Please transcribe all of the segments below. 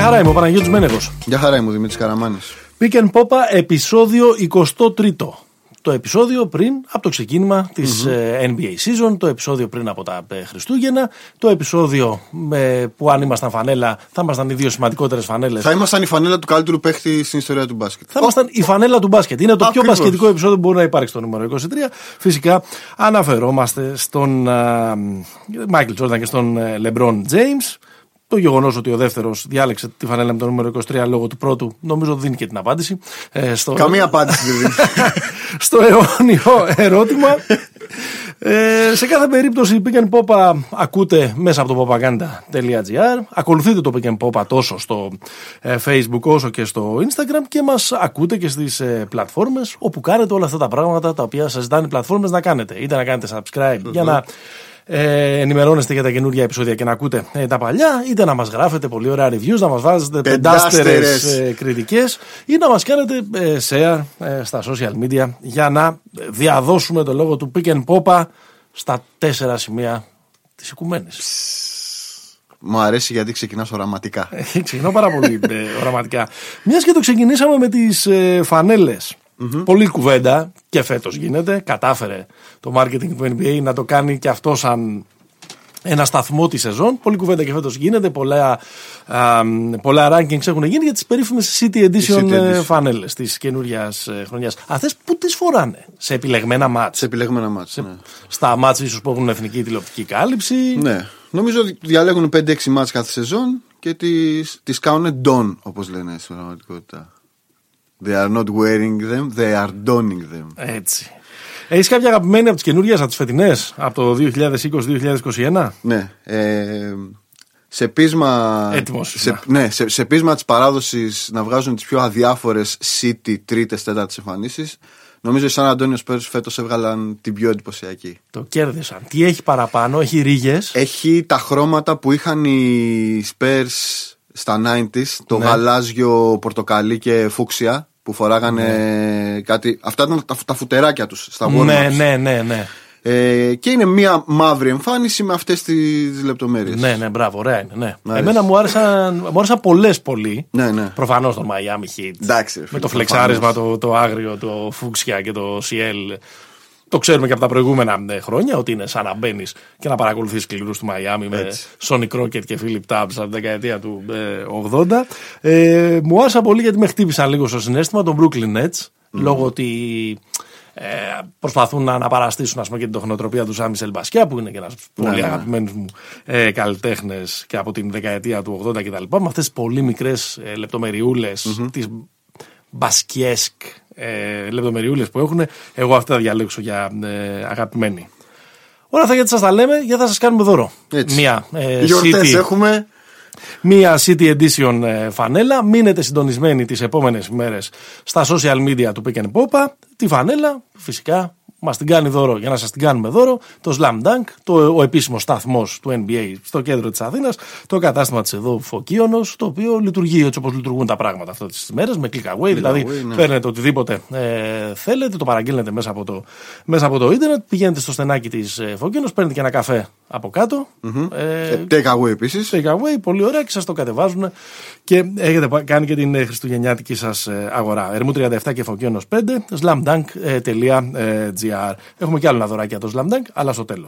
χαρά είμαι, ο Παναγιώτης Μένεγος. Για χαρά μου, Δημήτρης Καραμάνης. Pick and Popa, επεισόδιο 23. Το επεισόδιο πριν από το ξεκίνημα της ε, NBA season, το επεισόδιο πριν από τα ε, Χριστούγεννα, το επεισόδιο ε, που αν ήμασταν φανέλα θα ήμασταν οι δύο σημαντικότερες φανέλες. Θα ήμασταν η φανέλα του καλύτερου παίχτη στην ιστορία του μπάσκετ. Θα ήμασταν η φανέλα του μπάσκετ. Είναι το πιο Ακριβώς. μπασκετικό επεισόδιο που μπορεί να υπάρξει στο νούμερο 23. Φυσικά αναφερόμαστε στον Μάικλ Τζόρνταν και στον α, Λεμπρόν Τζέιμ. Το γεγονός ότι ο δεύτερος διάλεξε τη φανέλα με το νούμερο 23 λόγω του πρώτου, νομίζω δίνει και την απάντηση. ε, στο, Καμία απάντηση δεν δίνει. στο αιώνιο ερώτημα. Ε, σε κάθε περίπτωση, Pick and Popa ακούτε μέσα από το propaganda.gr. Ακολουθείτε το Pick and Popa τόσο στο ε, Facebook όσο και στο Instagram και μας ακούτε και στις ε, πλατφόρμες όπου κάνετε όλα αυτά τα πράγματα τα οποία σας ζητάνε οι πλατφόρμες να κάνετε. Είτε να κάνετε subscribe για να ε, ενημερώνεστε για τα καινούργια επεισόδια και να ακούτε ε, τα παλιά, είτε να μας γράφετε πολύ ωραία reviews, να μας βάζετε πεντάστερες Πεντάστερες. ε, κριτικές ή να μας κάνετε ε, share ε, στα social media για να διαδώσουμε το λόγο του pick and popa στα τέσσερα σημεία της οικουμένης. Μου αρέσει γιατί ξεκινάς οραματικά. Ε. Ξεκινώ πάρα πολύ ε, οραματικά. Μιας και το ξεκινήσαμε με τις ε, φανελες Πολύ κουβέντα και φέτος γίνεται. Κατάφερε το marketing του NBA να το κάνει και αυτό σαν ένα σταθμό της σεζόν. Πολλή κουβέντα και φέτος γίνεται. Πολλά, α, μ, πολλά rankings έχουν γίνει για τις περίφημες City Edition ε, City Edition. φανέλε τη καινούργια χρονιά. Αυτέ που τις φοράνε σε επιλεγμένα μάτς Σε επιλέγμενα μάτς, Ναι. Στα μάτς ίσως που έχουν εθνική τηλεοπτική κάλυψη. ναι. Νομίζω ότι διαλέγουν 5-6 μάτς κάθε σεζόν και τις, τις κάνουν don, όπως λένε στην πραγματικότητα. They are not wearing them, they are donning them. Έτσι. Έχεις κάποια αγαπημένη από τις καινούργιες, από τις φετινές, από το 2020-2021. Ναι. Ε, σε πείσμα. Έτοιμος, σε, ναι, σε, σε πείσμα της παράδοσης να βγάζουν τις πιο αδιάφορες City τρίτες, τέταρτες εμφανίσεις. Νομίζω οι Σαν Αντώνιος Πέρ φέτος έβγαλαν την πιο εντυπωσιακή. Το κέρδισαν. Τι έχει παραπάνω, έχει ρίγες. Έχει τα χρώματα που είχαν οι Spurs στα 90s, Ναι. το γαλάζιο, πορτοκαλί και φούξια που φοράγανε κάτι. Αυτά ήταν τα, τα φουτεράκια τους στα warm-ups. ναι, ναι, ναι, ναι. Ε, και είναι μία μαύρη εμφάνιση με αυτές τις λεπτομέρειες. Ναι, ναι, μπράβο, ωραία είναι. Ναι. Μ' αρέσει. Εμένα μου άρεσαν, μου άρεσαν πολλές πολύ. Ναι, ναι. Προφανώς το Miami Heat. Εντάξει, ρε με φίλε, το προφανώς. φλεξάρισμα, το, το άγριο, το φούξια και το CL. Το ξέρουμε και από τα προηγούμενα ε, χρόνια ότι είναι σαν να μπαίνεις και να παρακολουθείς σκληρού του Μαϊάμι με Έτσι. Sonic Rocket και Philip Tubbs από την δεκαετία του ε, 80. Ε, μου άρεσε πολύ γιατί με χτύπησαν λίγο στο συνέστημα τον Brooklyn Nets λόγω ότι ε, προσπαθούν να αναπαραστήσουν ας πούμε, και την τεχνοτροπία του Σάμι Ελμπασκιά που είναι και ένας πολύ ναι. αγαπημένου μου ε, καλλιτέχνες και από την δεκαετία του 80 κτλ. Με αυτές τις πολύ μικρές ε, λεπτομεριούλες, τι μπασκιέσκ ε, λεπτομεριούλες που έχουν, εγώ αυτά θα διαλέξω για ε, αγαπημένη. Όλα αυτά γιατί σας τα λέμε, γιατί θα σας κάνουμε δώρο. Έτσι. Μία, ε, Γιορτές city, έχουμε. μία City Edition ε, φανέλα. Μείνετε συντονισμένοι τις επόμενες ημέρε στα social media του Pick and Popa. Τη φανέλα, φυσικά, μας την κάνει δώρο για να σας την κάνουμε δώρο. Το Slam Dunk, το, ο επίσημος σταθμός του NBA στο κέντρο της Αθήνας. Το κατάστημα της εδώ Φωκίωνος, το οποίο λειτουργεί έτσι όπως λειτουργούν τα πράγματα αυτές τις μέρες, με click away. δηλαδή, away, ναι. παίρνετε οτιδήποτε ε, θέλετε, το παραγγέλνετε μέσα από το, μέσα από το ίντερνετ, πηγαίνετε στο στενάκι της ε, Φωκίωνος, παίρνετε και ένα καφέ από κάτω, ε, Ε, Take away επίσης. take away, πολύ ωραία και σας το κατεβάζουν και έχετε πα- κάνει και την ε, χριστουγεννιάτικη σας αγορά. Ερμού 37 και Φωκίωνος 5, ε, slamdunk.gr. Έχουμε και άλλο ένα δωράκι για το slamdunk, αλλά στο τελο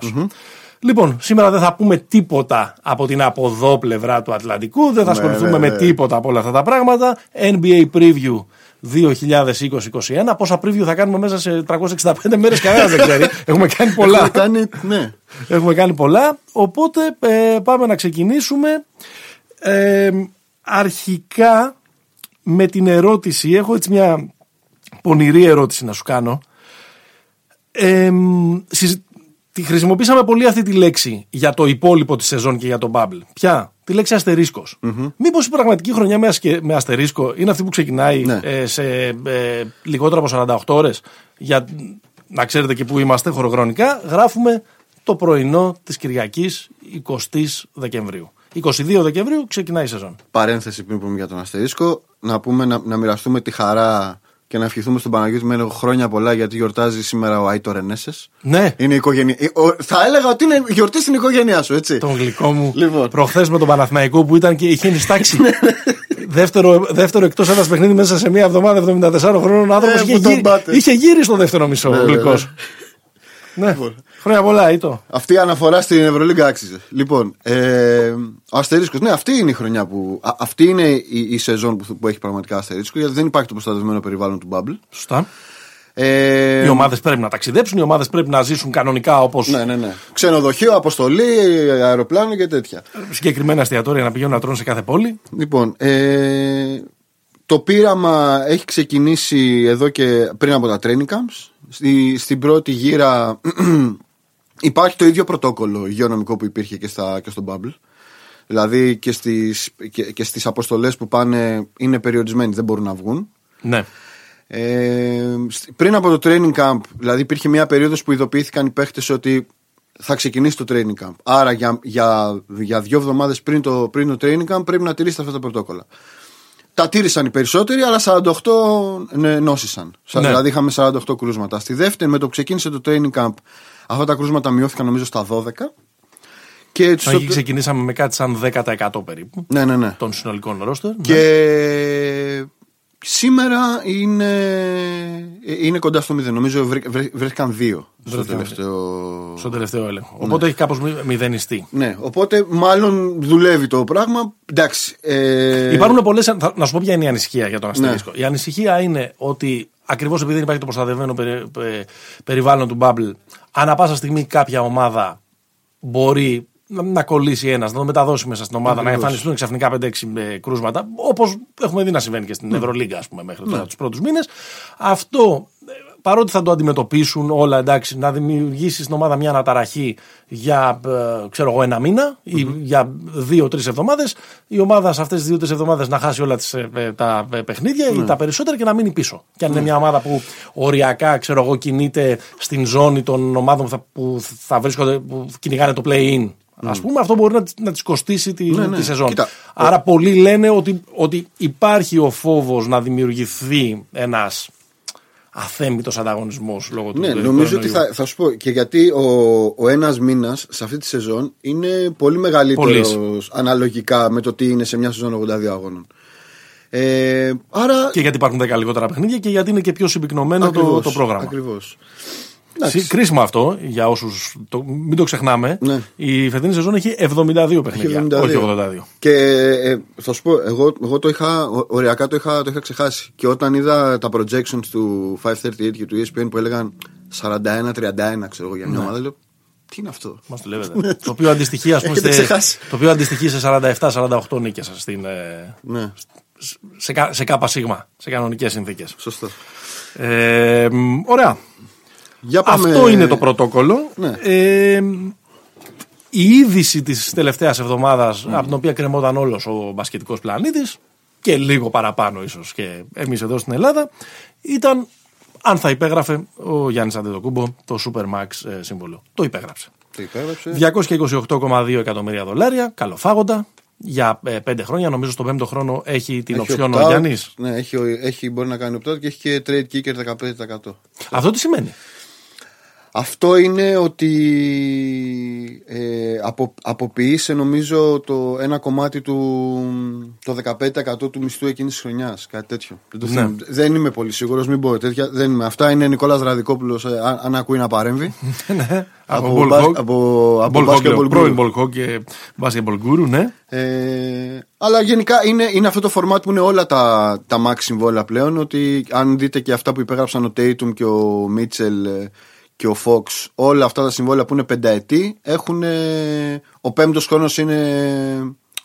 Λοιπόν, σήμερα δεν θα πούμε τίποτα από την από εδώ πλευρά του Ατλαντικού, δεν θα ασχοληθούμε ναι, με ναι. τίποτα από όλα αυτά τα πράγματα. NBA Preview 2020-2021. Πόσα preview θα κάνουμε μέσα σε 365 μέρες, κανένας δεν ξέρει. Έχουμε κάνει πολλά. Έχουμε κάνει, ναι. Έχουμε κάνει πολλά, οπότε ε, πάμε να ξεκινήσουμε ε, αρχικά με την ερώτηση. Έχω έτσι μια πονηρή ερώτηση να σου κάνω. Ε, συζη- τη χρησιμοποίησαμε πολύ αυτή τη λέξη για το υπόλοιπο της σεζόν και για τον Bubble. Ποια? Τη λέξη αστερίσκος. Μήπως η πραγματική χρονιά με, ασκε- με αστερίσκο είναι αυτή που ξεκινάει Ναι. ε, σε ε, λιγότερο από 48 ώρες για να ξέρετε και που είμαστε χωροχρονικά, γράφουμε το πρωινό της Κυριακής 20 Δεκεμβρίου. 22 Δεκεμβρίου ξεκινάει η σεζόν. Παρένθεση πριν πούμε για τον Αστερίσκο. Να πούμε να, να μοιραστούμε τη χαρά και να ευχηθούμε στον Παναγιώτη Μένεγο χρόνια πολλά γιατί γιορτάζει σήμερα ο Άιτο Ρενέσε. Ναι, Είναι η οικογένεια. ε, ο- Θα έλεγα ότι είναι γιορτή στην οικογένειά σου, έτσι. τον γλυκό μου Λοιπόν. Ναι, προχθές με τον Παναθηναϊκό που ήταν και είχε νηστάξει. δεύτερο, δεύτερο εκτός ένας παιχνίδι μέσα σε μία εβδομάδα 74 χρόνων άνθρωπος Ε, είχε, που τον γύρι- πάτε. είχε γύρει στο δεύτερο μισό ναι, Λοιπόν. ο ναι. γλυκός. Ναι. Χρόνια πολλά, ήτο. Αυτή η αναφορά στην Ευρωλίγκα άξιζε. Λοιπόν, ε, ο Αστερίσκος. Ναι, αυτή είναι η χρονιά που. α- αυτή είναι η, η σεζόν που, που έχει πραγματικά Αστερίσκο, γιατί δεν υπάρχει το προστατευμένο περιβάλλον του Bubble. Σωστά. Ε, Οι ομάδες πρέπει να ταξιδέψουν, οι ομάδες πρέπει να ζήσουν κανονικά όπως Ναι, ναι, ναι. Ξενοδοχείο, αποστολή, αεροπλάνο και τέτοια. συγκεκριμένα εστιατόρια να πηγαίνουν να τρώνε σε κάθε πόλη. Λοιπόν, ε, το πείραμα έχει ξεκινήσει εδώ και πριν από τα training camps. Στη- στην πρώτη γύρα υπάρχει το ίδιο πρωτόκολλο υγειονομικό που υπήρχε και, στα, και στο Bubble. Δηλαδή και στις, και, και στις αποστολές που πάνε είναι περιορισμένοι, δεν μπορούν να βγουν. Ναι. Ε, σ- πριν από το training camp, δηλαδή υπήρχε μια περίοδος που ειδοποιήθηκαν οι παίχτες ότι θα ξεκινήσει το training camp. Άρα για, για, για δύο εβδομάδες πριν το, πριν το training camp πρέπει να τηρήσετε αυτά τα πρωτόκολλα. Τα τήρησαν οι περισσότεροι, αλλά 48 νε- νόσησαν. Σα- Ναι. Δηλαδή είχαμε 48 κρούσματα. Στη δεύτερη, με το που ξεκίνησε το training camp, αυτά τα κρούσματα μειώθηκαν νομίζω στα 12. Και τους- Εκεί ξεκινήσαμε με κάτι σαν 10% περίπου Ναι, ναι, ναι. των συνολικών ρόστερ. ναι, Και σήμερα είναι, είναι κοντά στο μηδέν. Νομίζω βρε- βρε- βρέθηκαν δύο στο Βρέθηκαν τελευταίο. Στον τελευταίο έλεγχο. Οπότε έχει κάπως μηδενιστεί. Ναι, οπότε μάλλον δουλεύει το πράγμα. Εντάξει. Ε, Υπάρχουν πολλές. Να σου πω ποια είναι η ανησυχία για τον αστερίσκο. Η ανησυχία είναι ότι ακριβώς επειδή δεν υπάρχει το προστατευμένο περι- πε- περιβάλλον του Bubble, ανά πάσα στιγμή κάποια ομάδα μπορεί να, να κολλήσει ένας, να το μεταδώσει μέσα στην ομάδα, να εμφανιστούν ξαφνικά 5-6 ε, κρούσματα, όπως έχουμε δει να συμβαίνει και στην Ευρωλίγκα, ας πούμε, μέχρι τώρα τους πρώτους μήνες. Αυτό ε, παρότι θα το αντιμετωπίσουν όλα εντάξει, να δημιουργήσει στην ομάδα μια αναταραχή για ε, ξέρω εγώ, ένα μήνα ή για δύο-τρει εβδομάδες, η ομάδα σε αυτές τις δύο-τρει εβδομάδες να χάσει όλα τις, ε, ε, τα ε, παιχνίδια ή τα περισσότερα και να μείνει πίσω. Και αν είναι μια ομάδα που οριακά ξέρω εγώ, κινείται στην ζώνη των ομάδων που θα, που θα βρίσκονται, που κυνηγάνε το play-in. Ας πούμε, αυτό μπορεί να, της- να της κοστίσει τη, Ναι, ναι. τη σεζόν. Κοίτα, Άρα πολλοί λένε ότι, ότι υπάρχει ο φόβος να δημιουργηθεί ένας αθέμητος ανταγωνισμός λόγω του ναι, του νομίζω ότι κορονοϊού. θα, θα σου πω και γιατί ο, ο ένας μήνας σε αυτή τη σεζόν είναι πολύ μεγαλύτερος Πολύς. αναλογικά με το τι είναι σε μια σεζόν 82 αγώνων. Ε, άρα. Και γιατί υπάρχουν 10 λιγότερα παιχνίδια και γιατί είναι και πιο συμπυκνωμένο το, το πρόγραμμα. Ακριβώς. Συ- Κρίσιμο αυτό για όσους, το, μην το ξεχνάμε, Ναι. η φετινή σεζόν έχει 72 παιχνίδια, 72. όχι 82. δηλαδή. Και ε, θα σου πω, εγώ, εγώ το είχα, ο- οριακά το είχα, το είχα ξεχάσει. Και όταν είδα τα projections του 538 και του E ESPN που έλεγαν 41-31, ξέρω εγώ για Ναι. μια ομάδα, λέω Τι είναι αυτό. Μας το λέτε. το οποίο αντιστοιχεί, ας πούμε, Ναι. Έχετε σε- ξεχάσει. το οποίο αντιστοιχεί σε 47-48 νίκες στην, ε, Ναι, σε, κα- σε κάπα σίγμα, σε κανονικές συνθήκες. σωστό. Ε, μ, ωραία. Για Αυτό είναι το πρωτόκολλο. Ναι. Ε, η είδηση της τελευταίας εβδομάδας από την οποία κρεμόταν όλος ο μπασκετικός πλανήτης και λίγο παραπάνω ίσως και εμείς εδώ στην Ελλάδα ήταν αν θα υπέγραφε ο Γιάννης Αντετοκούμπο το Supermax ε, σύμβολο. Το υπέγραψε. Το υπέγραψε. 228,2 εκατομμύρια δολάρια, καλοφάγοντα. Για ε, πέντε χρόνια, νομίζω στον πέμπτο χρόνο έχει την Έχει οψιόν opt-out. ο Γιάννης. Ναι, έχει, έχει, μπορεί να κάνει opt-out και έχει και trade kicker 15%. Αυτό τι σημαίνει. Αυτό είναι ότι ε, απο, αποποιείσαι νομίζω το ένα κομμάτι του το 15% του μισθού εκείνης της χρονιάς, κάτι τέτοιο. Δεν, το Ναι. θυμάμαι. δεν είμαι πολύ σίγουρος, μην πω τέτοια. Δεν είμαι. Αυτά είναι Νικόλας Ραδικόπουλος, ε, αν, αν ακούει να παρέμβει. Ναι, Από από, μπα- Bulldog. από- από Bulldog, Basketball λέω, Guru. πρώην Bulldog και Basketball Guru, ναι. Ε, αλλά γενικά είναι, είναι αυτό το φορμάτ που είναι όλα τα, τα max συμβόλαια πλέον. Ότι αν δείτε και αυτά που υπέγραψαν ο Tatum και ο Μίτσελ ε, και ο Fox, όλα αυτά τα συμβόλαια που είναι πενταετή, έχουν. ε, ο πέμπτος χρόνος είναι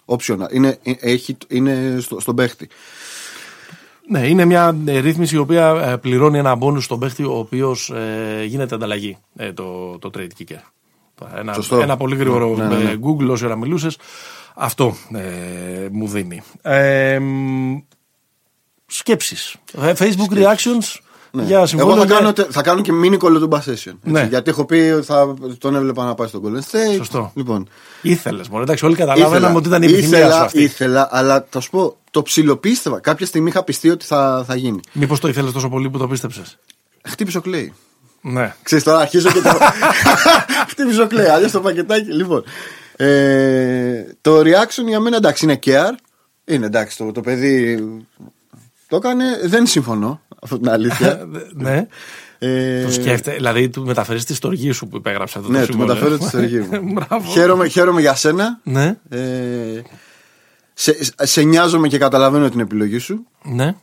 optional. Είναι, ε, έχει, είναι στο, στον παίχτη. Ναι, είναι μια ε, ρύθμιση η οποία ε, πληρώνει ένα μπόνου στον παίχτη ο οποίος γίνεται ανταλλαγή ε, το, το trade kicker. Τώρα, Ένα, Σωστό. ένα πολύ γρήγορο Ναι, ναι, ναι. ε, Google όση ώρα μιλούσες. Αυτό ε, μου δίνει. Ε, Σκέψει. Facebook reactions για Ναι. Εγώ συμβόλαιο. ναι. θα με- κάνω, τε- θα κάνω και mini κολοτούμπα session. έτσι, Ναι. Γιατί έχω πει ότι θα τον έβλεπα να πάει στον Golden State. Σωστό. Λοιπόν, Ήθελες, μόνο εντάξει, όλοι καταλάβαμε ότι ήταν η επιθυμία ήθελα, σου αυτή. ήθελα, αλλά θα σου πω, το ψιλοπίστευα. Κάποια στιγμή είχα πιστεί ότι θα, θα γίνει. Μήπως το ήθελες τόσο πολύ που το πίστεψες. Χτύπησε ο Κλέη. Ναι. Ξέρεις τώρα αρχίζω και το... Χτύπησε ο Κλέη, αλλιώς το πακετάκι. Λοιπόν, ε, το reaction για μένα εντάξει είναι care. Είναι εντάξει, το, το παιδί το έκανε. Δεν συμφωνώ, αυτό την αλήθεια. ναι. Ε, Το σκέφτε, δηλαδή του μεταφέρεις τη στοργή σου που υπέγραψε αυτό ναι, το του συμβόλαιο. μεταφέρω τη στοργή μου. Μπράβο. χαίρομαι, χαίρομαι για σένα. Ναι, Ε, σε, σε νοιάζομαι και καταλαβαίνω την επιλογή σου. ναι.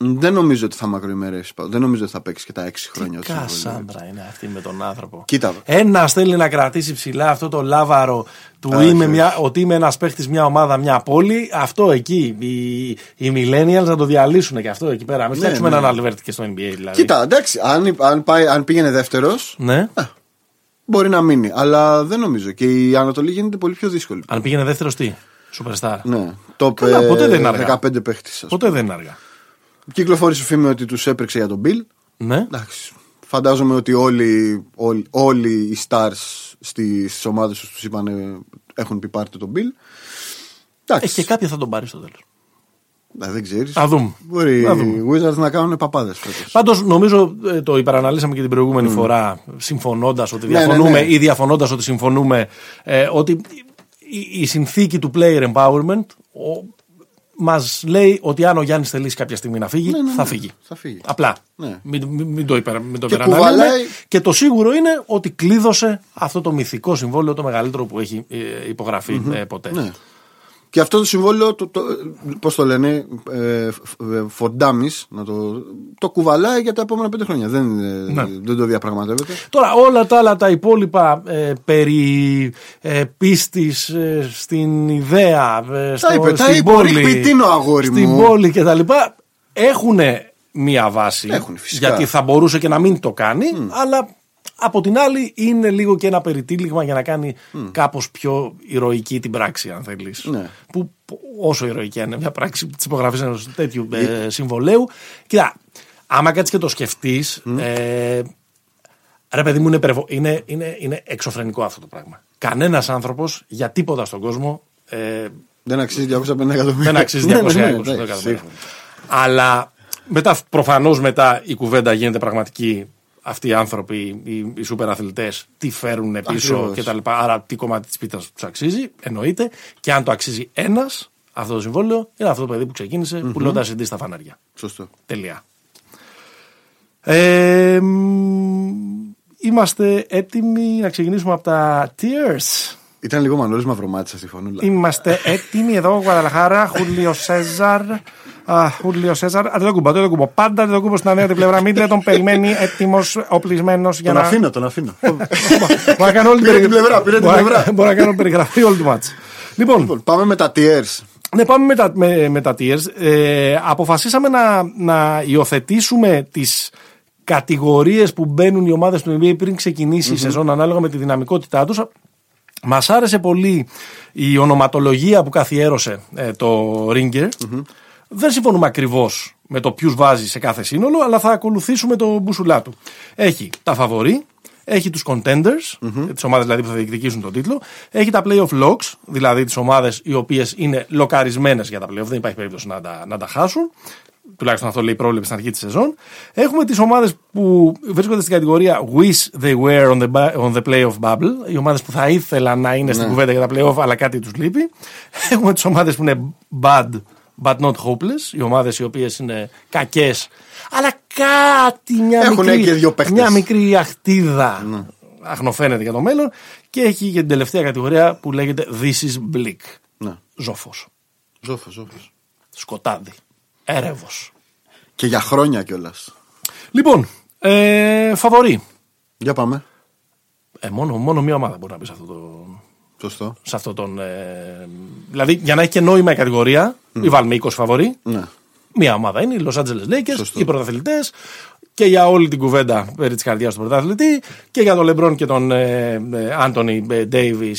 Δεν νομίζω ότι θα μακροημερεύσει. πάντως. Δεν νομίζω ότι θα παίξει και τα 6 χρόνια. του συμβολέου. Κασάνδρα είναι αυτή με τον άνθρωπο. Κοίτα. Ένα θέλει να κρατήσει ψηλά αυτό το λάβαρο του Α, είμαι όχι, μια, ότι είμαι ένας παίχτης, μια ομάδα, μια πόλη. Αυτό εκεί. Οι, οι millennials να το διαλύσουν και αυτό εκεί πέρα. Μην φτιάξουμε ναι. έναν Αλβέρτη και στο NBA δηλαδή. Κοίτα, εντάξει, αν, αν, πάει, αν πήγαινε δεύτερος, Ναι. μπορεί να μείνει. Αλλά δεν νομίζω. Και η Ανατολή γίνεται πολύ πιο δύσκολη. Αν πήγαινε δεύτερος τι. Superstar. Ναι, το Καλά, ποτέ δεν είναι αργά. 15 παίχτη. Ποτέ δεν είναι αργά. Κυκλοφόρησε φήμη ότι τους έπρεξε για τον Bill. Ναι. Εντάξει. Φαντάζομαι ότι όλοι, όλοι, όλοι οι stars στις ομάδες τους τους είπαν ε, έχουν πει πάρτε τον Bill. Έχει Εντάξει. Ε, και κάποια θα τον πάρει στο τέλος. Α, δεν ξέρεις. Θα δούμε. Μπορεί Θα οι δούμε. Wizards να κάνουν παπάδες φέτος. Πάντως, νομίζω ε, το υπεραναλύσαμε και την προηγούμενη φορά, συμφωνώντας ότι Ναι, ναι, διαφωνούμε ναι. ή διαφωνώντας ότι συμφωνούμε, ε, ότι η, η συνθήκη του player empowerment μας λέει ότι αν ο Γιάννης θελήσει κάποια στιγμή να φύγει, ναι, ναι. θα φύγει. Θα φύγει. Απλά. Ναι. Μην, μην- μην το, υπερα, μην το Και υπεραναλύουμε. κουβαλάει- Και το σίγουρο είναι ότι κλείδωσε αυτό το μυθικό συμβόλαιο, το μεγαλύτερο που έχει ε, υπογραφεί, ε, ποτέ. Ναι. Και αυτό το συμβόλαιο, το, το, πώς το λένε, ε, φορντάμις, να το, το κουβαλάει για τα επόμενα πέντε χρόνια. Δεν, ε, δεν το διαπραγματεύεται. Τώρα όλα τα άλλα τα υπόλοιπα ε, περί ε, πίστης ε, στην ιδέα, ε, στο, είπε, τα στην είπε, πόλη, ρηχπιτίνο, αγόρι στην μου. πόλη και τα λοιπά, έχουν μία βάση. Έχουν, φυσικά. Γιατί θα μπορούσε και να μην το κάνει, αλλά από την άλλη είναι λίγο και ένα περιτύλιγμα για να κάνει κάπως πιο ηρωική την πράξη, αν θέλεις. Ναι. Που, που όσο ηρωική είναι μια πράξη τη υπογραφή ενός τέτοιου ε, συμβολέου. Κοίτα, άμα κάτσεις και το σκεφτείς, ε, Ρε παιδί μου, είναι, υπερβο- είναι, είναι, είναι εξωφρενικό αυτό το πράγμα. Κανένας άνθρωπος για τίποτα στον κόσμο ε, Δεν αξίζει 250 εκατομμύρια. δεν αξίζει 220 Ναι, ναι, ναι, εντάξει, εκατομμύρια. σίγουρα. Αλλά μετά, προφανώς μετά η κουβέντα γίνεται πραγματική. Αυτοί οι άνθρωποι, οι, οι σούπερ αθλητέ, τι φέρουν πίσω Ακριβώς. κτλ. Άρα, τι κομμάτι της πίτας τους αξίζει, εννοείται. Και αν το αξίζει ένας, αυτό το συμβόλαιο, είναι αυτό το παιδί που ξεκίνησε πουλώντα CD στα φανάρια. Σωστό. Τελεία. Ε, μ, είμαστε έτοιμοι να ξεκινήσουμε από τα Tears. Ήταν λίγο Μανώλης Μαυρομάτης αυτή η φωνούλα. Είμαστε έτοιμοι εδώ, Γουαδαλαχάρα, Χούλιο Σέζαρ. Α, Χούλιο Σέζαρ. Α, δεν το κουμπώ, δεν το κουμπώ. Πάντα δεν το κουμπώ στην ανέωτη πλευρά. Μην τον περιμένει έτοιμος, οπλισμένος για να. τον αφήνω. Μπορώ να κάνω όλη Πήρε την περι- πλευρά, πήρε την μπορώ να- πλευρά. Μπορώ να κάνω περιγραφή όλου του μάτσα. Λοιπόν, Λοιπόν, πάμε με τα tiers. Ναι, πάμε με τα, με, με τα tiers. Ε, αποφασίσαμε να, να υιοθετήσουμε τις κατηγορίες που μπαίνουν οι ομάδες του NBA πριν ξεκινήσει η σεζόν ανάλογα με τη δυναμικότητά τους. Μας άρεσε πολύ η ονοματολογία που καθιέρωσε ε, το Ringer. Δεν συμφωνούμε ακριβώς με το ποιους βάζει σε κάθε σύνολο, αλλά θα ακολουθήσουμε το μπουσουλά του. Έχει τα φαβορή, έχει τους contenders, τις ομάδες δηλαδή που θα διεκδικήσουν τον τίτλο, έχει τα playoff locks, δηλαδή τις ομάδες οι οποίες είναι λοκαρισμένες για τα playoff, δεν υπάρχει περίπτωση να τα, να τα χάσουν. Τουλάχιστον αυτό λέει η πρόβλεψη στην αρχή της σεζόν. Έχουμε τις ομάδες που βρίσκονται στην κατηγορία Wish they were on the, ba- on the playoff bubble. Οι ομάδες που θα ήθελαν να είναι στην κουβέντα για τα playoff, αλλά κάτι τους λείπει. Έχουμε τις ομάδες που είναι bad but not hopeless. Οι ομάδες οι οποίες είναι κακές, αλλά κάτι μια Έχουν μικρή, και δύο παίκτες. μια μικρή αχτίδα αχνοφαίνεται για το μέλλον. Και έχει και την τελευταία κατηγορία που λέγεται This is bleak. Ναι. Ζόφος. Ζόφος, ζόφος. Σκοτάδι. Έρευος. Και για χρόνια κιόλας. Λοιπόν, ε, φαβορή. Για πάμε. Ε, μόνο, μόνο μία ομάδα μπορεί να μπει σε αυτό το. Σωστό. Σε αυτό τον, ε, δηλαδή, για να έχει και νόημα η κατηγορία, ή βάλουμε 20 φαβορή. Ναι. Μία ομάδα είναι, οι Los Angeles Lakers, Σωστό. οι πρωταθλητές. Και για όλη την κουβέντα περί της καρδιάς του πρωταθλητή και για τον Λεμπρόν και τον ε, Άντωνι Ντέιβι,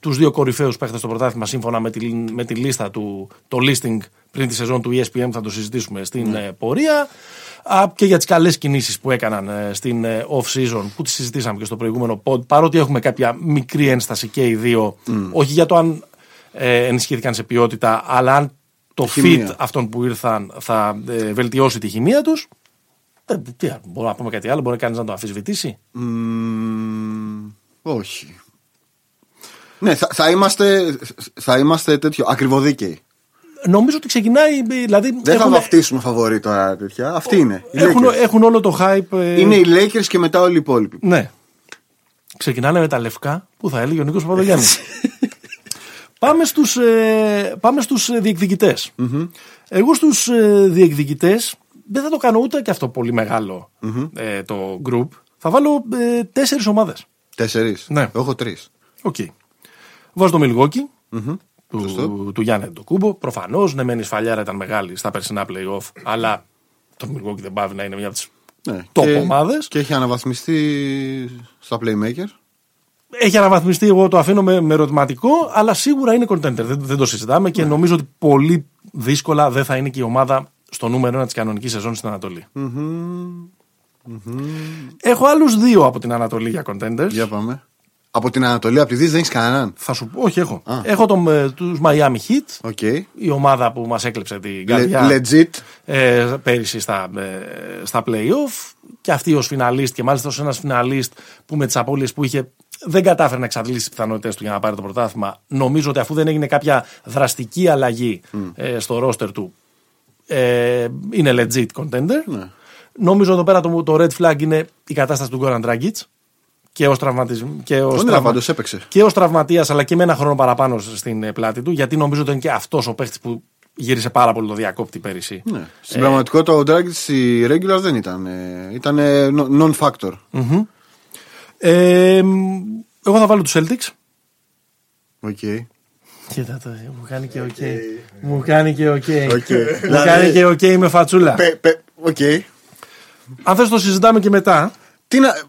του ε, δύο κορυφαίους παίχτες στο πρωτάθλημα σύμφωνα με τη, με τη λίστα του, το listing πριν τη σεζόν του E ESPN, θα το συζητήσουμε στην ε, πορεία. Α, και για τις καλές κινήσεις που έκαναν ε, στην ε, off season που τις συζητήσαμε και στο προηγούμενο pod. Παρότι έχουμε κάποια μικρή ένσταση και οι δύο, όχι για το αν ε, ενισχύθηκαν σε ποιότητα, αλλά αν το Χημεία. fit αυτών που ήρθαν θα ε, βελτιώσει τη χημεία τους. Ε, τι, άλλο, μπορούμε να πούμε κάτι άλλο, μπορεί κανείς να το αμφισβητήσει. Μμμ, όχι. Ναι, θα, θα είμαστε, θα είμαστε τέτοιο. Ακριβοδίκαιοι. Νομίζω ότι ξεκινάει. Δηλαδή, Δεν θα έχουν- βαφτίσουμε φαβορή τώρα τέτοια. Αυτή είναι. οι έχουν, Lakers. έχουν όλο το hype. ε, Είναι οι Lakers και μετά όλοι οι υπόλοιποι. Ναι. Ξεκινάνε με τα λευκά που θα έλεγε ο Νίκος Παπαδογιάννης. πάμε στους, ε, πάμε στους ε, διεκδικητες Εγώ στους ε, διεκδικητές δεν θα το κάνω ούτε και αυτό πολύ μεγάλο, ε, το group. Θα βάλω ε, τέσσερις ομάδες. Τέσσερις. Ναι. Εγώ έχω τρεις. Οκ. Βάζω το μιλγοκι Σωστό. του, του Γιάννη Αντοκούμπο. Προφανώς, ναι, μεν η σφαλιάρα ήταν μεγάλη στα περσινά playoff, αλλά το Μιλγόκι δεν πάβει να είναι μια από τις. Ναι. Top Και- ομάδες. Και έχει αναβαθμιστεί στα Playmaker. Έχει αναβαθμιστεί, εγώ το αφήνω με, με ερωτηματικό, αλλά σίγουρα είναι contender. Δεν, δεν το συζητάμε Ναι. και νομίζω ότι πολύ δύσκολα δεν θα είναι και η ομάδα στο νούμερο ένα της κανονικής σεζόν στην ανατολη Έχω άλλους δύο από την Ανατολή για contenders. Για πάμε. Από την Ανατολή, από τη Δύση δεν έχεις κανέναν. Θα σου πω, όχι, έχω. Έχω τον, ε, τους Miami Heat, Οκ. η ομάδα που μας έκλεψε την Le- καρδιά. legit. ε, πέρυσι στα, ε, στα play-off και αυτή ως φιναλίστ και μάλιστα ως ένας φιναλίστ που με τις απώλειες που είχε δεν κατάφερε να εξαντλήσει τις πιθανότητες του για να πάρει το πρωτάθλημα. Νομίζω ότι αφού δεν έγινε κάποια δραστική αλλαγή ε, στο ρόστερ του ε, είναι legit contender. Νομίζω εδώ πέρα το, το red flag είναι η κατάσταση του Goran Dragic και ως τραυματισμό. Και ως Τον τραυμα- ναι, πάντως έπαιξε. και ω τραυματία, αλλά και με ένα χρόνο παραπάνω στην ε, πλάτη του, γιατί νομίζω ότι είναι και αυτός ο παίχτης που γύρισε πάρα πολύ το διακόπτη πέρυσι. Ναι. Στην πραγματικότητα ο Dragic η regular δεν ήταν. Ήταν non-factor. Ε, μ, εγώ θα βάλω τους Celtics. Οκ. Κοίτα το, μου κάνει και οκ. Μου κάνει και οκ. Ε, Οκ. Μου Δηλαδή- κάνει και οκ με φατσούλα. Πε- πε- Οκ. Αν θες το συζητάμε και μετά. Τι να.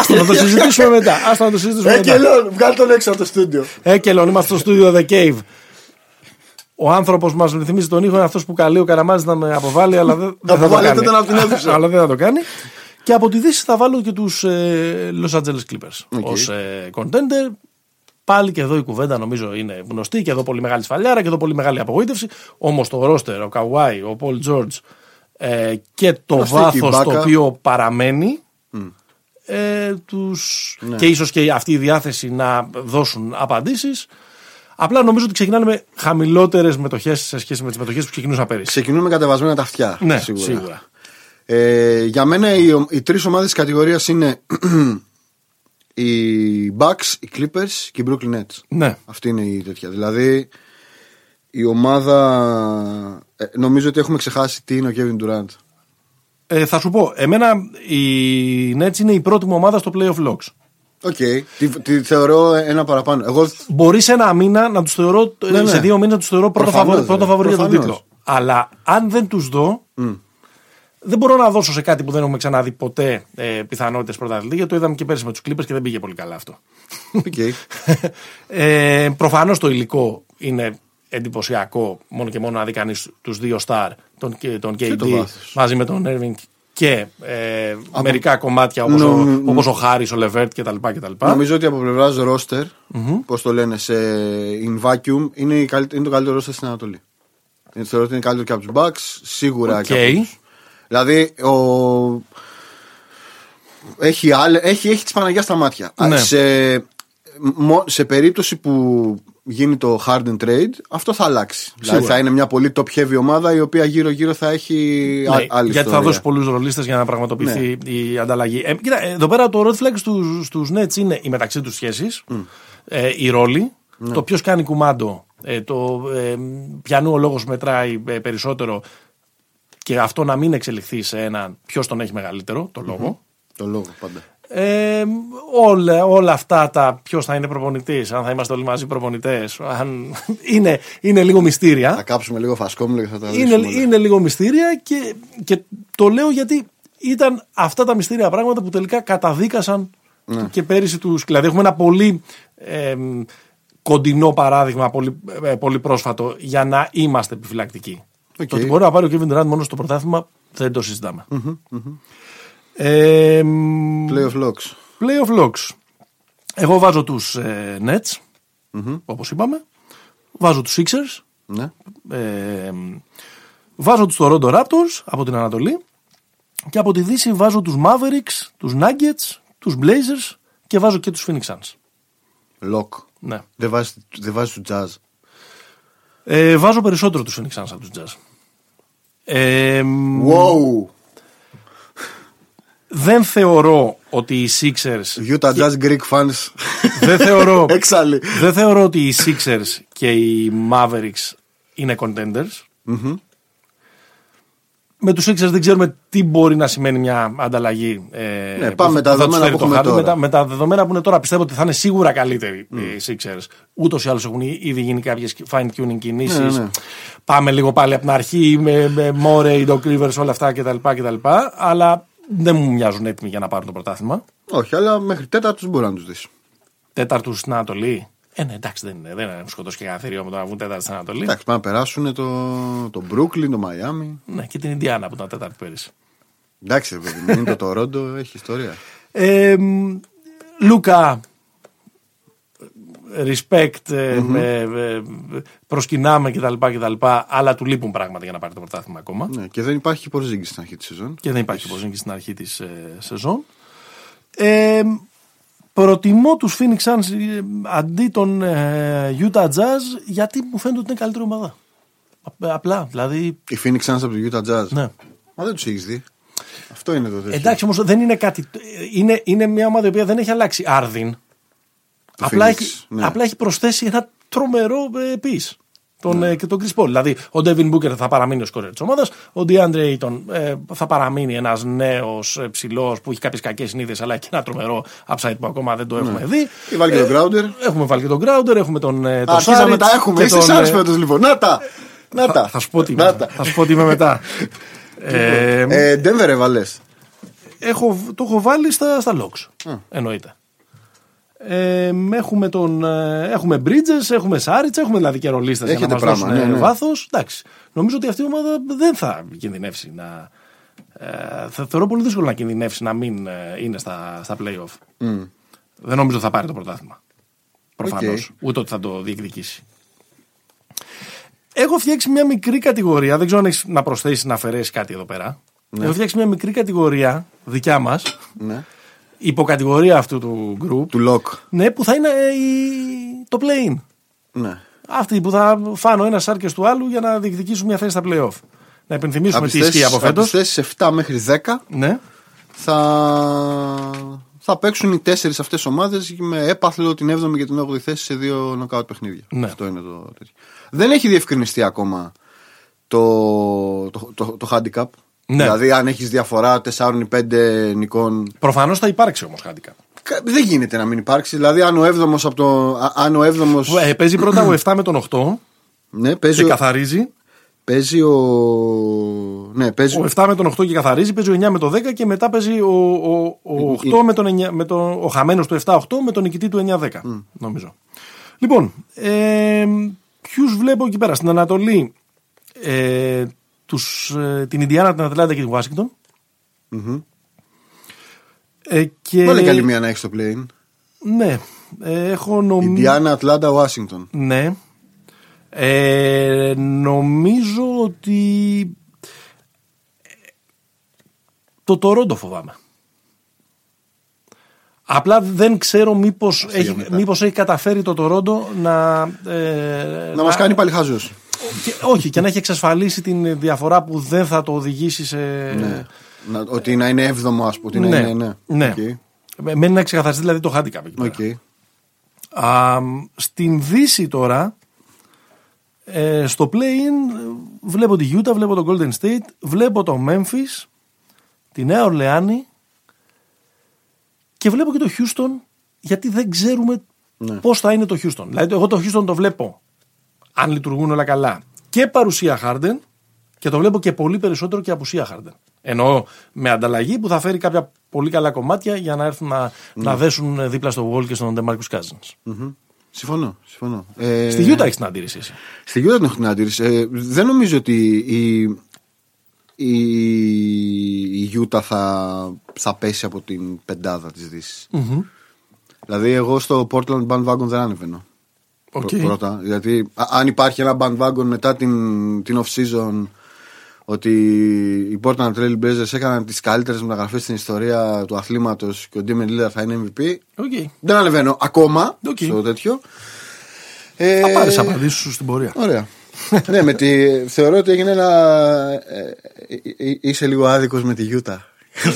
Άστο να το συζητήσουμε μετά. Άστο να το συζητήσουμε Ε, μετά. βγάλει τον έξω από το στούντιο. Έκελον, Ε, είμαστε στο studio The Cave. Ο άνθρωπος που μας ρυθμίζει τον ήχο είναι αυτός που καλεί ο Καραμάζης να με αποβάλει, αλλά δεν, δεν θα το Αποβάλλεται κάνει. τον απ' την αίθουσα. αλλά δεν θα το κάνει. Και από τη Δύση θα βάλω και τους ε, Los Angeles Clippers Οκ. ως ε, contender. Πάλι και εδώ η κουβέντα νομίζω είναι γνωστή και εδώ πολύ μεγάλη σφαλιάρα και εδώ πολύ μεγάλη απογοήτευση. Όμως το ρόστερ, ο Καουάι, ο Πολ Τζόρτζ ε, και το Γνωστή και η βάθος το Μπάκα. οποίο παραμένει ε, τους... Ναι. και ίσως και αυτή η διάθεση να δώσουν απαντήσεις. Απλά νομίζω ότι ξεκινάνε με χαμηλότερες μετοχές σε σχέση με τις μετοχές που ξεκινούσαν πέρυσι. Ξεκινούν με κατεβασμένα τα αυτιά. Ναι, σίγουρα. σίγουρα. Ε, για μένα οι, ο- οι τρεις ομάδες της κατηγορίας είναι οι Bucks, οι Clippers και οι Brooklyn Nets. Ναι. Αυτή είναι η τέτοια. Δηλαδή η ομάδα. ε, νομίζω ότι έχουμε ξεχάσει τι είναι ο Kevin Durant. Ε, θα σου πω, εμένα η Nets είναι η πρώτη μου ομάδα στο Playoff Logs. Οκ. Τη, τη θεωρώ ένα παραπάνω. Εγώ. Μπορεί σε ένα μήνα να τους θεωρώ, ε, Ναι, ναι. σε δύο μήνες να τους θεωρώ πρώτο Προφανώς, φαβορή, πρώτο ρε. φαβορή για τον Προφανώς. τίτλο. Αλλά αν δεν τους δω, δεν μπορώ να δώσω σε κάτι που δεν έχουμε ξαναδεί ποτέ ε, πιθανότητες πρωταθλητή, γιατί το είδαμε και πέρσι με τους Clippers και δεν πήγε πολύ καλά αυτό. οκ. ε, Προφανώς το υλικό είναι εντυπωσιακό. Μόνο και μόνο να δει κανείς τους δύο στάρ, τον, και- τον KD το βάθος. μαζί με τον Irving και ε, μερικά κομμάτια όπως Νομ- ο, όπως ο Χάρης, ο Λεβέρτ κτλ. κτλ. Νομίζω ότι από πλευράς ρόστερ, πώς το λένε σε in vacuum, είναι, η καλύτε- είναι το καλύτερο ρόστερ στην Ανατολή. Ε, Θεωρώ ότι είναι καλύτερο και από τους Bucks, σίγουρα Οκ. και από τους- Δηλαδή, ο... έχει, άλλε... έχει, έχει τη Παναγία στα μάτια. Ναι. Α, Σε... μο- σε περίπτωση που γίνει το hard and trade, αυτό θα αλλάξει. Δηλαδή, Σίγουρα. θα είναι μια πολύ top heavy ομάδα η οποία γύρω-γύρω θα έχει Ναι, α- άλλη γιατί θα ιστορία. Ναι. δώσει πολλούς ρολίστες για να πραγματοποιηθεί η ανταλλαγή. Ε, κοίτα, εδώ πέρα το red flag στους στους Nets είναι οι μεταξύ τους σχέσεις, ε, οι ρόλοι, Ναι. το ποιος κάνει κουμάντο, ε, το ε, πιανού ο λόγος μετράει ε, περισσότερο και αυτό να μην εξελιχθεί σε ένα ποιος τον έχει μεγαλύτερο, το λογο Το λόγο πάντα. ε, όλα, όλα αυτά τα ποιος θα είναι προπονητής, αν θα είμαστε όλοι μαζί προπονητές, αν... είναι, είναι λίγο μυστήρια. Θα κάψουμε λίγο φασκόμηλο και θα τα Είναι, λύσουμε. όλα. είναι λίγο μυστήρια και, και το λέω γιατί ήταν αυτά τα μυστήρια πράγματα που τελικά καταδίκασαν και πέρυσι τους... Δηλαδή έχουμε ένα πολύ εμ, κοντινό παράδειγμα, πολύ, ε, πολύ πρόσφατο, για να είμαστε επιφυλακτικοί. Οκ. Το ότι μπορεί να πάρει ο Kevin Durant μόνο στο πρωτάθλημα δεν το συζητάμε. Εμ, Playoff locks. Playoff logs. Εγώ βάζω τους ε, Nets, όπως είπαμε. Βάζω τους Sixers. Ναι. Ε, βάζω τους Toronto Raptors από την Ανατολή και από τη Δύση βάζω τους Mavericks, τους Nuggets, τους Blazers και βάζω και τους Phoenix Suns. Lock. Ναι. Δεν βάζεις, δεν βάζεις τους jazz. Ε, βάζω περισσότερο τους Phoenix Suns από τους Jazz. Ε, Wow! Δεν θεωρώ ότι οι Sixers. Utah Jazz Greek fans. δεν θεωρώ. Έξαλλη. δεν θεωρώ ότι οι Sixers και οι Mavericks είναι contenders. Με τους Sixers δεν ξέρουμε τι μπορεί να σημαίνει μια ανταλλαγή. Ε, Ναι, που πάμε με τα θα τους δεδομένα φέρει που το έχουμε χάρτη. τώρα. Με τα, με τα δεδομένα που είναι τώρα πιστεύω ότι θα είναι σίγουρα καλύτεροι οι Sixers. Ούτως ή άλλως έχουν ήδη γίνει κάποιες fine tuning κινήσεις. Ναι, Πάμε λίγο πάλι από την αρχή με, με Morey, Doc Rivers, όλα αυτά κτλ, κτλ. Αλλά δεν μου μοιάζουν έτοιμοι για να πάρουν το πρωτάθλημα. Όχι, αλλά μέχρι τέταρτους μπορεί να τους δεις. Τέταρτους στην Ανατολή. Ε, ναι, εντάξει, δεν είναι. Δεν έχουν σκοτώσει και κανένα θηρίο με το να βγουν τέταρτος στην Ανατολή. Εντάξει, πρέπει να περάσουν το, το Brooklyn, το Miami. Ναι, και την Ιντιάνα που ήταν τέταρτη πέρυσι. Εντάξει, ρε παιδί μου, είναι το Τορόντο, έχει ιστορία. Ε, μ, Λούκα, respect, ε, με, ε, προσκυνάμε κτλ, κτλ. Αλλά του λείπουν πράγματα για να πάρει το πρωτάθλημα ακόμα. Ναι, και δεν υπάρχει και Πορζίνγκη στην αρχή της σεζόν. Και δεν υπάρχει όπως είναι και στην αρχή της ε, σεζόν. Ε, προτιμώ τους Phoenix Suns ε, αντί των ε, Utah Jazz γιατί μου φαίνεται ότι είναι καλύτερη ομάδα. Α- Απλά, δηλαδή. Η Phoenix Suns από το Utah Jazz. Ναι. Μα δεν τους έχεις δει. Αυτό είναι το τέτοιο. Ε, Εντάξει, όμως δεν είναι κάτι. ε, Είναι, είναι μια ομάδα η οποία δεν έχει αλλάξει άρδιν. Το Απλά Phoenix, έχει, ναι. απλά έχει προσθέσει ένα τρομερό ε, piece. Τον, Ναι. ε, και τον Chris Paul. Δηλαδή, ο Devin Booker θα παραμείνει ο σκορέρ της ομάδας. Ο DeAndre Ayton ε, θα παραμείνει ένας νέος ε, ψηλός που έχει κάποιες κακές συνήθειες, αλλά και ένα τρομερό upside που ακόμα δεν το έχουμε δει. Και Ναι. βάλει Ε, και τον Crowder. Έχουμε βάλει και τον Crowder, έχουμε τον. Ε, τον Αρχίσαμε Saric τα έχουμε. και Είστε τον, σαν ε, φέτος λοιπόν. Να τα! Να τα! Θα σου πω τι Να είμαι, τα. θα σου πω τι είμαι μετά. ε, Ε, Denver έβαλες. έχω, το έχω βάλει στα, στα logs. Εννοείται. Ε, έχουμε, τον, ε, έχουμε Bridges, έχουμε Saric, έχουμε δηλαδή και ρολίστες για να Έχετε μας πράγμα, δώσουν ε, ναι, ναι. βάθος. Εντάξει, νομίζω ότι αυτή η ομάδα δεν θα κινδυνεύσει να... Ε, θα θεωρώ πολύ δύσκολο να κινδυνεύσει να μην ε, είναι στα, στα playoff. Δεν νομίζω ότι θα πάρει το πρωτάθλημα. Προφανώς. Ούτε ότι θα το διεκδικήσει. Έχω φτιάξει μια μικρή κατηγορία. Δεν ξέρω αν έχεις να προσθέσεις να αφαιρέσεις κάτι εδώ πέρα. Έχω φτιάξει μια μικρή κατηγορία δικιά μας. Ναι. Υποκατηγορία αυτού του group. Του Λοκ. Ναι, που θα είναι ε, η- το play-in. Ναι. Αυτή που θα φάνω ένα σάρκες του άλλου για να διεκδικήσουν μια θέση στα playoff. Να Από υπενθυμίσουμε τις τις ισχύει θέσεις- από από φέτος. τις θέσεις 7 μέχρι 10 Ναι. θα, θα παίξουν οι τέσσερις αυτές ομάδες με έπαθλο την 7η και την 8η θέση σε δύο νοκάουτ παιχνίδια. Ναι. Αυτό είναι το τέτοιο. Δεν έχει διευκρινιστεί ακόμα το, το, το, το handicap. Ναι. Δηλαδή, αν έχεις διαφορά 4 ή 5 νικών. Προφανώς θα υπάρξει όμως handicap. κα- Δεν γίνεται να μην υπάρξει. Δηλαδή, αν ο 7ο από το. α- Αν ο 7ο. Ε, παίζει πρώτα ο 7 με τον 8 Ναι, παίζει. και ο- καθαρίζει. Παίζει ο. Ναι, παίζει. Ο 7 με τον 8 και καθαρίζει, παίζει ο 9 με το 10 και μετά παίζει ο, ο, ο 8 με τον 9, με τον, ο χαμένος του 7-8 με τον νικητή του 9-10, νομίζω. Λοιπόν, ε, ποιους βλέπω εκεί πέρα. Στην Ανατολή, ε, τους, ε, την Ιντιάνα, την Ατλάντα και την Ουάσιγκτον. Ε, και... Βάλε καλή μία να έχεις το play. Ναι, ε, έχω νομ... Ιντιάνα, Ατλάντα, Ουάσιγκτον. Ναι. Ε, νομίζω ότι ε, το Τορόντο φοβάμαι. Απλά δεν ξέρω μήπως, έχει, μετά. μήπως έχει καταφέρει το Τορόντο να... ε, Να μας κάνει πάλι χαζού. και- όχι, και να έχει εξασφαλίσει την διαφορά που δεν θα το οδηγήσει σε... Να, ότι να είναι 7ο, ας πούμε. Ναι, ναι, ναι. ναι. Οκ. Με- Μένει να ξεκαθαριστεί δηλαδή το handicap εκεί πέρα. Οκ. Α, μ, στην Δύση τώρα, ε, στο play-in ε, βλέπω τη Utah, βλέπω το Golden State, βλέπω το Memphis, τη Νέα Ορλεάνη και βλέπω και το Houston γιατί δεν ξέρουμε πώς θα είναι το Houston. Δηλαδή εγώ το Houston το βλέπω αν λειτουργούν όλα καλά και παρουσία Harden και το βλέπω και πολύ περισσότερο και απουσία Harden. Εννοώ με ανταλλαγή που θα φέρει κάποια πολύ καλά κομμάτια για να έρθουν να, να δέσουν ε, δίπλα στο Wall και στον DeMarcus Cousins. Μμμ. Συμφωνώ. συμφωνώ. Ε, Στη Utah έχεις την αντίρρηση εσύ. Στη Utah την έχω την αντίρρηση. Ε, δεν νομίζω ότι η, η, η Utah θα, θα πέσει από την πεντάδα της δυση Δηλαδή, εγώ στο Portland Bandwagon δεν ανεβαίνω. Οκ. Πρω- Πρώτα. Γιατί α- αν υπάρχει ένα bandwagon μετά την, την off season ότι οι Portland Trail Blazers έκαναν τις καλύτερες μεταγραφές στην ιστορία του αθλήματος και ο Damian Lillard θα είναι MVP. Οκ. Δεν ανεβαίνω ακόμα Οκ. στο τέτοιο. Ε, Θα πάρεις απαντήσει σου στην πορεία. Ωραία. ναι, με τη... θεωρώ ότι έγινε ένα. ε, ε, ε, είσαι λίγο άδικος με τη Γιούτα.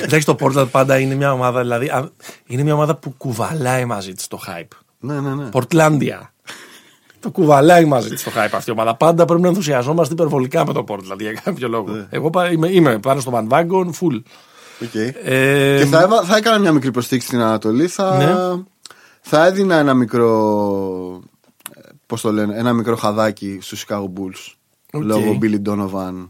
Εντάξει, το Portland πάντα είναι μια ομάδα, δηλαδή, α, είναι μια ομάδα που κουβαλάει μαζί της το hype. ναι, ναι, ναι. Πορτλάντια. το κουβαλάει μαζί της το hype αυτή η ομάδα. Πάντα πρέπει να ενθουσιαζόμαστε υπερβολικά με το Portland για κάποιο λόγο. Εγώ πα- είμαι, είμαι πάνω στο Van Wagon, full. Οκ. Ε, Και θα, έβα- θα έκανα μια μικρή προσθήκη στην Ανατολή. Θα, Ναι. θα έδινα ένα μικρό. ε, Πώς το λένε, ένα μικρό χαδάκι στους Chicago Bulls. Οκ. Λόγω Billy Donovan.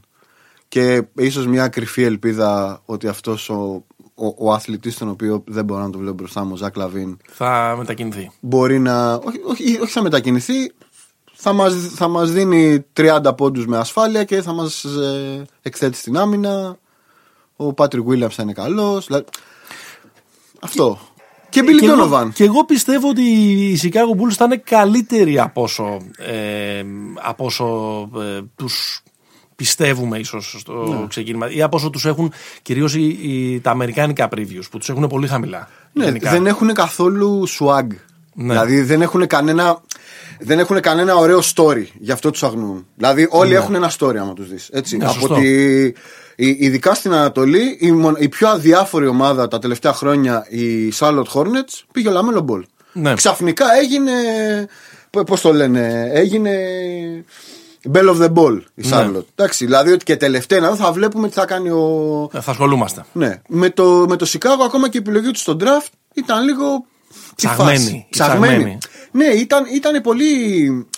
Και ίσως μια κρυφή ελπίδα ότι αυτός ο, ο, ο αθλητής τον οποίο δεν μπορώ να τον βλέπω μπροστά μου, ο Ζακ Λαβίν, θα μετακινηθεί. μπορεί να. Όχι, όχι, όχι θα μετακινηθεί. Θα μας, θα μας δίνει 30 πόντους με ασφάλεια και θα μας ε, εκθέτει στην άμυνα. Ο Πάτρικ Williams θα είναι καλός. δηλαδή- Αυτό. Και Ε, Billy Και εγώ- Donovan. Και εγώ πιστεύω ότι οι Chicago Bulls θα είναι καλύτεροι από όσο, ε, από όσο ε, τους πιστεύουμε ίσως στο Ναι. ξεκίνημα ή από όσο τους έχουν κυρίως οι, οι- τα αμερικάνικα previews που τους έχουν πολύ χαμηλά. Ναι, γενικά. Ναι. δεν έχουν καθόλου swag. Δηλαδή δεν έχουν κανένα. Δεν έχουν κανένα ωραίο story, γι' αυτό τους αγνοούν. Δηλαδή, όλοι έχουν ένα story, άμα τους δεις. Έτσι. Ναι, από σωστό. τη, η- ειδικά στην Ανατολή, η, μον- η πιο αδιάφορη ομάδα τα τελευταία χρόνια, η Charlotte Hornets, πήγε ο Λαμέλο Μπολ. Ναι. Ξαφνικά έγινε. Πώς το λένε, έγινε. Bell of the Ball η Ναι. Charlotte. Εντάξει, δηλαδή ότι και τελευταία να δω, θα βλέπουμε τι θα κάνει ο, Ε, Θα ασχολούμαστε. ναι. Με το, με το Σικάγο, ακόμα και η επιλογή του στον draft ήταν λίγο. στη Ψαγμένη, φάση. ψαγμένη. Ναι, ήταν, ήτανε πολύ.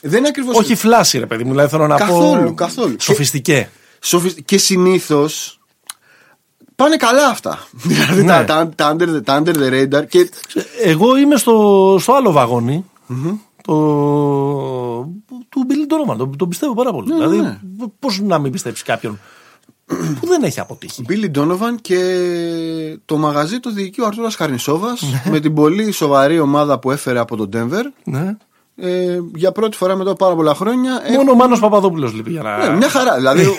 Δεν είναι ακριβώς. Όχι φλάση ρε παιδί μου, δηλαδή θέλω να πω Καθόλου, καθόλου. σοφιστικέ. Και συνήθως. Πάνε καλά αυτά. Δηλαδή Ναι. τα, τα, τα under, the- τα under the radar. Και, Εγώ είμαι στο, στο άλλο βαγόνι, Το, του Billy Donovan. Τον, τον πιστεύω πάρα πολύ. δηλαδή, ναι. πώς να μην πιστέψει κάποιον που δεν έχει αποτύχει. Billy Donovan και το μαγαζί το διοικεί ο Αρτούρας Καρνισόβας με την πολύ σοβαρή ομάδα που έφερε από τον Denver. Ναι. Ε, για πρώτη φορά μετά από πάρα πολλά χρόνια Μόνο ο Μάνος Παπαδόπουλος λείπει για να... Ναι, μια χαρά. Δηλαδή,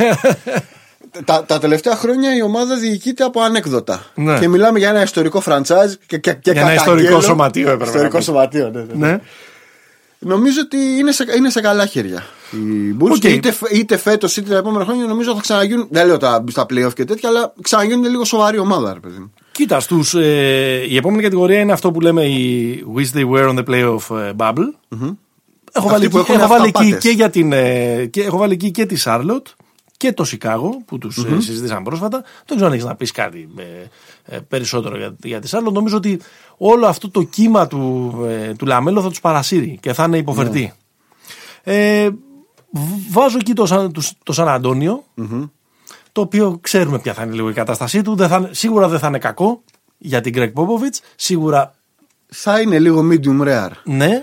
τα, τα τελευταία χρόνια η ομάδα διοικείται από ανέκδοτα. Ναι. Και μιλάμε για ένα ιστορικό franchise και, και, και Για ένα κακαγγέλο. ιστορικό σωματείο έπρεπε να Ιστορικό πεις. σωματείο, ναι, ναι. Ναι. Νομίζω ότι είναι σε, είναι σε καλά χέρια οι Bulls. Οκ. Και είτε, φ- είτε φέτος είτε τα επόμενα χρόνια νομίζω θα ξαναγίνουν. Δεν λέω τα, στα playoff και τέτοια, αλλά ξαναγίνουν λίγο σοβαρή ομάδα, ρε παιδί μου. Κοίτα, στους, ε, η επόμενη κατηγορία είναι αυτό που λέμε οι Wish They Were on the Playoff ε, Bubble. Έχω Αυτοί βάλει, που εκεί, έχουν έχω βάλει εκεί αυταπάτες. και για την, ε, και, έχω βάλει εκεί και τη Σάρλοτ και το Σικάγο που τους ε, συζητήσαμε πρόσφατα. Δεν ξέρω αν έχεις να πεις κάτι ε, ε, περισσότερο για, για τη Σάρλοτ. Νομίζω ότι όλο αυτό το κύμα του, ε, του Λαμέλο θα τους παρασύρει και θα είναι υποφερτή. Ναι. Ε, β- βάζω εκεί το Σαν, το, το Σαν αντωνιο το οποίο ξέρουμε ποια θα είναι λίγο η κατάστασή του. Δεν θα, είναι- σίγουρα δεν θα είναι κακό για την Greg Popovich. Σίγουρα Θα είναι λίγο medium rare. ναι.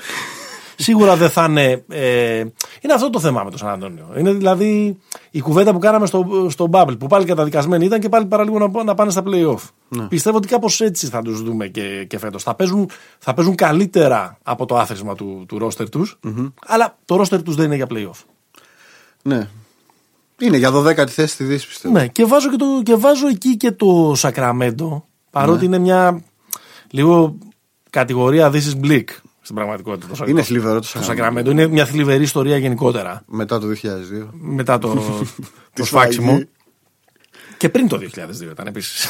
Σίγουρα δεν θα είναι. Ε, είναι αυτό το θέμα με τον Σαν Αντώνιο. Είναι δηλαδή η κουβέντα που κάναμε στο, στο Bubble που πάλι καταδικασμένοι ήταν και πάλι παραλίγο να, να πάνε στα playoff. Πιστεύω ότι κάπως έτσι θα τους δούμε και, και φέτος. Θα παίζουν, θα παίζουν καλύτερα από το άθροισμα του, του ρόστερ τους, αλλά το ρόστερ τους δεν είναι για playoff. Ναι. Είναι για 12η θέση στη Δύση, πιστεύω. Ναι, και βάζω, και, το, και βάζω εκεί και το Σακραμέντο. Παρότι Ναι. είναι μια λίγο κατηγορία This is Bleak στην πραγματικότητα. Το Σακ- Είναι θλιβερό το το Σακραμέντο. Σακραμέντο. Είναι μια θλιβερή ιστορία γενικότερα. Μετά το 2002. Μετά το, το Τη σφάξιμο. σφαγή. Και πριν το 2002 ήταν επίσης.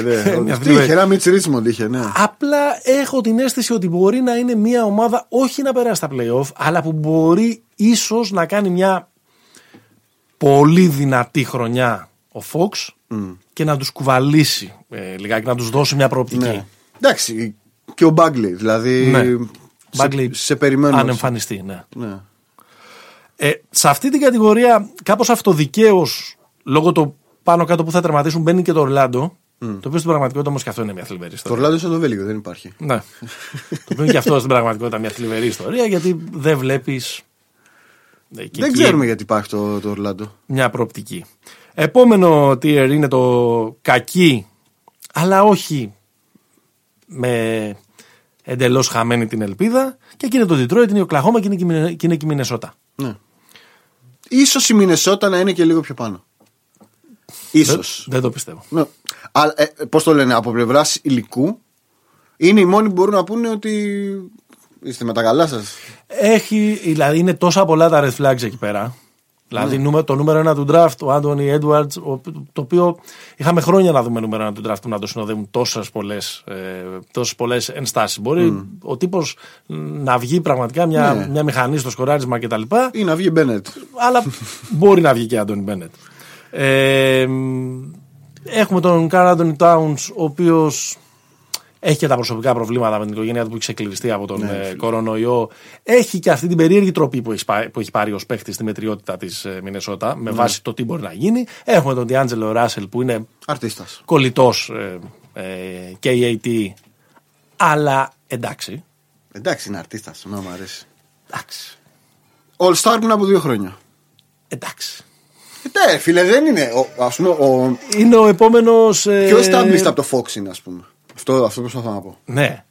ναι. Τι είχε, ένα Mitch Richmond είχε, ναι. Απλά έχω την αίσθηση ότι μπορεί να είναι μια ομάδα όχι να περάσει τα playoff, αλλά που μπορεί ίσως να κάνει μια πολύ δυνατή χρονιά ο Fox και να τους κουβαλήσει ε, λιγάκι, να τους δώσει μια προοπτική. Ναι. Εντάξει, και ο Μπάγκλι. Δηλαδή. Ναι. Σε, Bagley, σε περιμένω. Αν εμφανιστεί, ναι. Ναι. Ε, σε αυτή την κατηγορία, κάπως αυτοδικαίως, λόγω του πάνω κάτω που θα τερματίσουν, μπαίνει και το Ορλάντο. Το οποίο στην πραγματικότητα όμως και αυτό είναι μια θλιβερή Το ιστορία. Ορλάντο σαν το Βέλγιο δεν υπάρχει. Ναι. το οποίο είναι και αυτό στην πραγματικότητα μια θλιβερή ιστορία, γιατί δεν βλέπεις. δεν ξέρουμε γιατί υπάρχει το, το Ορλάντο. Μια προοπτική. Επόμενο tier είναι το κακή, αλλά όχι με εντελώς χαμένη την ελπίδα. Και εκεί είναι το Detroit, είναι η Οκλαχώμα και είναι και η Μινε- και είναι και η Μινεσότα. Ναι. Ίσως η Μινεσότα να είναι και λίγο πιο πάνω. Δεν, Ίσως. δεν το πιστεύω. Ναι. Αλλά, ε, πώς το λένε, από πλευράς υλικού, είναι οι μόνοι που μπορούν να πούνε ότι είστε με τα καλά σας. Ε, έχει, δηλαδή είναι τόσα πολλά τα red flags εκεί πέρα. Ναι. Δηλαδή νούμε- το νούμερο ένα του draft, ο Άντωνι Έντουαρτ, το οποίο είχαμε χρόνια να δούμε νούμερο ένα του draft που να το συνοδεύουν τόσες πολλές τόσες πολλές ενστάσεις. Μπορεί ο τύπος να βγει πραγματικά μια, Ναι. μια μηχανή στο σκοράρισμα κτλ. Ή να βγει Μπένετ. Αλλά μπορεί να βγει και Άντωνι Μπένετ. Ε, έχουμε τον Καρ Άντωνι Τάουν, ο οποίος έχει και τα προσωπικά προβλήματα με την οικογένειά του που έχει ξεκλειριστεί από τον ε, κορονοϊό. Έχει και αυτή την περίεργη τροπή που έχει, σπα- που έχει πάρει ως παίχτης στη μετριότητα της ε, Μινεσότα με βάση το τι μπορεί να γίνει. Έχουμε τον Διάντζελο Ράσελ που είναι Αρτίστας. κολλητός ε, ε, KAT, αλλά εντάξει. Εντάξει, είναι αρτίστας. Να μου αρέσει. Εντάξει. All Star πριν από δύο χρόνια. Εντάξει. Ε, ναι, φίλε, δεν είναι. Ο, ας πούμε, ο Είναι ο ε, επόμενο. πιο established από το Fox είναι, ας πούμε. Αυτό, αυτό προσπαθώ να πω. Ναι.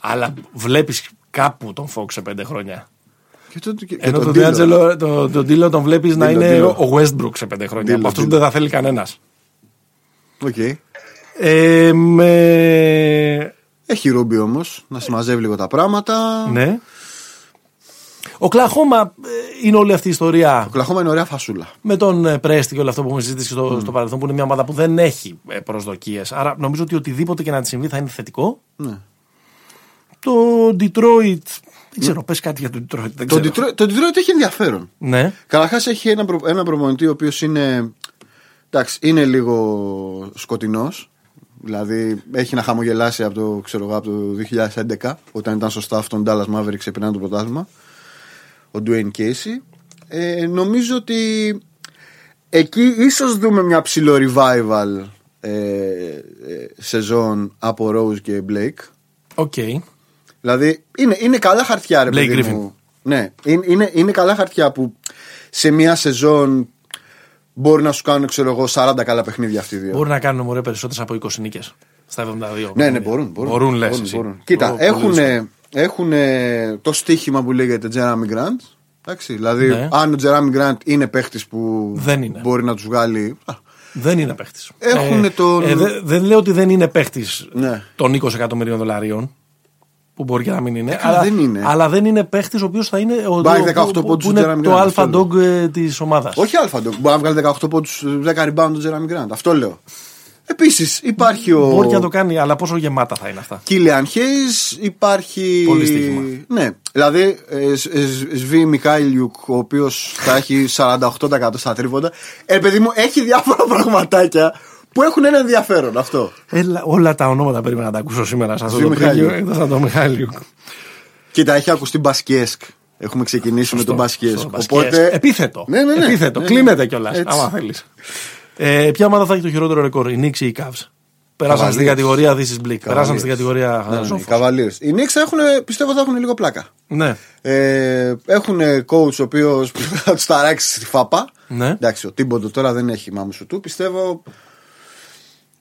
Αλλά βλέπεις κάπου τον Fox σε πέντε χρόνια. Και το, και, και Ενώ τον Dillon. D'Angelo, τον, τον Dillon τον βλέπεις να Dillon, είναι Dillon. ο Westbrook σε πέντε χρόνια. Dillon, από αυτούς Dillon. δεν θα θέλει κανένας. Οκ. Ε, με... Έχει ρούμπι όμως, να συμμαζεύει λίγο τα πράγματα. Ναι. Ο Κλαχώμα ε, είναι όλη αυτή η ιστορία Ο Κλαχώμα είναι ωραία φασούλα. με τον ε, Πρέστη και όλο αυτό που έχουμε συζητήσει στο, στο παρελθόν, που είναι μια ομάδα που δεν έχει προσδοκίες. Άρα νομίζω ότι οτιδήποτε και να της συμβεί θα είναι θετικό. Ναι. Το Detroit. Δεν ξέρω, πες κάτι για το Detroit. Δεν Το ξέρω. Detroit, το Detroit έχει ενδιαφέρον. Ναι. Καταρχάς έχει ένα, προ, ένα προπονητή ο οποίος είναι. Εντάξει, είναι λίγο σκοτεινός. Δηλαδή έχει να χαμογελάσει από το, ξέρω, εγώ, από το 2011 όταν ήταν στο staff των Dallas Mavericks και πήραν το πρωτάθλημα. Ο Dwayne Casey. Ε, νομίζω ότι εκεί ίσως δούμε μια ψηλό revival ε, ε, σεζόν από Rose και Blake. Οκ. Δηλαδή είναι, είναι καλά χαρτιά, ρε Blake παιδί Griffin. μου. Ναι, είναι, είναι, είναι καλά χαρτιά που σε μία σεζόν μπορεί να σου κάνουν, ξέρω εγώ, 40 καλά παιχνίδια αυτοί οι δύο. Μπορούν να κάνουν μωρέ περισσότερες από 20 νίκες στα 72. Ναι, ναι, μπορούν. Μπορούν, μπορούν λες. Κοίτα, έχουν, έχουνε το στοίχημα που λέγεται Jeremy Grant. Εντάξει, δηλαδή, Ναι. αν ο Jeremy Grant είναι παίχτης που Δεν είναι. μπορεί να τους βγάλει. α, Δεν είναι παίχτης. Έχουνε τον- δεν, δεν λέω ότι δεν είναι παίχτης Ναι. των 20 εκατομμυρίων δολαρίων. Που μπορεί και να μην είναι. Ε, καλά, δεν είναι. αλλά δεν είναι παίχτης ο οποίος θα είναι. Ο, Πάει ο- 18 που- που- πόντους που ο είναι Jeremy Grant, το αυτό αλφα ε, λέω. dog της ομάδας. Όχι αλφα ντοκ. Μπορεί να βγάλει 18 πόντου, 10 rebound τον Jeremy Grant. Αυτό λέω. Επίσης υπάρχει ο. Μπορεί και να το κάνει, αλλά πόσο γεμάτα θα είναι αυτά. Κίλιαν Χέις υπάρχει. Πολύ στοίχημα. Ναι. Δηλαδή, ε, σ- ε, σ- Σβή Μικάηλιουκ, ο οποίος θα έχει 48% στα τρίποντα. Ε, παιδί μου, έχει διάφορα πραγματάκια που έχουν ένα ενδιαφέρον αυτό. Έλα, όλα τα ονόματα περίμενα να τα ακούσω σήμερα σε αυτό Ζου το Μιχάλιου. πρeview, εκτός από τον Μιχάλιου. Κοίτα, έχει ακουστεί Μπασκιέσκ. Έχουμε ξεκινήσει με τον Μπασκιέσκ. Σωστό, Μπασκιέσκ. Επίθετο. Ναι, ναι, ναι. Επίθετο. Ναι, ναι. Κλείνεται κιόλας. Έτσι. Άμα θέλεις. Ε, ποια ομάδα θα έχει το χειρότερο ρεκόρ, η Νίξη ή η Cavs. Περάσαν Cavaliers. στην κατηγορία This is Bleak. Περάσαν Cavaliers. στην κατηγορία Ναι, ναι, οι Χαζόφ. Cavaliers. Οι Knicks θα έχουν, πιστεύω θα έχουν λίγο πλάκα. Ναι. Ε, έχουν coach ο οποίος θα τους ταράξει στη φάπα. Ναι. Εντάξει, ο Τίμποντο τώρα δεν έχει μάμου σου του. Πιστεύω.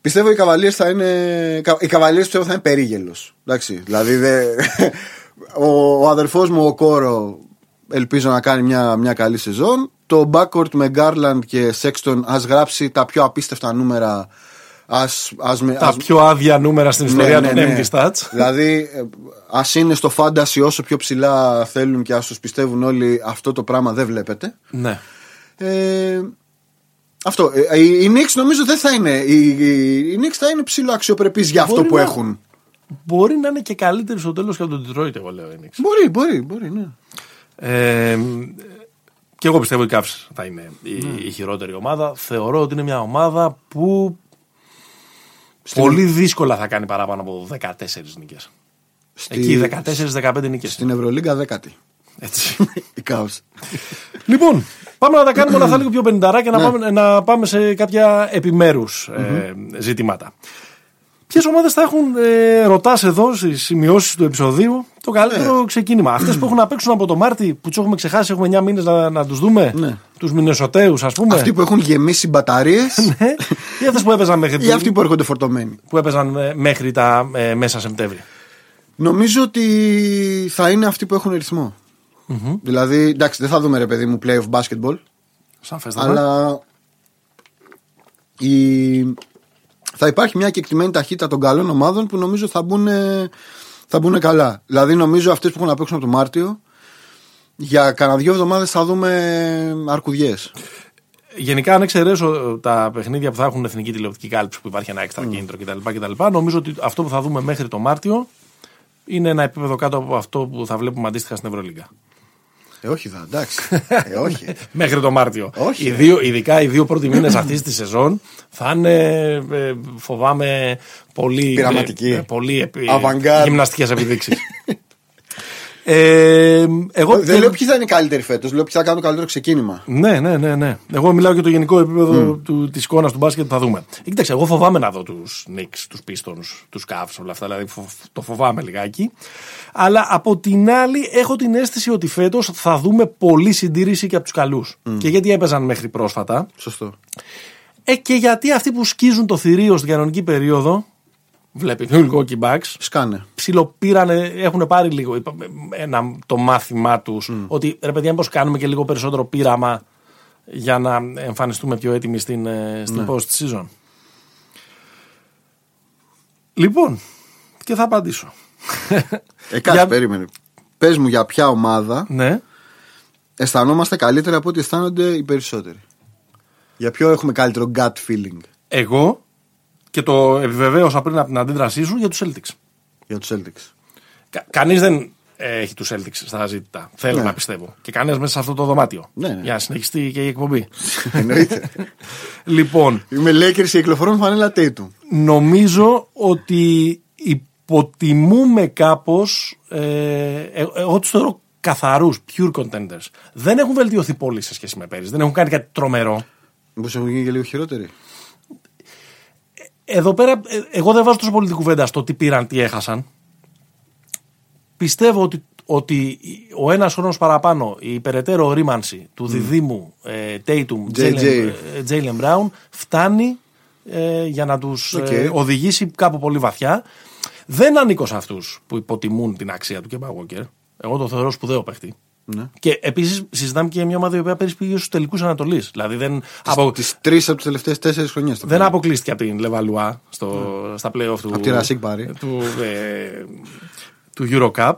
Πιστεύω οι καβαλίε θα είναι. Οι καβαλίε πιστεύω θα είναι περίγελος. Εντάξει. Δηλαδή. Δε... ο, ο αδερφός μου ο Κόρο ελπίζω να κάνει μια, μια καλή σεζόν. Το backcourt με Garland και Sexton ας γράψει τα πιο απίστευτα νούμερα. Ας, ας, με- Τα ας- πιο άδεια νούμερα Ναι, στην ιστορία των MG Stats. Δηλαδή, ας είναι στο φάνταση όσο πιο ψηλά θέλουν και ας τους πιστεύουν όλοι, αυτό το πράγμα δεν βλέπετε. Ναι. Ε, αυτό. Ε, οι- οι Knicks νομίζω δεν θα είναι. Οι, οι, οι Knicks θα είναι ψηλό αξιοπρεπεί για αυτό Μπορεί που να- έχουν. Μπορεί να είναι και καλύτερη στο τέλος και από τον Detroit, εγώ λέω. η Knicks. Μπορεί, μπορεί, μπορεί, ναι. Ε, και εγώ πιστεύω ότι η Cavs θα είναι η, Ναι. η χειρότερη ομάδα. Θεωρώ ότι είναι μια ομάδα που πολύ δύσκολα θα κάνει παραπάνω από 14 νίκες. Στη- Εκεί 14-15 νίκες. Στην Ευρωλίγκα δέκατη. Ναι. Έτσι. Η Cavs. λοιπόν, πάμε να τα κάνουμε όλα αυτά λίγο πιο πενταράκια να, πάμε, να πάμε σε κάποια επιμέρους, ε, ζητήματα. Ποιες ομάδες θα έχουν, ε, ρωτάς εδώ στις σημειώσεις του επεισοδίου, το καλύτερο ξεκίνημα. Αυτές που έχουν να παίξουν από το Μάρτι, που του έχουμε ξεχάσει, έχουμε 9 μήνες να, να τους δούμε. Ναι. Τους Μινεσοτέους, ας πούμε. Αυτοί που έχουν γεμίσει μπαταρίες Ε, ή αυτές που έπαιζαν μέχρι, ή αυτοί που έρχονται φορτωμένοι. που έπαιζαν ε, μέχρι τα ε, μέσα Σεπτέμβρη. Νομίζω ότι θα είναι αυτοί που έχουν ρυθμό. Δηλαδή, εντάξει, δεν θα δούμε ρε παιδί μου play of basketball. Σαφέστατα. Αλλά η... θα υπάρχει μια κεκτημένη ταχύτητα των καλών ομάδων που νομίζω θα μπουν, θα μπουνε καλά. Δηλαδή νομίζω αυτές που έχουν να παίξουν από το Μάρτιο Για κανένα δύο εβδομάδες θα δούμε αρκουδιές. Γενικά, αν εξαιρέσω ε, τα παιχνίδια που θα έχουν εθνική τηλεοπτική κάλυψη, που υπάρχει ένα έξτρα Mm. κίνητρο κτλ, κτλ., νομίζω ότι αυτό που θα δούμε μέχρι το Μάρτιο είναι ένα επίπεδο κάτω από αυτό που θα βλέπουμε αντίστοιχα στην Ευρωλίγκα. Ε, όχι, θα, εντάξει. Ε, όχι. Μέχρι το Μάρτιο. Όχι, ε. Οι ρε. δύο, ειδικά οι δύο πρώτοι μήνες αυτής της σεζόν θα είναι, ε, φοβάμαι, πολύ. Πειραματικοί. ε, πολύ επί... Avant-garde. γυμναστικές επιδείξεις. ε, εγώ Δεν λέω ποιοι θα είναι οι καλύτεροι φέτος, λέω ποιοι θα κάνουν το καλύτερο ξεκίνημα. Ναι, ναι, ναι, ναι. Εγώ μιλάω για το γενικό επίπεδο του, της εικόνας του μπάσκετ που θα δούμε. Ε, Κοίταξε, εγώ φοβάμαι να δω τους Knicks, τους Pistons, τους Cavs, όλα αυτά. Δηλαδή φο- το φοβάμαι λιγάκι. Αλλά από την άλλη έχω την αίσθηση ότι φέτος θα δούμε πολλή συντήρηση και από τους καλούς. Και γιατί έπαιζαν μέχρι πρόσφατα. Σωστό. Ε, και γιατί αυτοί που σκίζουν το θηρίο στην κανονική περίοδο, βλέπεις τον Milwaukee Bucks, Σκάνε. ψιλοπήρανε, έχουν πάρει λίγο είπα, ένα, το μάθημά τους. Mm. Ότι ρε παιδιά, μήπως κάνουμε και λίγο περισσότερο πείραμα για να εμφανιστούμε πιο έτοιμοι στην, ε, στην Ναι. post season. Λοιπόν, και θα απαντήσω. Ε, κάτσε, Για- περίμενε. Πες μου για ποια ομάδα ναι. αισθανόμαστε καλύτερα από ό,τι αισθάνονται οι περισσότεροι. Για ποιο έχουμε καλύτερο gut feeling Εγώ και το επιβεβαίωσα πριν από την αντίδρασή σου για τους Celtics. για τους Celtics. Κα- κανείς δεν ε, έχει τους Celtics στα ζήτητα. Θέλω Ναι. να πιστεύω. Και κανένας μέσα σε αυτό το δωμάτιο. Ναι, ναι. Για να συνεχιστεί και η εκπομπή. Εννοείται. λοιπόν, Είμαι Lakers και κυκλοφορούν φανέλα Tatum. νομίζω ότι υποτιμούμε κάπως ε, ε, εγώ τους θεωρώ καθαρούς, pure contenders. Δεν έχουν βελτιωθεί πολύ σε σχέση με πέρυσι. Δεν έχουν κάνει κάτι τρομερό. Μήπως έχουν γίνει και λίγο χειρότεροι. Εδώ πέρα, ε, εγώ δεν βάζω τόσο πολύ την κουβέντα στο τι πήραν, τι έχασαν. Πιστεύω ότι, ότι ο ένας χρόνος παραπάνω, η περαιτέρω ρήμανση του διδήμου ε, Tatum, JJ. Jalen- ε, Jalen Brown, φτάνει ε, για να τους Οκ. ε, οδηγήσει κάπου πολύ βαθιά. Δεν ανήκω σε αυτούς που υποτιμούν την αξία του Kemba Walker. Εγώ το θεωρώ σπουδαίο παίχτη. Ναι. Και επίσης συζητάμε και για μια ομάδα η οποία πέρυσι πήγε στους τελικούς Ανατολής. Δηλαδή δεν, απο- Τις τρεις από τις τελευταίες τέσσερις χρονιές. δεν αποκλείστηκε από την Λεβαλουά στο, στα playoff του, Απ' Ναι. τη Ρασίκ Μπάρι. του, ε, του Eurocup.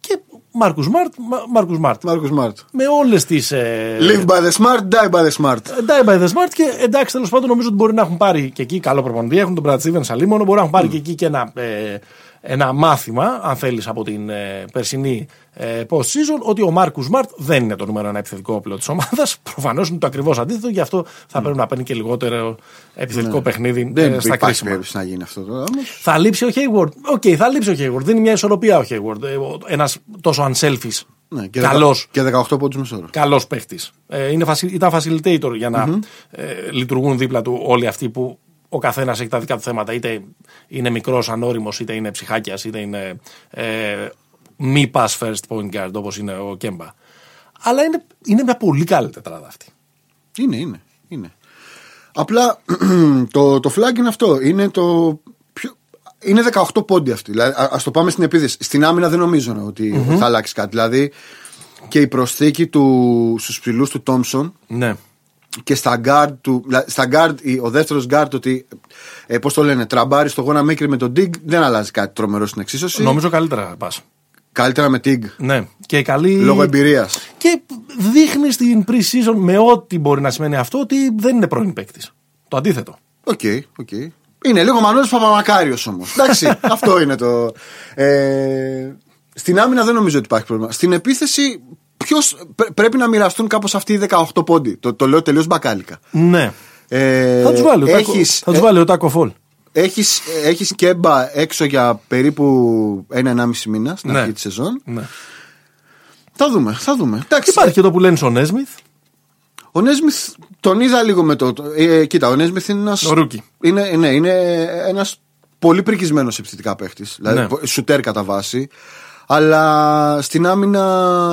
Και Μάρκου Μάρτ, Μα- Μάρκους Μάρτ. Μάρκο Μάρτ. Με όλες τις. Ε, Live by the smart, die by the smart. Die by the smart και εντάξει, τέλος πάντων νομίζω ότι μπορεί να έχουν πάρει και εκεί καλό προπονητή. Έχουν τον Brad Stevens αλίμονο, μπορεί να έχουν πάρει Mm. και εκεί και ένα, ε, ένα μάθημα, αν θέλεις, από την ε, περσινή ε, post season, ότι ο Μάρκους Σμαρτ δεν είναι το νούμερο ένα επιθετικό όπλο της ομάδας. Προφανώς είναι το ακριβώς αντίθετο, γι' αυτό θα πρέπει να παίρνει και λιγότερο επιθετικό παιχνίδι ε, Mm. Ναι. Δεν στα υπάρχει κρίσιμα. περίπτωση να γίνει αυτό τώρα. όμως. Θα λείψει ο Hayward. Οκ, θα λείψει ο Hayward. Δίνει μια ισορροπία ο Hayward. Ένας τόσο unselfish. Ναι, και δεκα- Καλός Και 18 πόντου μεσόρο. καλός παίχτης. Ε, είναι φασι- ήταν facilitator για να ε, λειτουργούν δίπλα του όλοι αυτοί που ο καθένας έχει τα δικά του θέματα. Είτε είναι μικρός, ανώριμος, είτε είναι ψυχάκιας, είτε είναι ε, μη pass first point guard όπως είναι ο Κέμπα. Αλλά είναι, είναι μια πολύ καλή τετράδα αυτή. Είναι, είναι. είναι. Απλά το, το flag είναι αυτό. Είναι το. πιο- Είναι 18 πόντοι αυτοί. Δηλαδή, α ας το πάμε στην επίδεση. Στην άμυνα δεν νομίζω ότι θα αλλάξει κάτι. Δηλαδή και η προσθήκη του, στους ψηλούς του Τόμσον Ναι. και στα guard του. δηλα- Στα guard, η- ο δεύτερος guard ότι. Ε, Πώς το λένε, τραμπάρεις στο γόνα Μέκρη με τον Dig δεν αλλάζει κάτι τρομερό στην εξίσωση. Νομίζω καλύτερα πας. Καλύτερα με Dig. Ναι. Και καλή. Λόγω εμπειρίας. Και δείχνει στην pre-season με ό,τι μπορεί να σημαίνει αυτό ότι δεν είναι πρώην παίκτης. Το αντίθετο. Οκ, οκ. Είναι λίγο Μανώλη Παπαμακάριος όμως. Εντάξει, αυτό είναι το. Ε, στην άμυνα δεν νομίζω ότι υπάρχει πρόβλημα. Στην επίθεση, ποιος, πρέ- πρέπει να μοιραστούν κάπως αυτοί οι 18 πόντι. Το, το λέω τελείως μπακάλικα. Ναι. Ε, θα τους βάλει, ο Τάκο- έχεις, θα τους βάλει ο Τάκο Φολ. ε, έχεις, έχεις κέμπα έξω για περίπου ένα-ενάμιση μήνα στην Ναι. αρχή της σεζόν. Ναι. Θα δούμε, θα δούμε. Εντάξει, Υπάρχει και το που λένε στον Νέσμιθ. Ο Νέσμιθ τον είδα λίγο με το. το- Ε, κοίτα, ο Νέσμιθ είναι ένας. Ο rookie. Είναι, ναι, είναι ένας πολύ πρικισμένος επιθετικά παίχτης. Δηλαδή, Ναι. βο- σουτέρ κατά βάση. Αλλά στην άμυνα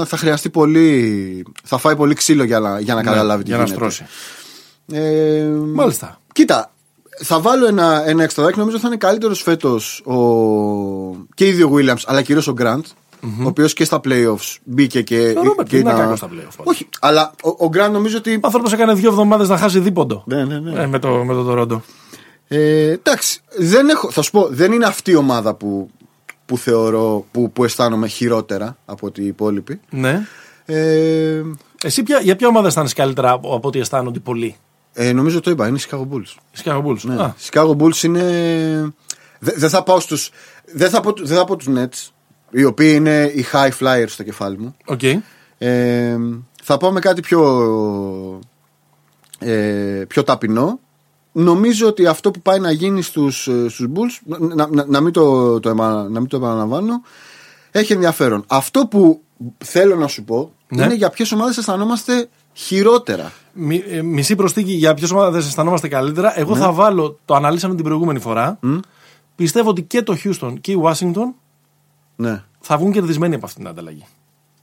θα χρειαστεί πολύ. Θα φάει πολύ ξύλο για να, για να καταλάβει τι Ναι, για να γίνεται. στρώσει. Ε, Μάλιστα. Κοίτα, θα βάλω ένα, ένα εξτραδάκι. Νομίζω θα είναι καλύτερος φέτος ο... και οι δύο Williams, αλλά κυρίως ο Grant. Ο οποίος και στα playoffs μπήκε και. Ρόμπερτ, και δεν είναι κακός στα playoffs, πάντως. Όχι, αλλά ο, ο Grant νομίζω ότι. Ο άνθρωπος έκανε δύο εβδομάδες να χάσει δίποντο. Ναι, ναι, ναι. Ε, με το, με το Τορόντο. Ε, εντάξει, δεν έχω, θα σου πω, δεν είναι αυτή η ομάδα που, που θεωρώ, που, που αισθάνομαι χειρότερα από ότι οι υπόλοιποι. Ναι. Ε, Εσύ ποια, για ποια ομάδα αισθάνεσαι καλύτερα από από ό,τι αισθάνονται πολλοί. ε, νομίζω το είπα, είναι οι Chicago Bulls. Οι Chicago Bulls. Ναι. Α, Chicago Bulls είναι. Δε- Δεν θα πάω στους. Δεν θα πω, δεν θα πω τους Nets, οι οποίοι είναι οι high flyers στο κεφάλι μου. οκ. Ε, θα πάω με κάτι πιο, ε, πιο ταπεινό. Νομίζω ότι αυτό που πάει να γίνει στους, ε, στους Bulls, να, να, να μην το, το, εμα- να μην το επαναλαμβάνω, έχει ενδιαφέρον. Αυτό που θέλω να σου πω Ναι. είναι για ποιες ομάδες αισθανόμαστε χειρότερα. Μι- ε, μισή προστίκη για ποιες ομάδες αισθανόμαστε καλύτερα. Ναι. Εγώ θα βάλω, το αναλύσαμε την προηγούμενη φορά. Πιστεύω ότι και το Houston και η Washington Ναι, θα βγουν κερδισμένοι από αυτή την ανταλλαγή.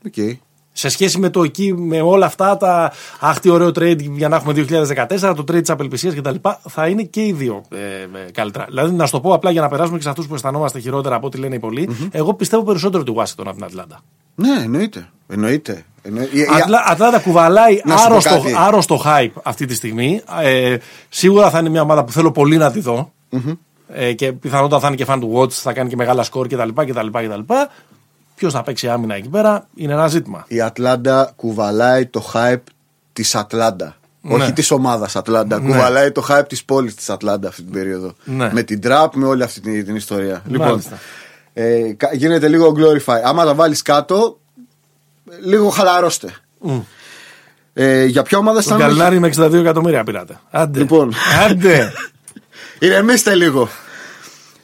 οκ. Σε σχέση με το εκεί, με όλα αυτά τα αχ, τι ωραίο trade για να έχουμε 2014, το trade της απελπισίας κτλ. Θα είναι και οι δύο ε, ε, καλύτερα. Δηλαδή, να σου το πω απλά για να περάσουμε και σε αυτούς που αισθανόμαστε χειρότερα από ό,τι λένε οι πολλοί. Εγώ πιστεύω περισσότερο τη Washington από την Ατλάντα. Ναι, εννοείται. εννοείται. Εννο- η- η- Ατλα, Ατλάντα κουβαλάει Ε, Να σου πω άρρωστο, κάτι. άρρωστο hype αυτή τη στιγμή. Ε, σίγουρα θα είναι μια ομάδα που θέλω πολύ να τη δω. Ε, και πιθανότατα θα είναι και fan του Watch, θα κάνει και μεγάλα σκορ κτλ. κτλ, κτλ. Ποιος θα παίξει άμυνα εκεί πέρα είναι ένα ζήτημα. η Ατλάντα κουβαλάει το hype της Ατλάντα. Ναι. Όχι της ομάδας Ατλάντα. Κουβαλάει το hype της πόλης της Ατλάντα αυτή την περίοδο. Ναι. Με την τραπ, με όλη αυτή την, την ιστορία. Λοιπόν, Μάλιστα. ε, κα- γίνεται λίγο glorify. Άμα τα βάλεις κάτω, λίγο χαλαρώστε. Ε, για ποια ομάδα Τον αισθάνομαι. Καλινάρη με 62 εκατομμύρια πήρατε. Άντε. Λοιπόν. Άντε. Ηρεμήστε λίγο.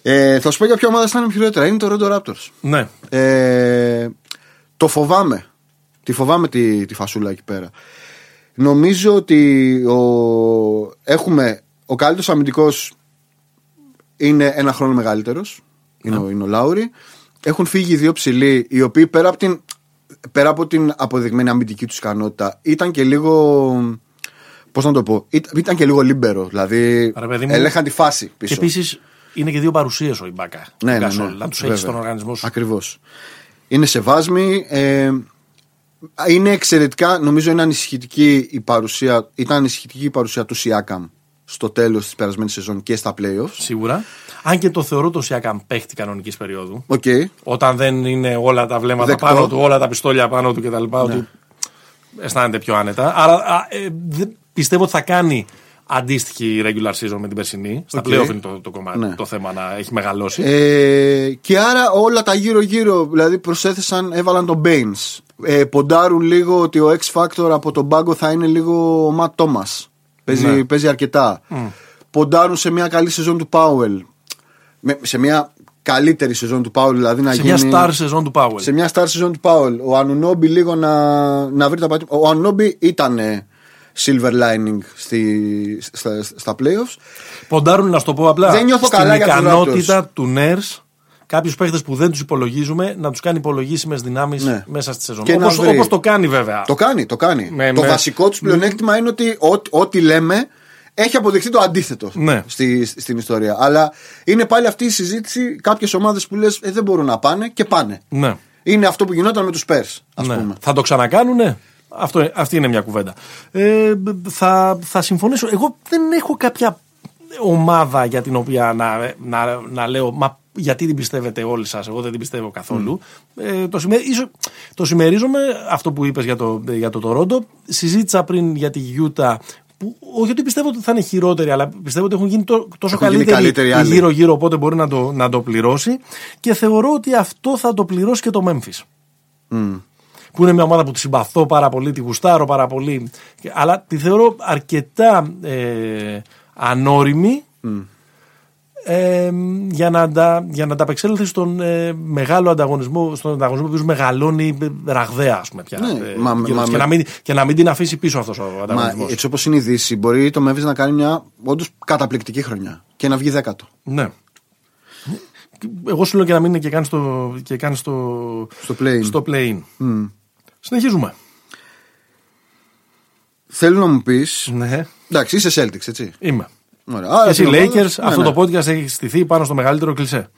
Ε, θα σου πω για ποια ομάδα αισθάνομαι χειρότερα. Είναι το Rondo Raptors. ναι. Ε, το φοβάμαι. Τη φοβάμαι τη, τη φασούλα εκεί πέρα. Νομίζω ότι ο, έχουμε ο καλύτερος αμυντικός είναι ένα χρόνο μεγαλύτερος. Είναι, Ναι. ο- είναι ο Λάουρη. Έχουν φύγει οι δύο ψηλοί οι οποίοι πέρα από την, πέρα από την αποδειγμένη αμυντική τους ικανότητα ήταν και λίγο. Πώς να το πω, ήταν, ήταν και λίγο λίμπερο. Δηλαδή, Ρε παιδί μου. ελέγχαν τη φάση πίσω. Και επίσης είναι και δύο παρουσίες ο Ιμπάκα. Ναι, Ο ναι, Gasol. ναι. Να τους Βέβαια. έχεις στον οργανισμό σου. Ακριβώς. Είναι σεβάσμοι. Ε, είναι εξαιρετικά, νομίζω είναι ανησυχητική η παρουσία, ήταν ανησυχητική η παρουσία του Σιάκαμ στο τέλος της περασμένης σεζόν και στα playoffs. Σίγουρα. Αν και το θεωρώ το Σιακάμ παίχτη κανονικής περίοδου. Οκ. Όταν δεν είναι όλα τα βλέμματα Δεκτό. Ναι. πάνω του, όλα τα πιστόλια πάνω του κτλ. Ότι αισθάνεται πιο άνετα. Άρα α, ε, δε- πιστεύω ότι θα κάνει αντίστοιχη regular season με την περσινή. Στα Οκ. playoff είναι το, το κομμάτι, Ναι. το θέμα να έχει μεγαλώσει. Ε, και άρα όλα τα γύρω-γύρω, δηλαδή προσέθεσαν, έβαλαν τον Baines. Ε, ποντάρουν λίγο ότι ο X-Factor από τον πάγκο θα είναι λίγο ο Matt Thomas. Παίζει, Ναι. Mm. παίζει αρκετά. Ποντάρουν σε μια καλή σεζόν του Powell. Με- σε μια καλύτερη σεζόν του Powell, δηλαδή να σε μια γίνει. star σεζόν του Powell. σε μια star season του Πάολ. Ο Ανουνόμπι λίγο να, να βρει τα πατήματα. Ο Ανουνόμπι ήταν silver lining στη, στα, στα playoffs. Ποντάρουν να σου το πω απλά. Δεν νιώθω στην καλά για τους ικανότητα του Νέρς κάποιους παίχτες που δεν τους υπολογίζουμε να τους κάνει υπολογίσιμες δυνάμεις Ναι. μέσα στη σεζόν. Και να Όπως βρει. όπως το κάνει βέβαια. Το κάνει, το κάνει. Με- το με- βασικό τους πλεονέκτημα είναι ότι ό, ό,τι λέμε έχει αποδειχθεί το αντίθετο Ναι. στη, στην ιστορία. Αλλά είναι πάλι αυτή η συζήτηση. Κάποιες ομάδες που λες ε, δεν μπορούν να πάνε και πάνε. Ναι. Είναι αυτό που γινόταν με τους Πέρς ας ναι. πούμε. Θα το ξανακάνουνε. Αυτό, αυτή είναι μια κουβέντα. Ε, μ, θα, θα συμφωνήσω. Εγώ δεν έχω κάποια ομάδα για την οποία να, να, να λέω μα γιατί την πιστεύετε όλοι σας, εγώ δεν την πιστεύω καθόλου. Ε, το, συμμε, ίσο- το συμμερίζομαι αυτό που είπες για το, για το Τορόντο. Συζήτησα πριν για τη Γιούτα που όχι ότι πιστεύω ότι θα είναι χειρότερη, αλλά πιστεύω ότι έχουν γίνει τό- τόσο Έχουν γίνει καλύτεροι, καλύτεροι οι άλλοι. γύρω-γύρω, οπότε μπορεί να το, να το πληρώσει. Και θεωρώ ότι αυτό θα το πληρώσει και το Memphis που είναι μια ομάδα που τη συμπαθώ πάρα πολύ, τη γουστάρω πάρα πολύ, και- αλλά τη θεωρώ αρκετά ε, ανώριμη ε, για να, αντα, για να ανταπεξέλθει στον ε, μεγάλο ανταγωνισμό, στον ανταγωνισμό που μεγαλώνει ε, ραγδαία, ας πούμε, πια. Ναι, ε, μα- γύρω μα- της. και, με- να μην, και να μην την αφήσει πίσω αυτός ο Μα ανταγωνισμός. έτσι όπως είναι η Δύση, μπορεί το Memphis να κάνει μια όντως καταπληκτική χρονιά και να βγει δέκατο. Ναι. Εγώ σου λέω και να μην είναι και καν στο, και καν στο, Στο play-in. Mm. στο play-in. Συνεχίζουμε. Θέλω να μου πεις. Ναι. Εντάξει, είσαι Celtics, έτσι. Είμαι. Ωραία. Άρα Και εσύ την ομάδα- Lakers, ναι, αυτό ναι. το podcast έχει στηθεί πάνω στο μεγαλύτερο κλισέ.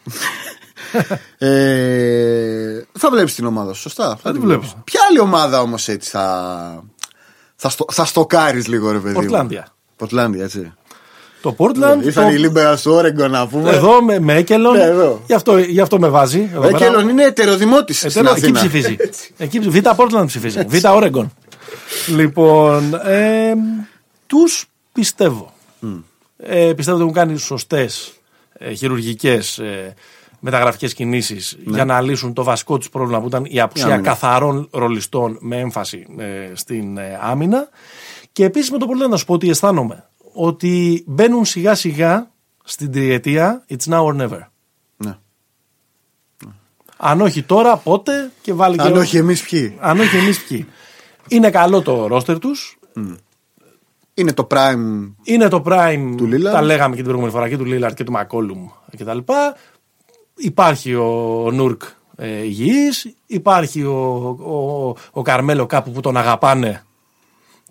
Ε, θα βλέπεις την ομάδα σου, σωστά. Θα τη την βλέπω. βλέπεις. Ποια άλλη ομάδα όμως έτσι θα. Θα, στο, θα στοκάρεις λίγο, ρε παιδί. μου. Πορτλάντια. Πορτλάντια, έτσι. Το Portland. Ήρθαν το- οι Λίμπερα στο Όρεγκο να πούμε. Εδώ με, με Έκελον. Ναι, εδώ. Γι, αυτό, γι' αυτό με βάζει. εδώ Ο πέρα. Έκελον είναι ετεροδημότης. Ε, τέλος, εκεί ψηφίζει. εκεί, ψη- Β' Portland ψηφίζει. Β' Oregon. λοιπόν, ε, τους πιστεύω. Ε, πιστεύω ότι έχουν κάνει σωστές ε, χειρουργικές ε, μεταγραφικές κινήσεις για να λύσουν το βασικό τους πρόβλημα που ήταν η απουσία Ναι. άμυνα. καθαρών ρολιστών με έμφαση ε, στην ε, άμυνα. Και επίσης με το πολύ να σου πω ότι αισθάνομαι ότι μπαίνουν σιγά σιγά στην τριετία It's now or never. Ναι. Αν όχι τώρα, πότε και βάλει Αν και. όχι εμείς ποιοι. Αν όχι εμείς ποιοι. Είναι καλό το ρόστερ του. Είναι το prime. Είναι το prime. Του Lillard. τα λέγαμε και την προηγούμενη φορά και του Λίλαρτ και του Μακόλουμ κτλ. Υπάρχει ο Νούρκ ε, υγιής. Υπάρχει ο, ο, ο Καρμέλο κάπου που τον αγαπάνε.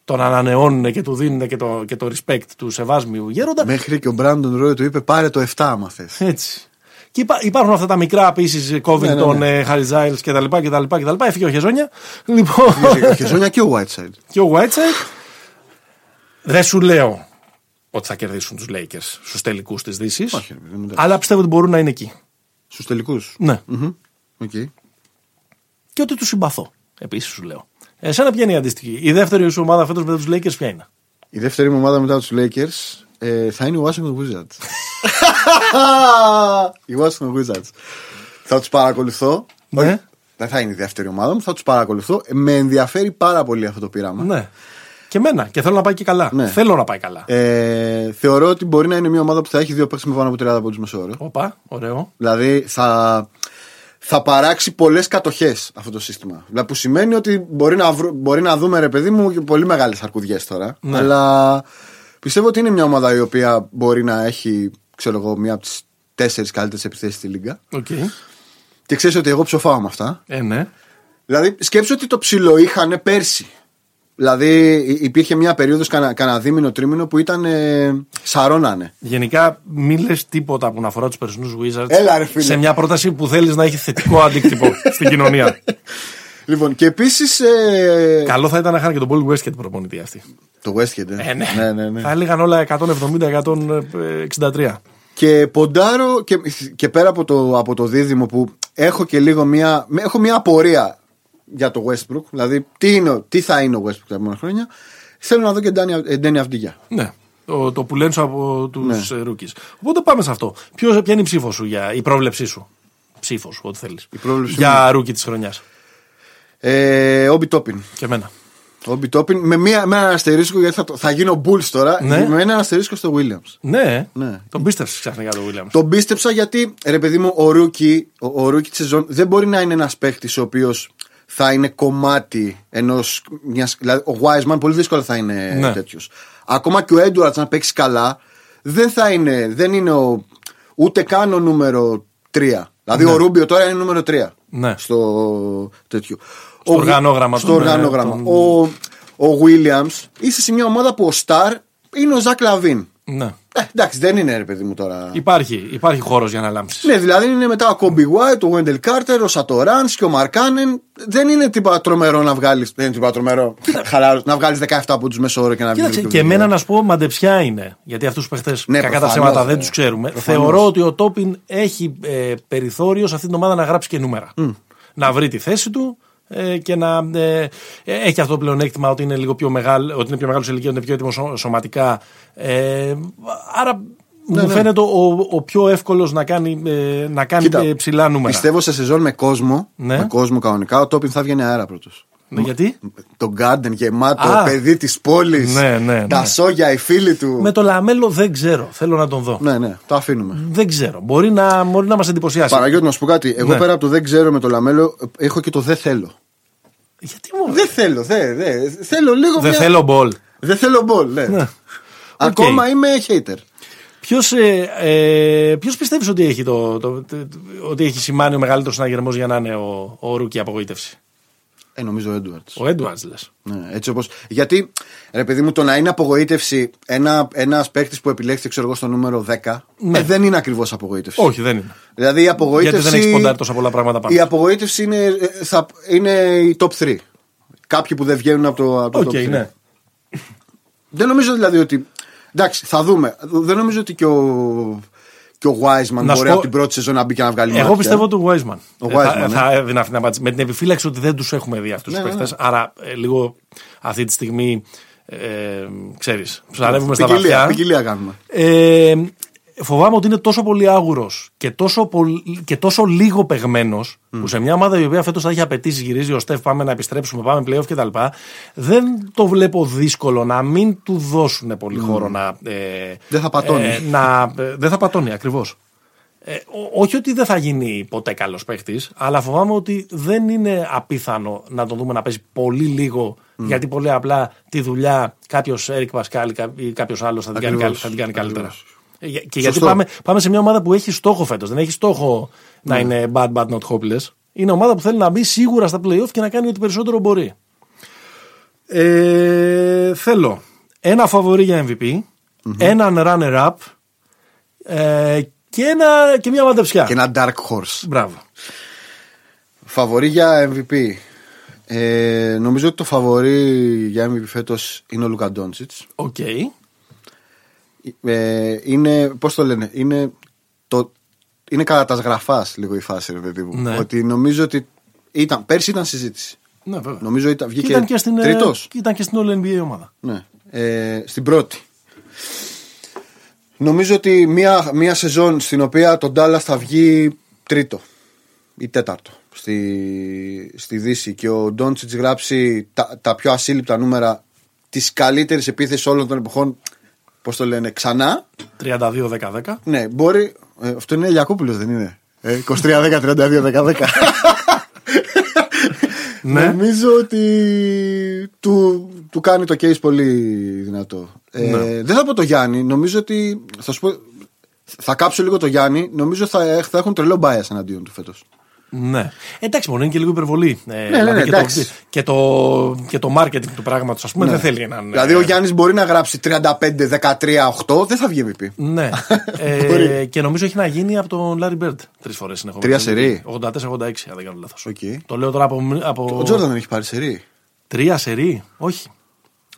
Τον ανανεώνουν και του δίνουν και το, και το respect του σεβάσμιου γέροντα. Μέχρι και ο Μπράντον Ρόι του είπε πάρε το 7 άμα θες. Έτσι. Και υπά- υπάρχουν αυτά τα μικρά επίση, Covington, ναι. ε, Harry Giles κτλ. κτλ, κτλ. Έφυγε ο Χεζόνια. Λοιπόν, Ο Χεζόνια και ο Whiteside. και ο Whiteside. Δεν σου λέω ότι θα κερδίσουν τους Lakers στους τελικούς της Δύσης. Όχι, ρε, δεν μου τα- Αλλά πιστεύω ότι μπορούν να είναι εκεί. Στους τελικούς. Ναι. Και ότι τους συμπαθώ. Επίσης σου λέω. Εσένα ποια είναι η αντίστοιχη. Η δεύτερη σου ομάδα φέτος μετά τους Lakers ποια είναι. Η δεύτερη μου ομάδα μετά τους Lakers ε, θα είναι οι Washington Wizards. οι Washington Wizards. Θα τους παρακολουθώ. Ναι. Όχι, Δεν θα είναι η δεύτερη ομάδα μου, θα τους παρακολουθώ. Ε, Με ενδιαφέρει πάρα πολύ αυτό το πείραμα. Ναι. Και εμένα. Και θέλω να πάει και καλά. Ναι. Θέλω να πάει καλά. Ε, θεωρώ ότι μπορεί να είναι μια ομάδα που θα έχει δύο παίξει με πάνω από 30 πόντου μεσόωρο. Όπα, ωραίο. Δηλαδή θα, θα παράξει πολλές κατοχές αυτό το σύστημα. Δηλαδή που σημαίνει ότι μπορεί να, βρου- μπορεί να δούμε ρε παιδί μου και πολύ μεγάλες αρκουδιές τώρα. Ναι. Αλλά πιστεύω ότι είναι μια ομάδα η οποία μπορεί να έχει, ξέρω εγώ, μια από τις τέσσερις καλύτερες επιθέσεις στη Λίγκα. Οκ. Και ξέρεις ότι εγώ ψοφάω με αυτά. Ε, ναι. Δηλαδή σκέψω ότι το ψηλό είχαν πέρσι. Δηλαδή υ- υπήρχε μια περίοδος κανα, κανένα δίμηνο τρίμηνο που ήταν. Ε, σαρώνανε. Γενικά, μη λες τίποτα που να αφορά τους περσινούς Wizards Έλα, ρε, φίλε. σε μια πρόταση που θέλεις να έχει θετικό αντίκτυπο στην κοινωνία. Λοιπόν, και επίσης. Ε, Καλό θα ήταν να είχαν και τον Paul Westgate προπονητή αυτή. το Westgate. ε. Ε, ναι. ναι, ναι, ναι. Θα έλεγαν όλα 170-163. Και ποντάρω και, και πέρα από το, από το δίδυμο που έχω και λίγο μια, με- έχω μια απορία για το Westbrook. Δηλαδή, τι, είναι, ο- τι θα είναι ο Westbrook τα επόμενα χρόνια. Θέλω να δω και ε, Ντένι Αυντιγιά. Ναι. Το, το που λένε σου από τους ναι. Οπότε πάμε σε αυτό. Ποιος, ποια είναι η ψήφος σου, για, η πρόβλεψή σου. Ψήφος, ό,τι θέλεις. πρόβλεψή Για ρούκι της χρονιάς. Ε, Όμπι Τόπιν. Και εμένα. Όμπι Τόπιν με, μια, με έναν αστερίσκο γιατί θα, το- θα γίνω Bulls τώρα. Ναι. Με έναν αστερίσκο στο Williams. Ναι, Ναι. τον πίστευσε ξαφνικά το Williams. Τον πίστεψα γιατί, ρε παιδί μου, ο Ρούκι, ο, ο rookie της σεζόν δεν μπορεί να είναι ένας παίχτη ο οποίος θα είναι κομμάτι ενός. Δηλαδή, ο Wiseman πολύ δύσκολα θα είναι Ναι. ναι. τέτοιος. Ακόμα και ο Έντουαρτ να παίξει καλά, δεν θα είναι, δεν είναι ο, ούτε καν ο νούμερο 3. Δηλαδή, ο Ρούμπιο τώρα είναι νούμερο 3. Ναι. Στο τέτοιο. Στο οργανόγραμμα Στο των, ε, οργανόγραμμα. των- Ο, ο Williams είσαι σε μια ομάδα που ο Σταρ είναι ο Ζακ Λαβίν. Ναι. Ε, εντάξει, δεν είναι ρε παιδί μου τώρα. Υπάρχει, υπάρχει χώρος για να λάμψεις. Ναι, δηλαδή είναι μετά ο Κόμπι White, ο Βέντελ Κάρτερ, ο Σατοράν και ο Μαρκάνεν. Δεν είναι τίποτα τρομερό να βγάλεις. Δεν είναι τίποτα τρομερό. Χαλάρω, να βγάλεις 17 από τους μέσο όρο και να βγει. Κοίταξε, και εμένα να σου πω μαντεψιά είναι. Γιατί αυτούς του παίχτε Ναι, κακά τα προφανώς, ψέματα ε. δεν τους ξέρουμε. Προφανώς. Θεωρώ ότι ο Τόπιν έχει ε, περιθώριο σε αυτή την ομάδα να γράψει και νούμερα. Να βρει τη θέση του ε, και να ε, έχει αυτό το πλεονέκτημα ότι είναι λίγο πιο μεγάλο, ότι είναι πιο μεγάλος σε ηλικία, ότι είναι πιο έτοιμος σω- σωματικά. Ε, άρα Ναι, μου φαίνεται ο, ο πιο εύκολος να κάνει, ε, να κάνει ε, ψηλά νούμερα. Πιστεύω σε σεζόν με κόσμο, Ναι. με κόσμο κανονικά, ο Τόπιν θα βγαίνει αέρα πρώτος. Ναι, γιατί? Το γκάρντεν γεμάτο, Α. παιδί της πόλης. Ναι, ναι, ναι. Τα σόγια, οι φίλοι του. Με το λαμέλο δεν ξέρω. Θέλω να τον δω. Ναι, ναι, το αφήνουμε. Δεν ξέρω. Μπορεί να, μπορεί να μας εντυπωσιάσει. Παναγιώτη, να σου πω κάτι. Εγώ Ναι. πέρα από το δεν ξέρω με το λαμέλο, έχω και το δεν θέλω. Γιατί μου. Δεν θέλω, δεν. δεν. Θέλω λίγο. Δεν μια- θέλω μπολ. Δεν θέλω μπολ, ναι. Ακόμα είμαι hater. Ποιος ε, ε, ποιος πιστεύεις ότι έχει, το, το- το- ότι έχει σημάνει ο μεγαλύτερος συναγερμός για να είναι ο, ο Ρούκι απογοήτευση. Ε, νομίζω ο Έντουαρτ. Ο Έντουαρτ λες. Ναι, έτσι όπως... Γιατί, ρε παιδί μου, το να είναι απογοήτευση ένα ένας παίκτης που επιλέχθηκε, ξέρω εγώ, στο νούμερο 10, ε, δεν είναι ακριβώς απογοήτευση. Ναι. Όχι, δεν είναι. Δηλαδή η απογοήτευση. Γιατί δεν έχεις ποντάρει τόσα πολλά πράγματα πάνω. Η απογοήτευση είναι, ε, θα, είναι η top 3. Κάποιοι που δεν βγαίνουν από το, από το Οκ, top 3. ναι. Δεν νομίζω δηλαδή ότι Εντάξει, θα δούμε. Δεν νομίζω ότι και ο, και ο Wiseman Να σου μπορεί πω- από την πρώτη σεζόν να μπει και να βγάλει Εγώ μάτια. πιστεύω του Wiseman. Ε, Ο θα, Wiseman, ναι. θα έδινα αυτή την απάντηση. Με την επιφύλαξη ότι δεν τους έχουμε δει αυτούς τους Ναι, ναι, παίχτε. Άρα ε, λίγο αυτή τη στιγμή. Ε, ξέρεις, ψαρεύουμε στα Ναι. Ποικιλία, βαθιά. ποικιλία κάνουμε. Ε, φοβάμαι ότι είναι τόσο πολύ άγουρος και, τόσο πολ- και τόσο λίγο πεγμένος που σε μια ομάδα η οποία φέτος θα έχει απαιτήσεις, γυρίζει ο Στεφ, πάμε να επιστρέψουμε, πάμε playoff κτλ. Δεν το βλέπω δύσκολο να μην του δώσουν πολύ χώρο να. ε, Δεν θα πατώνει. ε, να, ε, δεν θα πατώνει, ακριβώς. Ε, ό- όχι ότι δεν θα γίνει ποτέ καλός παίχτης, αλλά φοβάμαι ότι δεν είναι απίθανο να τον δούμε να παίζει πολύ λίγο. Γιατί πολύ απλά τη δουλειά κάποιος Έρικ Πασκάλ ή κάποιος άλλος θα την κάνει, καλ- Ακριβώς, θα την κάνει καλύτερα. Ε, για- Και γιατί Σωστό. πάμε, πάμε σε μια ομάδα που έχει στόχο φέτος. Δεν έχει στόχο Ναι. να είναι bad, bad, not hopeless. Είναι ομάδα που θέλει να μπει σίγουρα στα playoff και να κάνει ό,τι περισσότερο μπορεί. Ε, θέλω ένα φαβορή για MVP, έναν runner-up ε, και, ένα, και μια μαντεψιά. Και ένα Dark Horse. Μπράβο. Φαβορή για MVP. Ε, νομίζω ότι το φαβορή για MVP φέτος είναι ο Λούκα Ντόντσιτ. Οκ. Ε, είναι, πώς το λένε, είναι, το, είναι κατά τα σγραφάς λίγο η φάση, ρε παιδί μου. Ναι. Ότι νομίζω ότι. Ήταν, πέρσι ήταν συζήτηση. Ναι, βέβαια. Νομίζω ήταν, Και βγήκε ήταν, και στην, ε, τρίτος. και ήταν και στην όλη NBA ομάδα. Ναι. Ε, στην πρώτη. Νομίζω ότι μία, μία σεζόν στην οποία τον Dallas θα βγει τρίτο ή τέταρτο στη, στη Δύση και ο Ντόντσιτς γράψει τα, τα πιο ασύλληπτα νούμερα της καλύτερης επίθεσης όλων των εποχών πώς το λένε, ξανά 32-10-10. ναι, μπορεί. ε, αυτό είναι Ελιακόπουλο, δεν είναι. Ε, 23-10-32-10-10. Ναι. Νομίζω ότι του, του κάνει το case πολύ δυνατό. Ε, Ναι. Δεν θα πω το Γιάννη. Νομίζω ότι. Θα σου πω. Θα κάψω λίγο το Γιάννη. Νομίζω θα, θα έχουν τρελό bias εναντίον του φέτος. Ναι. Εντάξει, μόνο είναι και λίγο υπερβολή. Ε, ναι, ναι, και, το, εντάξει. και, το, και το marketing του πράγματος, ας πούμε, δεν θέλει έναν. Δηλαδή, ε, ο Γιάννης μπορεί να γράψει 35-13-8, δεν θα βγει MVP. Ναι. ε, Μπορεί. και νομίζω έχει να γίνει από τον Larry Bird τρεις φορές συνεχόμενα. Τρία σερί. 84-86, αν δεν κάνω λάθος. Οκ. Το λέω τώρα από. από... Ο Τζόρνταν δεν έχει πάρει σερή. Τρία σερί. Όχι.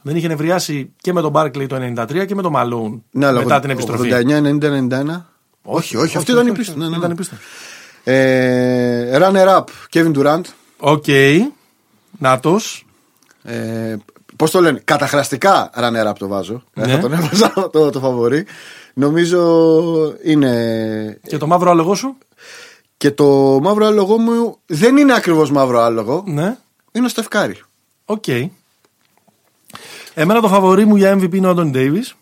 Δεν είχε νευριάσει και με τον Barkley το 93 και με τον Malone Ναι, αλλά μετά ο- την επιστροφή. 89-90-91. Όχι, όχι, αυτή ήταν η πίστη. Ναι, ναι, Ήταν ναι. η πίστη. Ε, runner up, Kevin Durant. Οκ. Νάτος. Ε, Πώς το λένε, καταχραστικά runner up το βάζω. Ε, Ναι. θα τον έβαζα το, το φαβορή. Νομίζω είναι. Και το μαύρο άλογο σου. Και το μαύρο άλογο μου δεν είναι ακριβώς μαύρο άλογο. Ναι. Είναι ο Στεφκάρη. Οκ. Εμένα το φαβορή μου για MVP είναι ο Άντων Ντέιβις.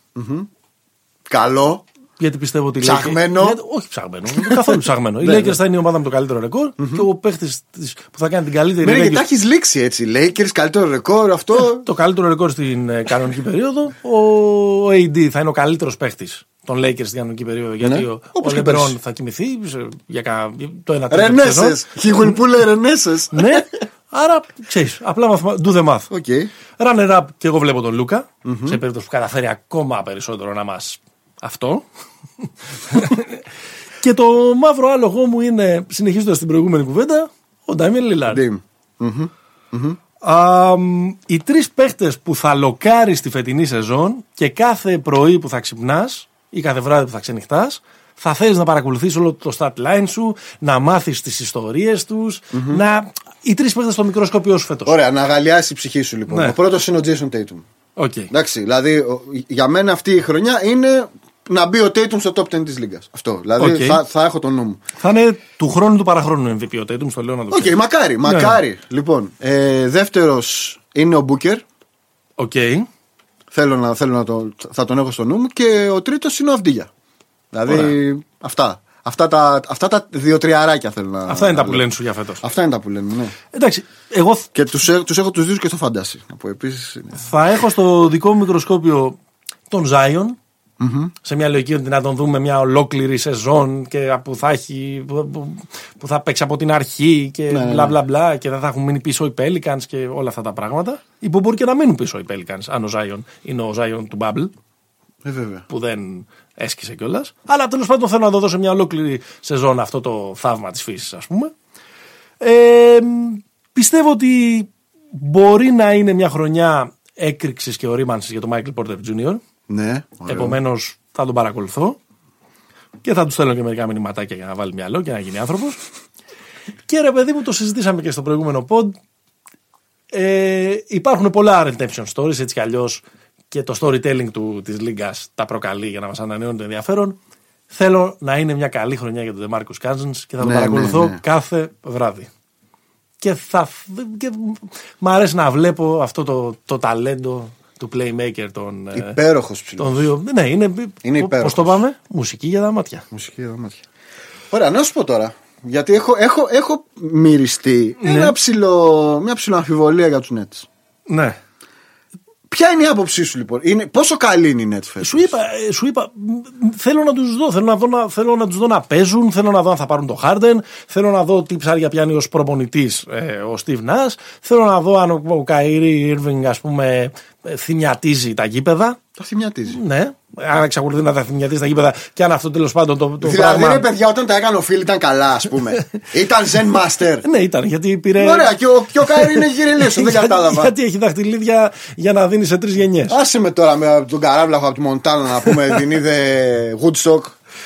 Καλό. Γιατί πιστεύω ότι. οι Ψαγμένο. Lakers- Γιατί- όχι ψαγμένο. καθόλου ψαγμένο. η Ναι, Lakers ναι. θα είναι η ομάδα με το καλύτερο ρεκόρ και ο παίχτης που θα κάνει την καλύτερη. Μένα γιατί regular- τα έχεις λήξει έτσι. Lakers, καλύτερο ρεκόρ, αυτό. το καλύτερο ρεκόρ στην ε, κανονική περίοδο. Ο AD θα είναι ο καλύτερος παίχτης των Lakers στην κανονική περίοδο. Γιατί Ναι. ο, ο Όπως και LeBron πέρσι. θα κοιμηθεί σε- για κα- το ένα τέταρτο. της Ρενέσε. σεζόν. He will pull a Renesses. ναι, άρα ξέρεις. Απλά μαθημα... do the math. Οκ. Runner up και εγώ βλέπω τον λουκα Σε περίπτωση που καταφέρει ακόμα περισσότερο να μας αυτό. και το μαύρο άλογο μου είναι, συνεχίζοντας την προηγούμενη κουβέντα, ο Ντάμιεν Λιλάρντ. Dim. Αμ, οι τρεις παίχτες που θα λοκάρεις στη φετινή σεζόν και κάθε πρωί που θα ξυπνάς ή κάθε βράδυ που θα ξενυχτάς, θα θέλει να παρακολουθείς όλο το stat line σου, να μάθεις τις ιστορίες τους. Να... Οι τρεις παίχτες στο μικροσκόπιο σου φέτος. Ωραία, να αγαλιάσει η ψυχή σου λοιπόν. Ναι. Ο πρώτος είναι ο Jason Tatum. Okay. Εντάξει, δηλαδή ο- για μένα αυτή η χρονιά είναι να μπει ο Tatum στο top 10 της λίγας. Αυτό. Δηλαδή Οκ. θα, θα έχω τον νου μου. Θα είναι του χρόνου του παραχρόνου MVP ο Tatum, στο λέω να το Οκ, ξέρεις. μακάρι, μακάρι. Λοιπόν, ε, δεύτερος είναι ο Booker. Οκ. Θέλω να, θέλω να το, θα τον έχω στο νου μου. Και ο τρίτος είναι ο Αυδίγια. Δηλαδή αυτά. Αυτά τα, αυτά τα δύο τριαράκια θέλω να. Αυτά είναι τα που να- λένε σου για φέτος. Αυτά είναι τα που λένε, ναι. Εντάξει, εγώ Και τους, έχ- τους έχω τους δύο και στο φαντάσι. Να πω επίσης. είναι. θα έχω στο δικό μου μικροσκόπιο τον Zion. Σε μια λογική ότι να τον δούμε μια ολόκληρη σεζόν και που θα, έχει, που, που- που θα παίξει από την αρχή και ναι, μπλα μπλα μπλα και δεν θα έχουν μείνει πίσω οι Pelicans και όλα αυτά τα πράγματα. Ή που μπορεί και να μείνουν πίσω οι Pelicans αν ο Zion είναι ο Zion του Bubble. Ε, βέβαια. που δεν έσκησε κιόλας. Αλλά τέλος πάντων θέλω να το δώσω μια ολόκληρη σεζόν αυτό το θαύμα της φύσης, ας πούμε. Ε, πιστεύω ότι μπορεί να είναι μια χρονιά έκρηξης και ορίμανσης για τον Michael Porter Jr. Ναι, ωραίο. Επομένως θα τον παρακολουθώ και θα του στέλνω και μερικά μηνυματάκια για να βάλει μυαλό και να γίνει άνθρωπος. και ρε παιδί μου, το συζητήσαμε και στο προηγούμενο pod. Ε, υπάρχουν πολλά retention stories έτσι κι αλλιώς και το storytelling του, της Λίγκας τα προκαλεί για να μας ανανεώνει το ενδιαφέρον. Θέλω να είναι μια καλή χρονιά για τον DeMarcus Cousins και θα τον Ναι, παρακολουθώ ναι, ναι. κάθε βράδυ. Και, θα, και μ' αρέσει να βλέπω αυτό το, το ταλέντο του playmaker των, ε, Υπέροχος ψηλός. των δύο. Ναι, είναι, Είναι πώς υπέροχος. το πάμε, μουσική για τα μάτια. Μουσική εδώ μάτια. Ωραία, να σου πω τώρα. Γιατί έχω, έχω, έχω μυριστεί ένα ψηλό, μια ψηλό αμφιβολία για τους Nets. Ναι. Ποια είναι η άποψή σου λοιπόν, είναι, πόσο καλή είναι η Nets φέτος? Σου είπα, ε, σου είπα μ, θέλω να τους δω. Θέλω να, δω να, θέλω να τους δω να παίζουν. Θέλω να δω αν θα πάρουν το Χάρντεν. Θέλω να δω τι ψάρια πιάνει ως προπονητής ο Στίβ Νά. Θέλω να δω αν ο, ο Καήρη Ήρβινγκ, ας πούμε, ε, θυμιατίζει τα γήπεδα. Τα θυμιατίζει. Ναι. Αν εξακολουθεί να τα θυμιατίζει τα γήπεδα και αν αυτό τέλος πάντων το, το Δηλαδή, πράγμα. ρε παιδιά, όταν τα έκανε ο Φίλ ήταν καλά, ας πούμε. ήταν Zen Master. Ναι, ήταν γιατί πήρε. Ωραία, και ο, και ο Κάρι είναι γυριλίσο, δεν γιατί- κατάλαβα. Γιατί έχει δαχτυλίδια για να δίνει σε τρεις γενιές. Άσε με τώρα με τον καράβλαχο από τη Μοντάνα να πούμε την είδε Woodstock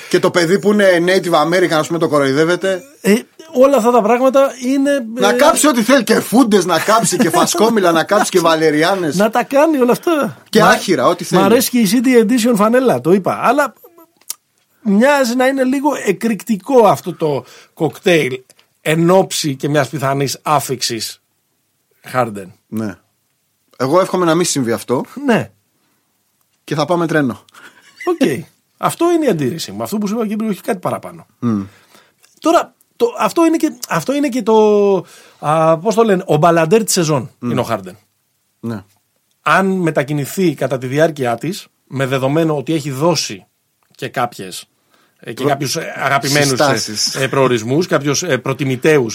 και το παιδί που είναι Native American, ας πούμε, το κοροϊδεύεται. Ε, όλα αυτά τα πράγματα είναι. Να ε, κάψει ό,τι θέλει και φούντες να κάψει και φασκόμηλα να κάψει και βαλεριάνες. Να τα κάνει όλα αυτά. Και Μα- άχυρα, ό,τι θέλει. Μ' αρέσει και η City Edition φανέλα, το είπα. Αλλά μοιάζει να είναι λίγο εκρηκτικό αυτό το κοκτέιλ εν ώψη και μιας πιθανής άφηξης Χάρντεν. Ναι. Εγώ εύχομαι να μην συμβεί αυτό Ναι, και θα πάμε τρένο. οκ. αυτό είναι η αντίρρηση μου. Αυτό που σου είπα και πριν, όχι κάτι παραπάνω. Τώρα, το, αυτό, είναι και, αυτό είναι και το, α, πώς το λένε, ο μπαλαντέρ της σεζόν είναι ο Χάρντεν. Ναι. αν μετακινηθεί κατά τη διάρκεια της με δεδομένο ότι έχει δώσει και κάποιες ε, και κάποιου αγαπημένου Συστάσεις. προορισμούς, κάποιους προτιμητέου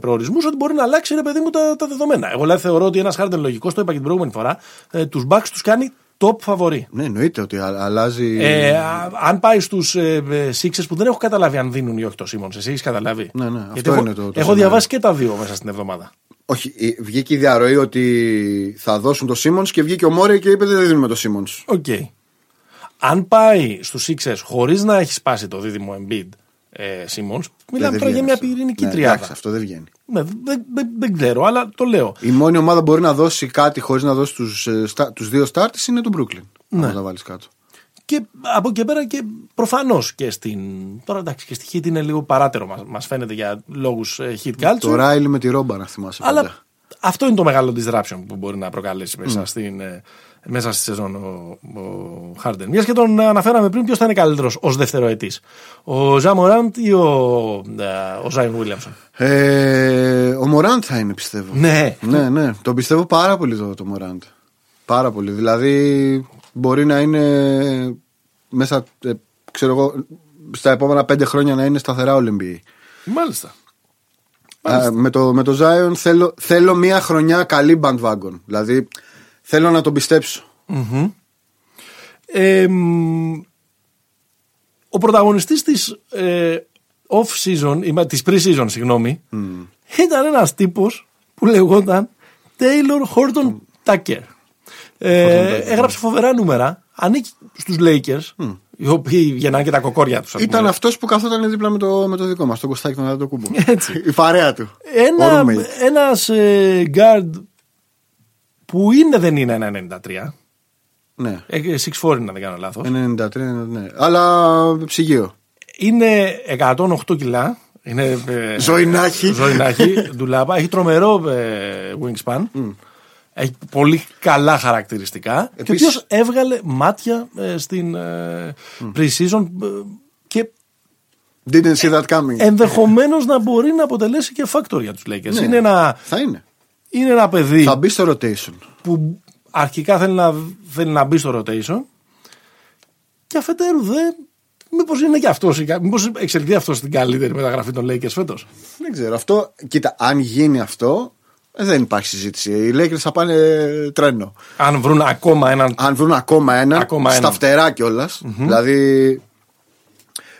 προορισμού, ε, ότι μπορεί να αλλάξει ρε παιδί μου τα, τα δεδομένα. Εγώ δηλαδή θεωρώ ότι ένας Χάρντεν λογικός, το είπα και την προηγούμενη φορά, ε, τους Bucks τους κάνει top φαβορή. Ναι, εννοείται ότι α- αλλάζει. Ε, α- αν πάει στους ε, ε, Sixers που δεν έχω καταλάβει αν δίνουν ή όχι το Σίμον, εσύ έχεις καταλάβει. Ναι, ναι, αυτό έχω, είναι το- το έχω σενάριο. διαβάσει και τα δύο μέσα στην εβδομάδα. Όχι, η- βγήκε η διαρροή ότι θα δώσουν το Σίμον και βγήκε ο Μόρι και είπε δεν δίνουμε το Σίμον. Οκ. Αν πάει στους Sixers χωρίς να έχει σπάσει το δίδυμο Embiid ε, Simmons, μιλάμε τώρα για μια πυρηνική ναι, τριάδα. Εντάξει, αυτό δεν βγαίνει. Ναι, δεν, δεν, δεν ξέρω, αλλά το λέω. Η μόνη ομάδα που μπορεί να δώσει κάτι χωρίς να δώσει τους τους δύο στάρτες είναι το Brooklyn. Ναι. τα βάλεις κάτω. Και από εκεί και πέρα και προφανώς και στην. Τώρα εντάξει, και στη Heat είναι λίγο παράτερο, μας μας φαίνεται για λόγους Heat culture. Το Ράιλι με τη ρόμπα να θυμάσαι. πάντα. αλλά αυτό είναι το μεγάλο disruption που μπορεί να προκαλέσει μέσα, στην, ε, μέσα στη σεζόν ο, ο Harden. Μιας και τον αναφέραμε πριν, ποιος θα είναι καλύτερος ως δευτεροετής, ο Ζαμοράντ ή ο, ε, ο Ζάιν Βίλιαμσον. Ε, ο Μωράντ θα είναι, πιστεύω. Ναι. Ναι, ναι. Τον πιστεύω πάρα πολύ το, το Μωράντ. Πάρα πολύ. Δηλαδή, μπορεί να είναι μέσα, ε, ξέρω εγώ, στα επόμενα πέντε χρόνια να είναι σταθερά Ολυμπιοί. Μάλιστα. Ε, με, το, με το Zion θέλω, θέλω μια χρονιά καλή bandwagon. Δηλαδή, θέλω να τον πιστεψω Ε, μ, ο πρωταγωνιστής της ε, off-season, ή μα- της pre-season, συγγνώμη, ήταν ένας τύπος που λεγόταν Taylor Horton Tucker. Ε, έγραψε φοβερά νούμερα, ανήκει στους Lakers, οι οποίοι γεννάνε και τα κοκόρια τους. ας πούμε. Ήταν αυτός που καθόταν δίπλα με το, με το δικό μας, τον Κωστάκη τον Άντο Κούμπο. Έτσι. Η παρέα του. Ένα, Ο roommate. ένας ε, guard που είναι δεν είναι ένα 93, Ναι. ε, 6'4 είναι αν δεν κάνω λάθος, 93, Ε, ναι. Αλλά ψυγείο. είναι 108 κιλά, είναι ε, Ζωή να έχει. Ζωή να έχει, ντουλάπα. Έχει τρομερό ε, wingspan. Έχει πολύ καλά χαρακτηριστικά. Και ο Επίσης- οποίος έβγαλε μάτια ε, στην ε, pre-season ε, και Didn't see that coming. ενδεχομένως να μπορεί να αποτελέσει και factor για τους Lakers. Ναι. Είναι, ένα, Θα είναι. είναι ένα παιδί Θα μπει στο rotation. που αρχικά θέλει να, θέλει να μπει στο rotation και αφετέρου δε. Μήπως είναι και αυτός, μήπω εξελιχθεί αυτό στην καλύτερη μεταγραφή των Lakers φέτος. Δεν ξέρω. Αυτό, κοίτα, αν γίνει αυτό, ε, δεν υπάρχει συζήτηση. Οι Lakers θα πάνε ε, τρένο. Αν βρουν ακόμα έναν. Αν βρουν ακόμα έναν, Ακόμα στα έναν. φτερά κιόλας, Δηλαδή.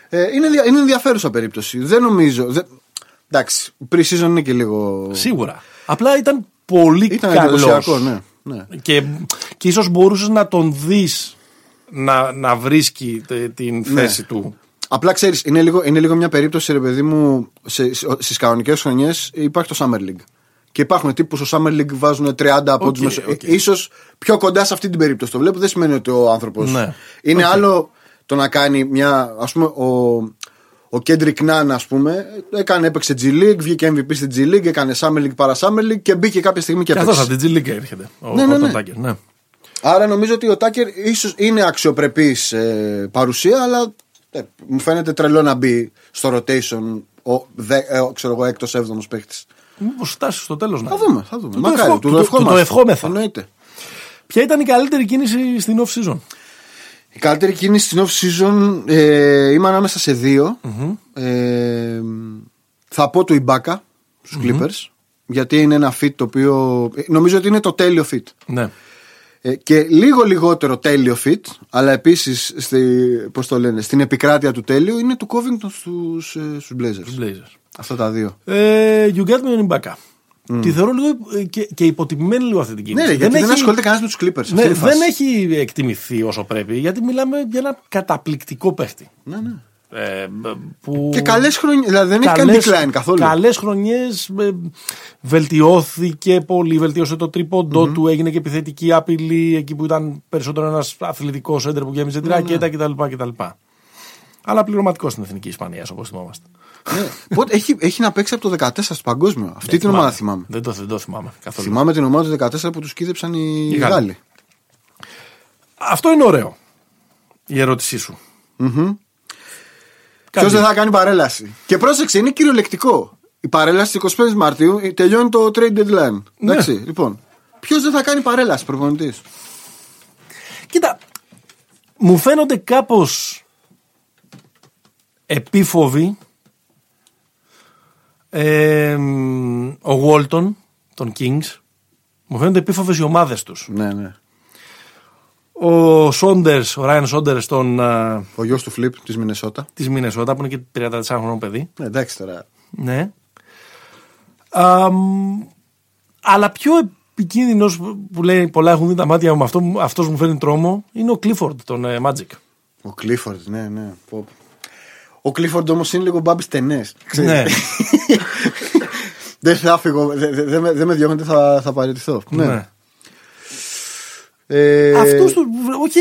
ε, είναι, ενδια- είναι ενδιαφέρουσα περίπτωση. Δεν νομίζω. Δεν... Εντάξει, pre-season είναι και λίγο. Σίγουρα. Απλά ήταν πολύ Ήταν καλός. εντυπωσιακό, ναι. ναι. Και, και ίσως μπορούσες να τον δεις να, να βρίσκει τε- Ναι. την θέση του. Απλά ξέρεις, είναι λίγο, είναι λίγο μια περίπτωση, ρε παιδί μου, στις κανονικές χρονιές υπάρχει το Summer League. Και υπάρχουν τύπου στο Summer League βάζουν 30 από τους μέσα. οκ. Ίσως πιο κοντά σε αυτή την περίπτωση το βλέπω. Δεν σημαίνει ότι ο άνθρωπος. Ναι. Είναι άλλο το να κάνει μια. Ας πούμε, ο, ο Kendrick Nunn, ας πούμε, έκανε, έπαιξε G League, βγήκε MVP στη G League, έκανε Summer League παρα Summer League και μπήκε κάποια στιγμή και Και αυτό από έπαιξε. την G League έρχεται. Ο, Ναι, ναι, ο ναι. Τάκερ, ναι. Άρα νομίζω ότι ο Τάκερ ίσως είναι αξιοπρεπής παρουσία, αλλά ε, μου φαίνεται τρελό να μπει στο rotation ο, δε, ε, ο, ξέρω εγώ, έκτος έβδομος παίχτης. Μήπως φτάσει στο τέλος να. Θα δούμε, θα δούμε. Του το Μακάρι, ευχό- του του το- το του το ευχόμαστε. Ναι. ευχόμεθα. Εννοείται. Ποια ήταν η καλύτερη κίνηση στην off season. Η καλύτερη κίνηση στην off season ε, είμαι ανάμεσα σε δυο Ε, θα πω του Ιμπάκα στου Clippers. Γιατί είναι ένα fit το οποίο. ε, Νομίζω ότι είναι το τέλειο fit. Ναι. Ε, και λίγο λιγότερο τέλειο fit, αλλά επίσης πώς το λένε, στην επικράτεια του τέλειου είναι του Covington στους στους Blazers. Blazers. Αυτά τα δύο. Ε, you got me on Ibaka. Τη θεωρώ λίγο ε, και, και υποτιμημένη λίγο αυτή την κίνηση. Mm. Ναι, ρε, γιατί δεν, ασχολείται κανένας με τους Clippers. ναι, αυτή είναι η φάση. δεν έχει εκτιμηθεί όσο πρέπει, γιατί μιλάμε για ένα καταπληκτικό παίχτη. Ναι, ναι. Ε, που... Και καλές χρονιές. Δηλαδή δεν έχει κάνει decline καθόλου. Καλές χρονιές. ε, βελτιώθηκε πολύ. Βελτίωσε το τριποντο του. Έγινε και επιθετική απειλή εκεί που ήταν περισσότερο ένας αθλητικός έντερ που γέμιζε Ναι, τη ρακέτα κτλ, κτλ. Αλλά πληρωματικός στην εθνική Ισπανίας, όπως θυμόμαστε. Ναι. Πότε, έχει, έχει να παίξει από το 14 στο παγκόσμιο. Αυτή την θυμάμαι. ομάδα θυμάμαι. Δεν το, δεν το θυμάμαι καθόλου. Θυμάμαι την ομάδα του 14 που τους κίδεψαν οι, Οι Γάλλοι. Γάλλοι. Αυτό είναι ωραίο. Η ερώτησή σου. Ποιο Κάτι. δεν θα κάνει παρέλαση. Και πρόσεξε, είναι κυριολεκτικό. Η παρέλαση της 25 Μαρτίου ε, τελειώνει το trade deadline. Ναι. Εντάξει, λοιπόν. Ποιος δεν θα κάνει παρέλαση, προπονητής. Κοίτα, μου φαίνονται κάπως επίφοβοι ε, ο Walton των Kings. Μου φαίνονται επίφοβες οι ομάδες τους. Ναι, ναι. Ο Saunders, ο Ryan Saunders των, α, Ο γιος του Φλιπ της Μινεσότα. της Μινεσότα που είναι και 34 χρονών παιδί. Ναι, εντάξει τώρα. Ναι. Αμ, αλλά πιο επικίνδυνος που λέει πολλά έχουν δει τα μάτια μου, αυτό, αυτός μου φέρνει τρόμο, είναι ο Clifford των ε, Magic. Ο Κλίφορντ, ναι, ναι. πω, πω. Ο Κλίφορντ όμως είναι λίγο μπάμπι στενέ. Ναι. δεν θα φύγω. Δεν δε, δε, με- δε με διώχνετε, θα, θα παραιτηθώ. ναι. Ε, Αυτούς τους. Όχι,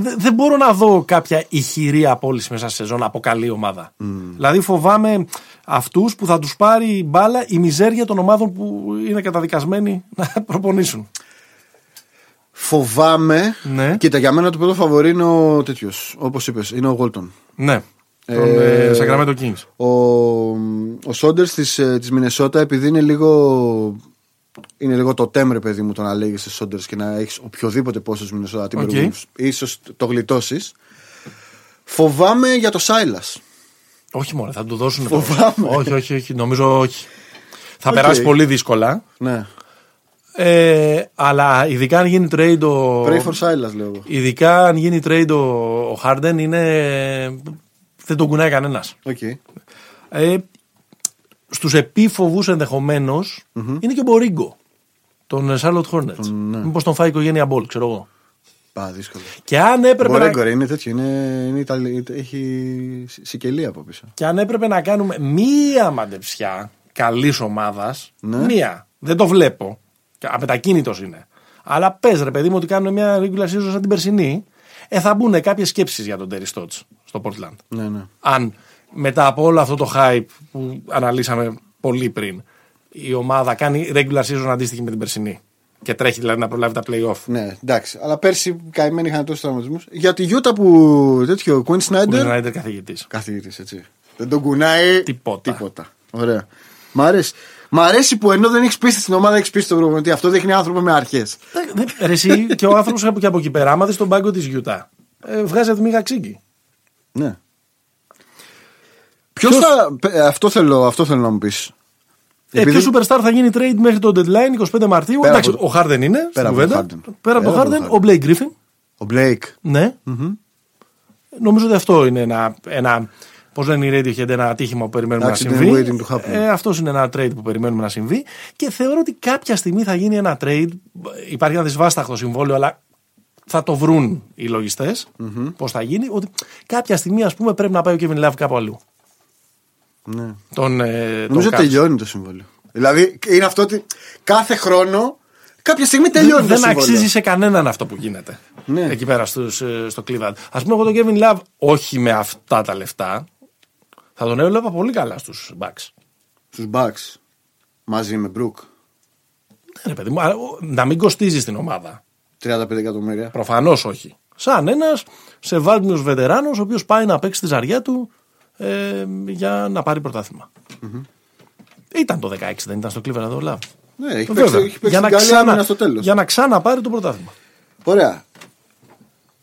δε- δεν μπορώ να δω κάποια ηχηρή απόλυση μέσα σε σεζόν από καλή ομάδα. Δηλαδή φοβάμαι αυτούς που θα τους πάρει η μπάλα η μιζέρια των ομάδων που είναι καταδικασμένοι να προπονήσουν. Φοβάμαι. Ναι. Κοίτα, για μένα το πρώτο φαβορή είναι ο τέτοιος. Όπως είπες, είναι ο Γόλτον. Ναι. Τον ε, Sacramento Kings. Ο, ο Σόντερ τη της Μινεσότα, επειδή είναι λίγο. Είναι λίγο το τέμρε, παιδί μου, το να λέγεσαι Σόντερ και να έχεις οποιοδήποτε πόσο της Μινεσότα την Οκ. προηγούμενη. ίσως το γλιτώσεις. Φοβάμαι για το Σάιλα. Όχι μόνο, θα του δώσουν. Φοβάμαι. Όχι, όχι, όχι, νομίζω όχι. Θα Οκ. περάσει πολύ δύσκολα. Ναι. Ε, αλλά ειδικά αν γίνει trade ο. Pray for Silas, λέω εγώ. Ειδικά αν γίνει trade ο, ο Harden είναι. Δεν τον κουνάει κανένας. Okay. Ε, στους επίφοβους ενδεχομένως, είναι και ο Μπορίγκο. Τον ε, Charlotte Hornets. Μήπως τον φάει η οικογένεια Μπολ, ξέρω εγώ. Πα, δύσκολο. Και αν έπρεπε, να, Μπορέγκορε είναι τέτοιο. Είναι, είναι Ιταλ- Έχει Σι- Σικελία από πίσω. και αν έπρεπε να κάνουμε μία μαντεψιά καλής ομάδας, Ναι. μία, δεν το βλέπω, Και απετακίνητος είναι, αλλά πες ρε παιδί μου ότι κάνουμε μια regular season σαν την περσινή, ε, θα μπουν κάποιες σκέψεις για τον Terry Stotts στο Portland. Ναι, ναι. αν μετά από όλο αυτό το hype που αναλύσαμε πολύ πριν, η ομάδα κάνει regular season αντίστοιχη με την περσινή. Και τρέχει δηλαδή να προλάβει τα playoff. Ναι, εντάξει. Αλλά πέρσι καημένοι είχαν τόσους τραυματισμούς. Για τη Γιούτα που τέτοιο, ο Κουίν Που είναι ο Σνάιντερ. Ράιντερ καθηγητής. Καθηγητής, έτσι. Δεν τον κουνάει. Τίποτα. Ωραία. Μ' αρέσει. Μ' αρέσει που ενώ δεν έχεις πίστη στην ομάδα, έχεις πίστη στον προπονητή. Αυτό δείχνει άνθρωπο με αρχές. Ε, Ρε, εσύ και ο άνθρωπος από, και από εκεί πέρα, άμα δεις τον πάγκο της Γιούτα, ε, βγάζει Δημήγα Ξύγκη. Ναι. Ποιος θα. ε, Αυτό θέλω, αυτό θέλω να μου πεις. Ε, ποιος Επειδή- superstar θα γίνει trade μέχρι το deadline 25 Μαρτίου. Πέρα Εντάξει, από το- ο Χάρντεν είναι. στην από τον κουβέντα. Harden. Πέρα από τον Πέρα από τον Χάρντεν, ο Blake Griffin. Ο Μπλέικ. Ναι. Νομίζω ότι αυτό είναι ένα. ένα Πώς λένε οι Radiohead, ένα ατύχημα που περιμένουμε Εντάξει, να είναι συμβεί. waiting to happen. αυτός είναι ένα trade που περιμένουμε να συμβεί. Και θεωρώ ότι κάποια στιγμή θα γίνει ένα trade. Υπάρχει ένα δυσβάσταχτο συμβόλαιο, αλλά θα το βρουν οι λογιστε πώς θα γίνει, ότι κάποια στιγμή ας πούμε, πρέπει να πάει ο Kevin Love κάπου αλλού. Ναι. Τον, ε, τον Νομίζω κάψει. τελειώνει το συμβόλαιο. Δηλαδή είναι αυτό ότι κάθε χρόνο κάποια στιγμή τελειώνει το δεν συμβόλαιο. αξίζει σε κανέναν αυτό που γίνεται. Ναι. Εκεί πέρα στους, ε, στο Cleveland. Ας πούμε, εγώ τον Kevin Love, όχι με αυτά τα λεφτά, θα τον έβλεπα πολύ καλά στους Bucks. Στους Bucks. Μαζί με Brook. Ναι, ρε παιδί μου, αλλά, ο, να μην κοστίζει την ομάδα. 35 εκατομμύρια. Προφανώς όχι. Σαν ένας σεβάσμιο βετεράνος, ο οποίος πάει να παίξει τη ζαριά του ε, για να πάρει πρωτάθλημα. Ήταν το 16, δεν ήταν στο Cleveland το Love. Ναι, Ε, έχει παίξει, έχει παίξει την καλή άμυνα στο τέλος. για να ξαναπάρει το πρωτάθλημα. Ωραία.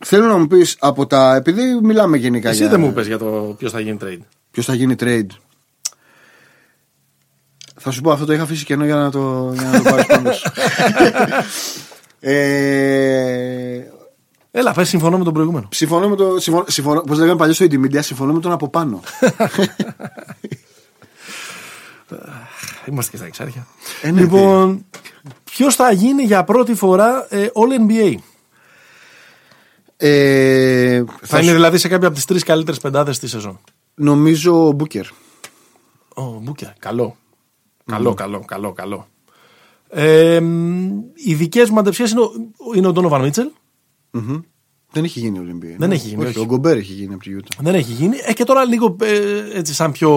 Θέλω να μου πεις από τα. Επειδή μιλάμε γενικά Εσύ για. δεν μου πες για το ποιος θα γίνει trade. Ποιος θα γίνει trade. Θα σου πω αυτό το είχα αφήσει κενό για να το, για να το πάρεις πάνω σου. ε, Έλα, πες συμφωνώ με τον προηγούμενο. συμφωνώ με το. Συμφωνώ, συμφωνώ, Πώς λέγαμε παλιό στο Intimedia, συμφωνώ με τον από πάνω. Είμαστε και στα εξάρια. Ε, ναι, λοιπόν, ποιος θα γίνει για πρώτη φορά ε, All NBA. ε, Θα σου- είναι δηλαδή σε κάποια από τις τρεις καλύτερες πεντάδες της σεζόν. Νομίζω ο Μπούκερ. Ο Μπούκερ, καλό. Καλό, καλό, καλό, καλό. Ε, μ, οι δικές μου αντεψίες είναι, ο- είναι ο Ντόνοβαν Μίτσελ. Μμμ. Δεν έχει γίνει ο Ολυμπία. ναι. Δεν έχει γίνει, Όχι, όχι. ο Γκομπέρ έχει γίνει από τη Utah. Δεν έχει γίνει. Ε, και τώρα λίγο ε, έτσι σαν πιο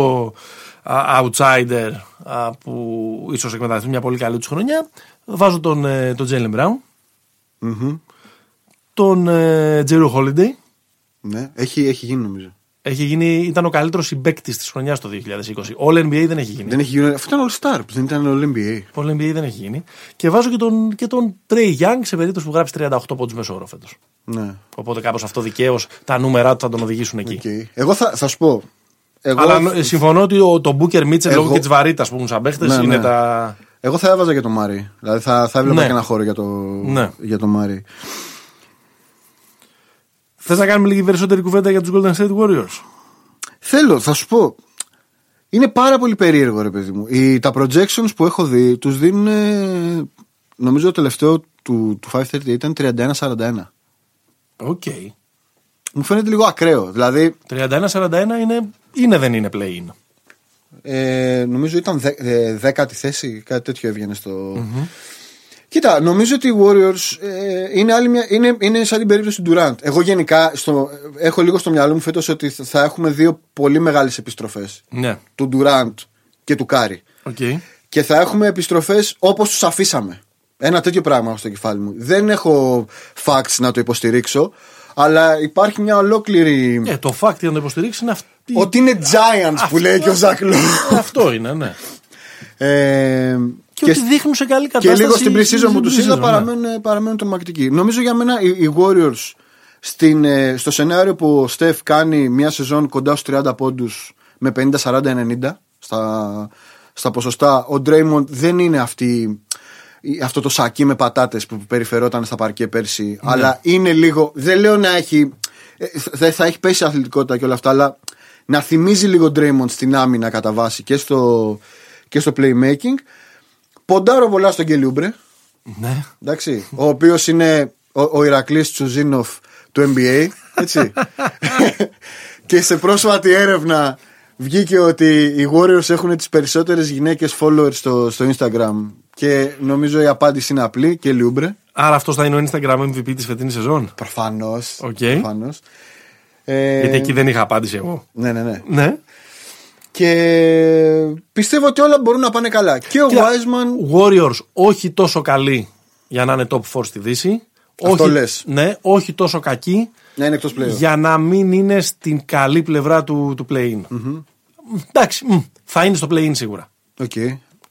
α, outsider α, που ίσως εκμεταλλευτεί μια πολύ καλή τους χρονιά. Βάζω τον, ε, τον Τζέιλεν Μπράουν, Μμμ. τον ε, Τζέριο Χόλιντεϊ. Ναι, έχει, έχει γίνει νομίζω. Έχει γίνει, ήταν ο καλύτερος συμπέκτη της χρονιάς το 2020. All NBA δεν έχει γίνει. Δεν έχει γίνει. Αυτό ήταν All Star, δεν ήταν All NBA. All NBA δεν έχει γίνει. Και βάζω και τον, και τον Trey Young σε περίπτωση που γράψει 38 πόντους μέσω όρο φέτος. Ναι. Οπότε κάπως αυτό δικαίως τα νούμερα του θα τον οδηγήσουν εκεί. Okay. Εγώ θα, θα σου πω. Ναι, Εγώ, Αλλά νο- ε, συμφωνώ ότι ο, το Booker Mitchell Εγώ- λόγω και της βαρύτητας που έχουν σαν παίχτες Ναι, είναι ναι. τα. εγώ θα έβαζα για τον Μάρι. Δηλαδή θα, θα έβλεπα Ναι. και ένα χώρο για, το, Ναι. για τον Μάρι. Θες να κάνουμε λίγη περισσότερη κουβέντα για τους Golden State Warriors. Θέλω, θα σου πω. Είναι πάρα πολύ περίεργο, ρε παιδί μου. Οι, τα projections που έχω δει τους δίνουν. ε, Νομίζω το τελευταίο του, του 530 ήταν 31-41. Οκ. Μου φαίνεται λίγο ακραίο. Δηλαδή, 31-41 είναι, είναι δεν είναι play-in. ε, νομίζω ήταν δε- ε, δέκατη θέση, κάτι τέτοιο έβγαινε στο. Κοίτα, νομίζω ότι οι Warriors ε, είναι, άλλη μια, είναι, είναι σαν την περίπτωση του Durant. Εγώ γενικά στο, έχω λίγο στο μυαλό μου φέτος ότι θα- θα έχουμε δύο πολύ μεγάλες επιστροφές. Ναι. Του Durant και του Κάρι. Οκ. Και θα έχουμε επιστροφές όπως τους αφήσαμε. Ένα τέτοιο πράγμα έχω στο κεφάλι μου. Δεν έχω facts να το υποστηρίξω, αλλά υπάρχει μια ολόκληρη... Ε, το fact για να το υποστηρίξεις είναι αυτή. Ότι είναι Giants που Αυτό- λέει και ο Ζάκλο. Αυτό είναι, ναι. Ε, Και, ότι δείχνουν σε καλή και κατάσταση. λίγο στην preseason που στην του είδα preseason, ναι. παραμένουν, παραμένουν τρομακτικοί. Νομίζω για μένα οι, οι Warriors στην, ε, στο σενάριο που ο Στεφ κάνει μια σεζόν κοντά στους 30 πόντους με 50-40-90 στα, στα ποσοστά, ο Ντρέιμοντ δεν είναι αυτή, η- αυτό το σακί με πατάτες που περιφερόταν στα παρκέ πέρσι. Ναι. Αλλά είναι λίγο. Δεν λέω να έχει. ε, Θα, θα έχει πέσει η αθλητικότητα και όλα αυτά, αλλά να θυμίζει λίγο Ντρέιμοντ στην άμυνα κατά βάση και στο, και στο playmaking. Ποντάρω πολλά στον Γκελιούμπρε. ναι. Εντάξει, ο οποίος είναι ο, ο Ηρακλής Τσουζίνοφ του NBA. Έτσι. και σε πρόσφατη έρευνα βγήκε ότι οι Warriors έχουν τις περισσότερες γυναίκες followers στο, στο Instagram. Και νομίζω η απάντηση είναι απλή και λιούμπρε. Άρα αυτός θα είναι ο Instagram MVP της φετινής σεζόν. Προφανώς. Οκ. προφανώς. Ε, Γιατί εκεί δεν είχα απάντηση εγώ. Ναι, ναι, ναι. Ναι. Και πιστεύω ότι όλα μπορούν να πάνε καλά. Και ο Wiseman. Warriors όχι τόσο καλή για να είναι top 4 στη Δύση. Αυτό όχι, λες. Ναι, όχι τόσο κακή να είναι εκτός πλέον. για να μην είναι στην καλή πλευρά του, του play-in. Εντάξει, μ, θα είναι στο play-in σίγουρα.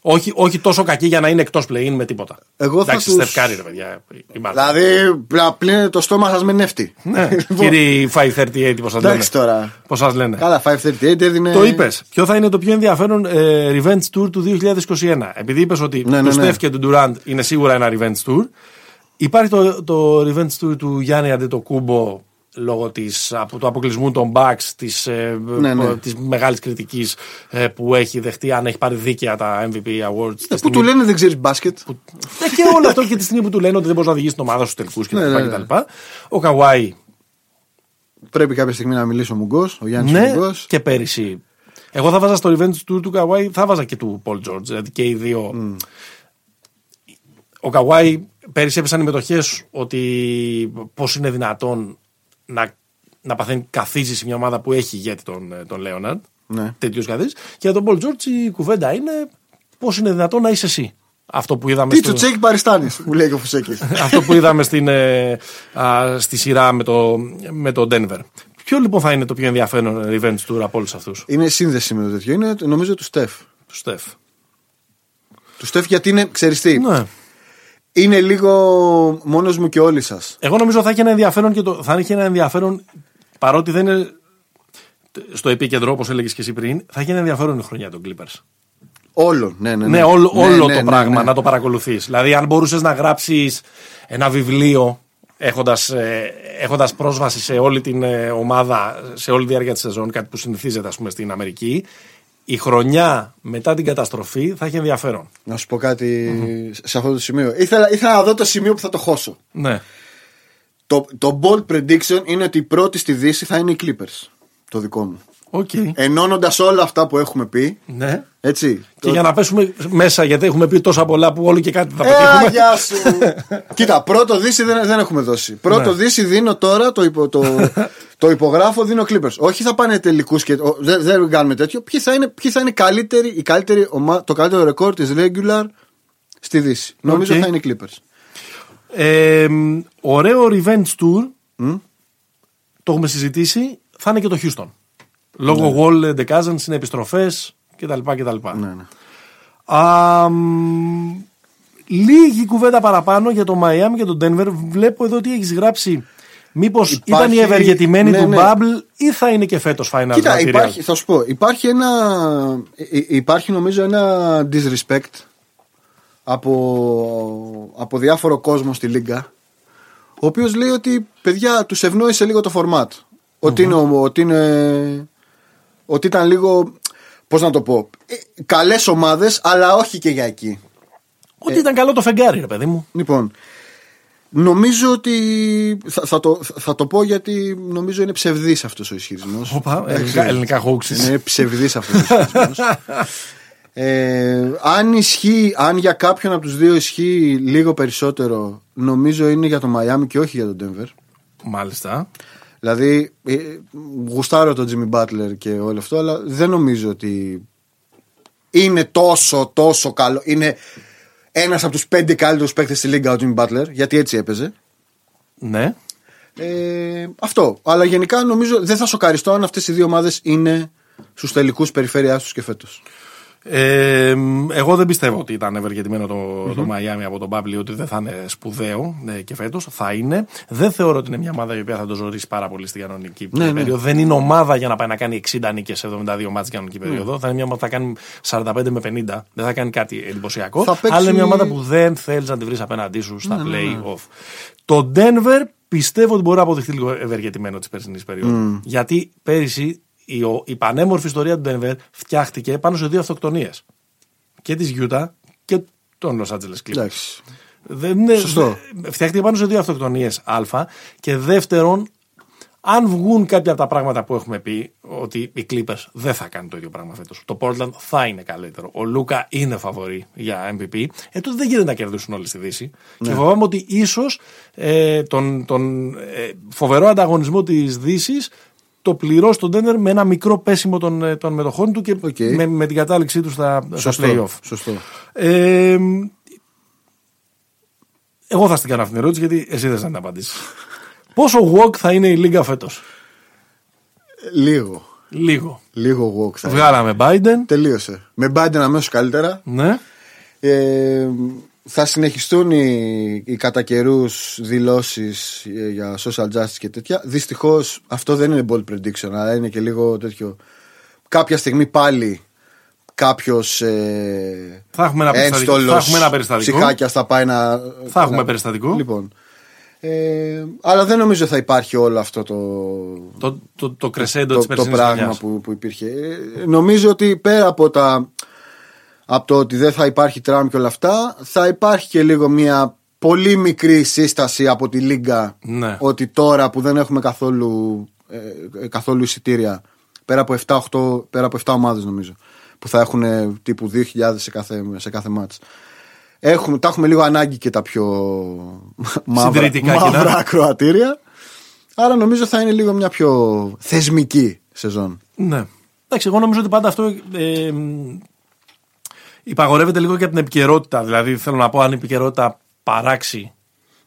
Όχι, όχι τόσο κακή για να είναι εκτός play-in με τίποτα. Εγώ θα Εντάξει, τους- στεφκάρι ρε παιδιά. η μπάλα. Δηλαδή, να πλύνετε το στόμα σας με νεύτη. Ναι. Κύριοι 538, πώς σας λένε. Λοιπόν. Εντάξει τώρα. Πώς σας λένε. Καλά, ε, 538 έδινε. Το είπες. Ποιο θα είναι το πιο ενδιαφέρον ε, revenge tour του 2021. Επειδή είπες ότι Ναι, ναι, του ναι. Στεφ και του Durant είναι σίγουρα ένα revenge tour. Υπάρχει το, το revenge tour του Γιάννη Αντετοκούμπο λόγω της, από του αποκλεισμού των Bucks, της, ε, Ναι, ναι. προ- της μεγάλης κριτικής ε, που έχει δεχτεί αν έχει πάρει δίκαια τα MVP Awards. τη στιγμή Πού Ναι, Ε, του λένε δεν ξέρεις μπάσκετ. ναι, και όλο αυτό και τη στιγμή που του λένε ότι δεν μπορεί να οδηγήσει την ομάδα στους τελικούς κτλ. Ναι, ναι, ναι. Ο Καουάι, Πρέπει κάποια στιγμή να μιλήσει ο Μουγκός, ο Γιάννης ναι, Μουγκός. και πέρυσι. Εγώ θα βάζα στο event του, του Καουάι, θα βάζα και του Πολ Τζόρτζ. Δηλαδή και οι δύο. Ο Καουάι, πέρυσι έπεσαν οι μετοχές ότι πώς είναι δυνατόν να, να παθαίνει καθίζεις σε μια ομάδα που έχει ηγέτη τον, ε, τον Λέοναρντ. Ναι. Τέτοιο καθίζεις. Και για τον Πολ Τζόρτζ η κουβέντα είναι πώς είναι δυνατόν να είσαι εσύ. Αυτό που είδαμε Τι του στο- τσέκι παριστάνεις, μου λέει και ο Φουσέκης. αυτό που είδαμε στην, ε, α, στη σειρά με το, με το Denver. Ποιο λοιπόν θα είναι το πιο ενδιαφέρον revenge tour από όλους αυτούς, είναι σύνδεση με το τέτοιο. Είναι νομίζω του Στεφ. του Στεφ. Του Στεφ γιατί είναι, ξέρεις τι, Ναι. είναι λίγο μόνος μου και όλοι σας. Εγώ νομίζω θα έχει ένα ενδιαφέρον και το, θα έχει ένα ενδιαφέρον παρότι δεν είναι στο επίκεντρο όπως έλεγες και εσύ πριν, θα έχει ένα ενδιαφέρον η χρονιά των Clippers. Όλων, ναι, ναι. Ναι, όλο, Ναι, όλο ναι, το ναι, πράγμα ναι. να το παρακολουθείς. Δηλαδή, αν μπορούσες να γράψεις ένα βιβλίο έχοντας έχοντας πρόσβαση σε όλη την ε, ομάδα, σε όλη τη διάρκεια της σεζόν, κάτι που συνηθίζεται ας πούμε, στην Αμερική, η χρονιά μετά την καταστροφή θα έχει ενδιαφέρον. Να σου πω κάτι σε αυτό το σημείο. Ήθελα, ήθελα να δω το σημείο που θα το χώσω. Ναι. Το, το bold prediction είναι ότι η πρώτη στη Δύση θα είναι οι Clippers. Το δικό μου. Οκ. Ενώνοντας όλα αυτά που έχουμε πει. Ναι. Έτσι. Και για να πέσουμε μέσα, γιατί έχουμε πει τόσα πολλά που όλο και κάτι θα Ε, πετύχουμε. γεια σου. Κοίτα, πρώτο Δύση δεν, δεν έχουμε δώσει. Ναι. Πρώτο Δύση δίνω τώρα, το, υπο, το, το υπογράφω, δίνω Clippers. Όχι θα πάνε τελικούς και ο, δεν, δεν κάνουμε τέτοιο. Ποιοι θα είναι, ποιοι θα είναι καλύτεροι, η καλύτερη ομα, το καλύτερο ρεκόρ της regular στη Δύση. Νομίζω Οκ. θα είναι οι Clippers. Ε, μ, ωραίο revenge tour. Το έχουμε συζητήσει. Θα είναι και το Houston. Λόγω Wall, The Cousins, είναι επιστροφές κτλ. κτλ. Ναι, ναι. Α, μ, λίγη κουβέντα παραπάνω για το Miami και το Denver. Βλέπω εδώ ότι έχεις γράψει. Μήπως Υπάρχει- ήταν η ευεργετημένη ναι, του ναι. Bubble ή θα είναι και φέτος Final Κοίτα, Material. υπάρχει, θα σου πω, υπάρχει ένα, υ- υ- υπάρχει νομίζω ένα disrespect από, από διάφορο κόσμο στη Λίγκα, ο οποίος λέει ότι, παιδιά, τους ευνόησε λίγο το format. Ότι, είναι, ο- ότι, είναι, ότι ήταν λίγο, πώς να το πω, ε, καλές ομάδες, αλλά όχι και για εκεί. Ότι ήταν καλό το φεγγάρι, ρε παιδί μου. Λοιπόν, νομίζω ότι θα, θα το, θα το πω γιατί νομίζω είναι ψευδής αυτός ο ισχυρισμός. Οπα, Εντάξει. ελληνικά, ελληνικά hoaxes. Είναι ψευδής αυτός ο ισχυρισμός. ε, αν ισχύει, αν για κάποιον από τους δύο ισχύει λίγο περισσότερο, νομίζω είναι για το Μαϊάμι και όχι για τον Denver. Μάλιστα. Δηλαδή, ε, γουστάρω τον Jimmy Butler και όλο αυτό, αλλά δεν νομίζω ότι είναι τόσο, τόσο καλό. Είναι ένας από τους πέντε καλύτερους παίκτες στη Λίγκα ο Jimmy Butler, γιατί έτσι έπαιζε. Ναι. Ε, αυτό. Αλλά γενικά νομίζω δεν θα σοκαριστώ αν αυτές οι δύο ομάδες είναι στους τελικούς περιφέρειάς τους και φέτος. Ε, εγώ δεν πιστεύω ότι ήταν ευεργετημένο το, το Miami από τον Bubble ότι δεν θα είναι σπουδαίο ε, και φέτος. Θα είναι. Δεν θεωρώ ότι είναι μια ομάδα η οποία θα το ζωήσει πάρα πολύ στην κανονική Ναι, ναι. περίοδο. Δεν είναι ομάδα για να πάει να κάνει 60 νίκες σε 72 μάτς στην κανονική Ναι. περίοδο. Θα είναι μια ομάδα που θα κάνει 45 με 50. Δεν θα κάνει κάτι εντυπωσιακό. Θα παίξει- Ναι, Αλλά είναι μια ομάδα που δεν θέλεις να τη βρεις απέναντί σου στα play-off. Το Denver πιστεύω ότι μπορεί να αποδειχθεί λίγο ευεργετημένο της περσινής περίοδου. Mm. Γιατί πέρυσι η, ο- η πανέμορφη ιστορία του Denver φτιάχτηκε πάνω σε δύο αυτοκτονίες. Και της Utah και των Los Angeles Clippers. Εντάξει. Δεν είναι, Σωστό. δε- φτιάχτηκε πάνω σε δύο αυτοκτονίες. Α. Και δεύτερον, αν βγουν κάποια από τα πράγματα που έχουμε πει, ότι οι Clippers δεν θα κάνουν το ίδιο πράγμα φέτος. Το Portland θα είναι καλύτερο. Ο Λούκα είναι φαβορή για MVP. Ε, τότε δεν γίνεται να κερδίσουν όλοι στη Δύση. Ναι. Και φοβάμαι ότι ίσως ε, τον, τον ε, φοβερό ανταγωνισμό της Δύσης το πληρώσει τον Denver με ένα μικρό πέσιμο των, ε, των μετοχών του και Οκ. με, με την κατάληξή του στα, στα Σωστό. playoff. Σωστό. Ε, εγώ θα στην κάνω αυτήν την ερώτηση γιατί εσύ δεν θα την απαντήσεις. Πόσο walk θα είναι η Λίγκα φέτος, Λίγο. Λίγο. Λίγο walk θα είναι. Βγάλαμε Biden. Τελείωσε. Με Biden αμέσως καλύτερα. Ναι. Ε, θα συνεχιστούν οι, οι κατά καιρούς δηλώσεις για social justice και τέτοια. Δυστυχώς αυτό δεν είναι bold prediction, αλλά είναι και λίγο τέτοιο. Κάποια στιγμή πάλι κάποιος. Ε, Θα έχουμε ένα περιστατικό. ένστολος Θα έχουμε ένα περιστατικό. Ψυχάκια θα πάει να. Θα έχουμε να- περιστατικό. Λοιπόν. Ε, αλλά δεν νομίζω θα υπάρχει όλο αυτό το, Το, το, το κρεσέντο το, τη το περσινής πράγμα που, που υπήρχε. Ε, Νομίζω ότι πέρα από, τα, από το ότι δεν θα υπάρχει τραμ και όλα αυτά, θα υπάρχει και λίγο μια πολύ μικρή σύσταση από τη Λίγκα Ναι. ότι τώρα που δεν έχουμε καθόλου, ε, ε, καθόλου εισιτήρια, πέρα από 7, 8, πέρα από 7 ομάδες νομίζω, που θα έχουν ε, τύπου 2.000 σε κάθε, σε κάθε μάτς. Έχουμε, τα έχουμε λίγο ανάγκη και τα πιο μαύρα, Συντηρητικά κοινά. μαύρα ακροατήρια. Άρα νομίζω θα είναι λίγο μια πιο θεσμική σεζόν. Ναι. Εντάξει, εγώ νομίζω ότι πάντα αυτό ε, υπαγορεύεται λίγο και από την επικαιρότητα. Δηλαδή, θέλω να πω αν η επικαιρότητα παράξει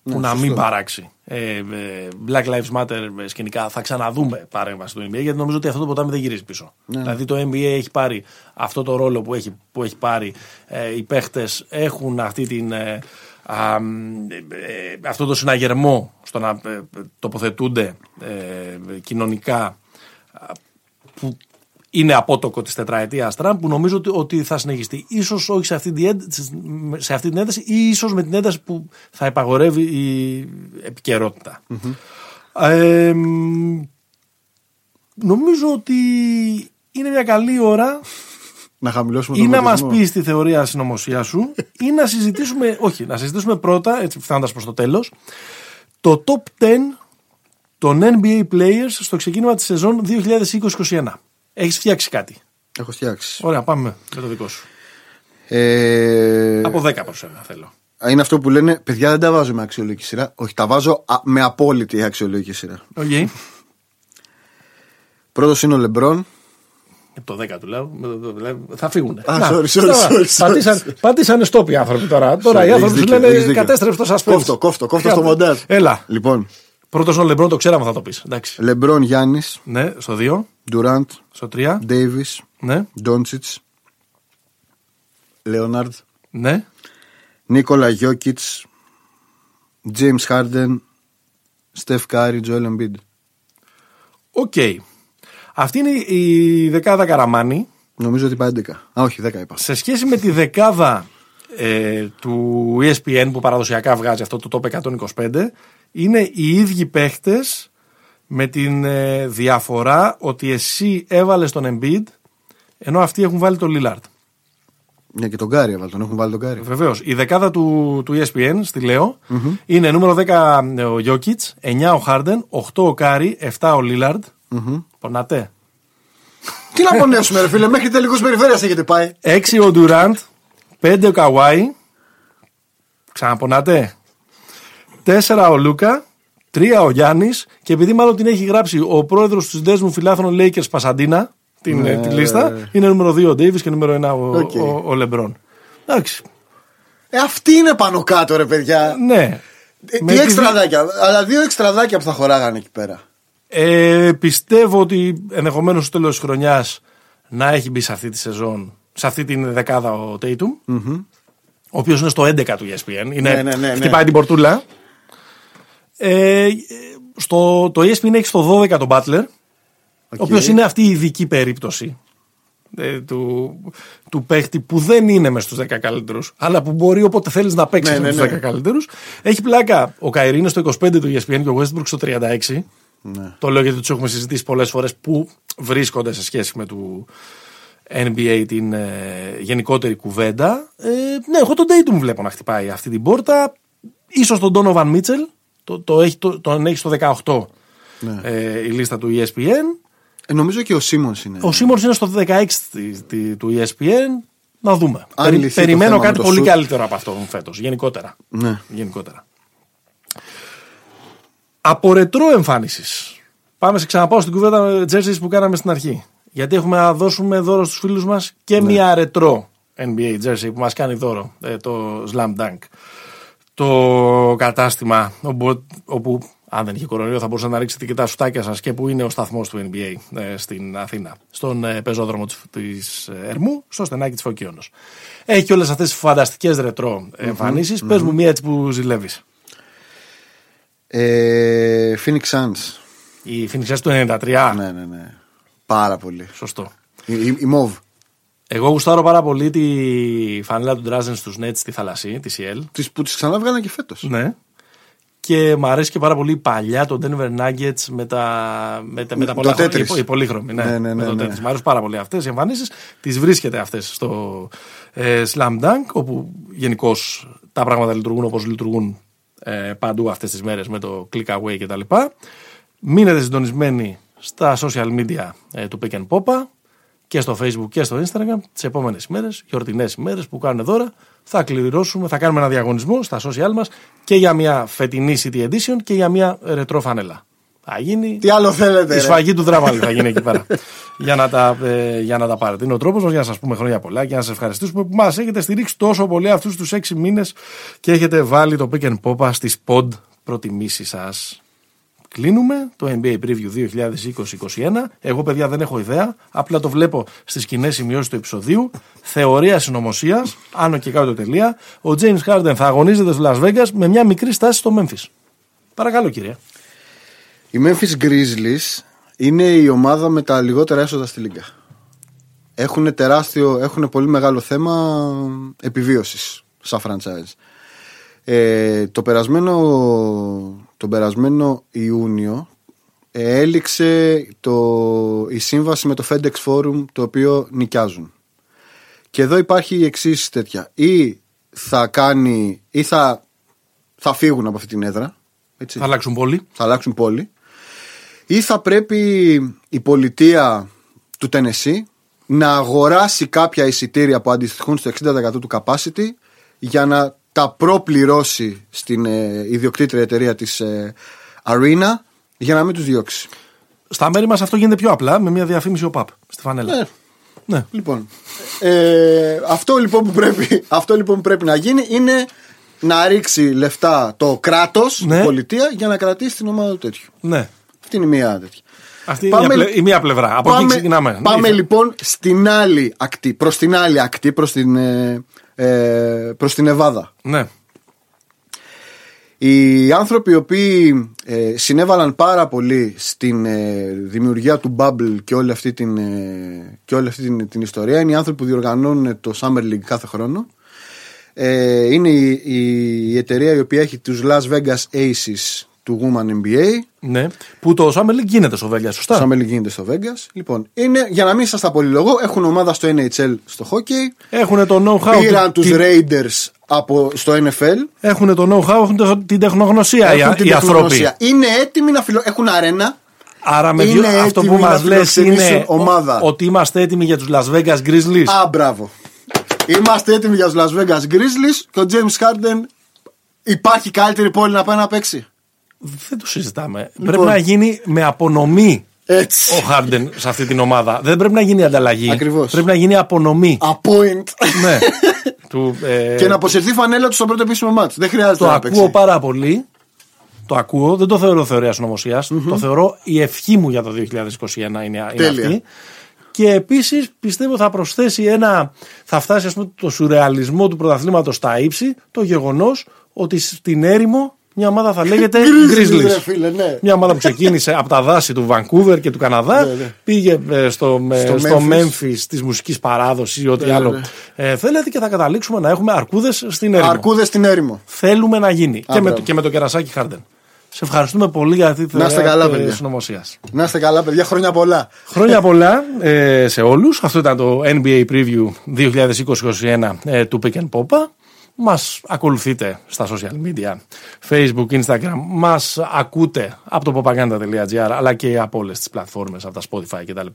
που να μην παράξει. Ε, ε, Black Lives Matter ε, σκηνικά θα ξαναδούμε παρέμβαση του NBA γιατί νομίζω ότι αυτό το ποτάμι δεν γυρίζει πίσω. Δηλαδή το NBA έχει πάρει αυτό το ρόλο που έχει, που έχει πάρει. Ε, οι παίχτες έχουν αυτή την, ε, α, μ, ε, ε, αυτό το συναγερμό στο να ε, ε, τοποθετούνται ε, κοινωνικά που είναι απότοκο της τετραετίας Τραμπ, που νομίζω ότι, ότι θα συνεχιστεί. Ίσως όχι σε αυτή, την ένταση, σε αυτή την ένταση ή ίσως με την ένταση που θα υπαγορεύει η επικαιροτητα Ε, μ, νομίζω ότι είναι μια καλή ώρα Να χαμηλώσουμε ή τον να μα πολιτισμό. πεις τη θεωρία συνωμοσία σου ή να συζητήσουμε, όχι, να συζητήσουμε πρώτα, έτσι φτάνοντας προς το τέλος, το top 10 των NBA players στο ξεκίνημα της σεζόν 2020-2021. Έχεις φτιάξει κάτι. Έχω φτιάξει. Ωραία, πάμε με το δικό σου. Ε, Από 10 προς ένα θέλω. Είναι αυτό που λένε, παιδιά δεν τα βάζω με αξιολογική σειρά. Όχι, τα βάζω α- με απόλυτη αξιολογική σειρά. Οκ. Πρώτος είναι ο Λεμπρόν. Με το 10 του λέω. με το- το- λέω, Θα φύγουν. Α, sorry, sorry, sorry, sorry. Πατήσαν, πατήσαν stop οι άνθρωποι τώρα. Τώρα Sorry, οι άνθρωποι έχεις σου δίκιο, έχεις λένε δίκιο. κατέστρεψε το σα Κόφτο, κόφτο, κόφτο στο μοντάζ. Έλα. Λοιπόν, Πρώτος ο Λεμπρόν, το ξέραμε θα το πεις. Εντάξει. Λεμπρόν Γιάννης, Ναι, στο 2, Ντουράντ, στο 3. Ντέιβις, Ναι, Ντόντσιτς, Λεονάρντ, ναι. Νίκολα Γιώκητς, James Χάρντεν, Στεφ Κάρι, Τζοέλ Εμπίντ. Οκ. Αυτή είναι η δεκάδα Καραμάνη. Νομίζω ότι είπα 11. Α, όχι, 10 είπα. Σε σχέση με τη δεκάδα ε, του ESPN που παραδοσιακά βγάζει αυτό το top 125, είναι οι ίδιοι παίχτες με την ε, διαφορά ότι εσύ έβαλες τον Embiid ενώ αυτοί έχουν βάλει τον Lillard. Ναι, και τον Κάρι έβαλε, τον έχουν βάλει τον Κάρι. Βεβαίως. Η δεκάδα του, E του ESPN, στη λεω είναι νούμερο 10 ο Γιώκητ, 9 ο Χάρντεν, 8 ο Κάρι, 7 ο Λίλαρντ. Πονάτε. Τι να πονέσουμε, ρε φίλε, μέχρι τελικού περιφέρειας έχετε πάει. 6 ο Ντουραντ, 5 ο Καουάι. Ξαναπονάτε. 4 ο Λούκα, 3 ο Γιάννης. Και επειδή μάλλον την έχει γράψει ο πρόεδρος του Συνδέσμου Φιλάθρων Lakers Πασαντίνα, την, Ναι. την λίστα, είναι νούμερο 2 ο Ντέιβις και νούμερο 1 ο, Οκ. ο, ο Λεμπρόν. Εντάξει. Ε, αυτή είναι πάνω κάτω, ρε παιδιά. Ναι. Ε, Με τι τη- εξτραδάκια, αλλά δύο εξτραδάκια που θα χωράγανε εκεί πέρα. Ε, πιστεύω ότι ενδεχομένως στο τέλος της χρονιάς να έχει μπει σε αυτή τη σεζόν, σε αυτή την δεκάδα ο τειτουμ Ο οποίος είναι στο 11 του E ESPN. Είναι, Ναι, ναι, ναι, ναι. Χτυπάει την πορτούλα. Ε, στο, το E ESPN έχει στο 12 τον Butler, ο Οκ. οποίος είναι αυτή η ειδική περίπτωση ε, του, του παίχτη που δεν είναι μες στους 10 καλύτερους, αλλά που μπορεί όποτε θέλεις να παίξεις Ναι, ναι, ναι, με ναι. του 10 καλύτερους. Έχει πλάκα. Ο Καϊρή είναι στο 25 του E ESPN και ο Westbrook στο 36. Ναι. Το λέω γιατί τους έχουμε συζητήσει πολλές φορές που βρίσκονται σε σχέση με του NBA την ε, γενικότερη κουβέντα. Ε, ναι, εγώ τον Dayton βλέπω να χτυπάει αυτή την πόρτα. Ίσως τον Donovan Mitchell, το, το έχει, το- τον έχει στο 18 Ναι. ε, η λίστα του ESPN. Ε, νομίζω και ο Σίμον είναι. Ο Σίμον είναι στο 16 τη- τη- του E ESPN. Να δούμε. Αν λυθεί το περιμένω θέμα κάτι με το πολύ shoot. καλύτερο από αυτόν φέτος. Γενικότερα. Ναι. Γενικότερα. Από ρετρό εμφάνισης. Πάμε σε ξαναπάω στην κουβέντα Τζέρσι που κάναμε στην αρχή. Γιατί έχουμε να δώσουμε δώρο στους φίλους μας και μια ρετρό NBA Jersey που μας κάνει δώρο. ε, το Slam Dunk. Το κατάστημα όπου, όπου αν δεν είχε κορονοϊό θα μπορούσατε να ρίξετε και τα σουτάκια σας και που είναι ο σταθμός του NBA ε, στην Αθήνα. Στον ε, πεζόδρομο της, της ε, Ερμού, στο στενάκι της Φωκίωνος. Έχει και όλες αυτές τις φανταστικές ρετρό εμφανίσεις. Πες μου μία έτσι που ζηλεύεις. Ε, Phoenix Suns. Η φινισιάς του 93. Ναι, ναι, ναι. Πάρα πολύ. Σωστό. Η, η, η Μοβ. Εγώ γουστάρω πάρα πολύ τη φανέλα του Ντράζεν στους Nets στη Θαλασσή, τη Σιέλ. Τις, που τις ξανά βγάλανε και φέτος. Ναι. Και μου αρέσει και πάρα πολύ παλιά το Denver Nuggets με τα, με τα, με τα Το πολλά Tetris. Η, η πολύχρωμη. Ναι, Ναι, με ναι, ναι, το ναι. Tetris. Μ' αρέσουν πάρα πολύ αυτές οι εμφανίσεις. Τις βρίσκεται αυτές στο ε, Slam Dunk, όπου γενικώς τα πράγματα λειτουργούν όπως λειτουργούν ε, παντού αυτές τις μέρες με το click away κτλ. Μείνετε συντονισμένοι στα social media ε, του Pick and Popa και στο facebook και στο instagram τις επόμενες ημέρες, γιορτινές ημέρες που κάνουν δώρα θα κληρώσουμε, θα κάνουμε ένα διαγωνισμό στα social μας και για μια φετινή City Edition και για μια ρετρό φανέλα. Θα γίνει Τι άλλο θέλετε. η ρε. σφαγή του δραβάλου θα γίνει εκεί πέρα. για, να τα, ε, για να τα πάρετε. Είναι ο τρόπος μας για να σας πούμε χρόνια πολλά και να σας ευχαριστήσουμε που μας έχετε στηρίξει τόσο πολύ αυτούς τους έξι μήνες και έχετε βάλει το pick and pop στι pod προτιμήσει σας. Κλείνουμε το NBA Preview 2020-2021. Εγώ, παιδιά, δεν έχω ιδέα. Απλά το βλέπω στις κοινές σημειώσεις του επεισοδίου. Θεωρία συνωμοσίας, άνω και κάτω τελεία. Ο James Harden θα αγωνίζεται στο Las Vegas με μια μικρή στάση στο Memphis. Παρακαλώ, κύριε. Η Memphis Grizzlies είναι η ομάδα με τα λιγότερα έσοδα στη Λίγκα. Έχουν τεράστιο, έχουν πολύ μεγάλο θέμα επιβίωσης σαν franchise. Ε, το περασμένο, τον περασμένο Ιούνιο ε, έληξε το, η σύμβαση με το FedEx Forum το οποίο νοικιάζουν. Και εδώ υπάρχει η εξής τέτοια. Ή θα κάνει, ή θα, θα φύγουν από αυτή την έδρα. Έτσι Θα αλλάξουν πολύ. θα αλλάξουν πόλη ή θα πρέπει η πολιτεία του Τενεσί να αγοράσει κάποια εισιτήρια που αντιστοιχούν στο 60% του capacity για να τα προπληρώσει στην ε, ιδιοκτήτρια εταιρεία της ε, Arena για να μην τους διώξει. Στα μέρη μας αυτό γίνεται πιο απλά με μια διαφήμιση ο στη φανέλα. Ναι. Ναι. Λοιπόν, ε, αυτό, λοιπόν που πρέπει, αυτό λοιπόν που πρέπει να γίνει είναι να ρίξει λεφτά το κράτος, Ναι. η πολιτεία, για να κρατήσει την ομάδα του τέτοιου. ναι. Αυτή είναι μία τέτοια. Αυτή Πάμε- είναι η απλε- η μία πλευρά. Από εκεί ξεκινάμε. Πάμε Ναι. λοιπόν στην άλλη ακτή, προς την άλλη ακτή, προς την, ε, ε, προς την Εβάδα. Ναι. Οι άνθρωποι οι οποίοι ε, συνέβαλαν πάρα πολύ στην ε, δημιουργία του Bubble και όλη αυτή, την, ε, και όλη αυτή την, την ιστορία είναι οι άνθρωποι που διοργανώνουν το Summer League κάθε χρόνο. Ε, είναι η, η, η εταιρεία η οποία έχει τους Las Vegas Aces του Woman NBA. ναι. Που το Summer League γίνεται στο Βέλγια, σωστά. Σαν μέλη γίνεται στο Vegas. Λοιπόν, είναι, για να μην σας τα πολυλογώ, έχουν ομάδα στο NHL στο hockey. Έχουν το know-how. Πήραν τους την- Raiders από, στο NFL. Έχουνε το know-how, έχουν το- την τεχνογνωσία οι, Έχουν την οι τεχνογνωσία. άνθρωποι. Είναι έτοιμοι να φιλο... Έχουν αρένα. Άρα με Είναι δυο, αυτό που έτοιμοι να μα λε είναι φιλοξενήσουν ομάδα. ο- ότι είμαστε έτοιμοι για τους Las Vegas Grizzlies. Α, μπράβο. Είμαστε έτοιμοι για τους Las Vegas Grizzlies και ο James Harden. Υπάρχει καλύτερη πόλη να πάει να παίξει. Δεν το συζητάμε. Λοιπόν- Πρέπει να γίνει με απονομή Έτσι. ο Harden σε αυτή την ομάδα. Δεν πρέπει να γίνει ανταλλαγή. Ακριβώς. Πρέπει να γίνει απονομή. A point. ναι. του, ε, και να αποσυρθεί η φανέλα του στο πρώτο επίσημο μάτς. Δεν χρειάζεται Το να ακούω παίξει. πάρα πολύ. Το ακούω. Δεν το θεωρώ θεωρία συνωμοσίας. Το θεωρώ η ευχή μου για το 2021 είναι, είναι Τέλεια. αυτή. Και επίσης πιστεύω θα προσθέσει ένα. θα φτάσει ας πούμε, το σουρεαλισμό του πρωταθλήματος στα ύψη το γεγονός ότι στην έρημο μια ομάδα θα λέγεται Grizzlies, ρε Grizzlies. φίλε, ναι. Μια ομάδα που ξεκίνησε από τα δάση του Βανκούβερ και του Καναδά, Ναι, ναι. πήγε ε, στο, ε, Στο στο Memphis. Memphis της μουσικής παράδοσης ή ό,τι Ναι, άλλο ναι. ε, θέλετε και θα καταλήξουμε να έχουμε αρκούδες στην έρημο Αρκούδες στην έρημο. θέλουμε να γίνει. και, με, μπράβο. το- και με το κερασάκι Χάρντεν. Σε ευχαριστούμε πολύ για αυτή Να τη ε, είστε καλά, παιδιά. συνωμοσίας. Να είστε καλά, παιδιά. Χρόνια πολλά. Χρόνια πολλά ε, σε όλους. Αυτό ήταν το NBA Preview 2020-2021 ε, του Pick and Popa. Μας ακολουθείτε στα social media, facebook, instagram. Μας ακούτε από το popaganda.gr αλλά και από όλες τις πλατφόρμες, από τα Spotify κτλ.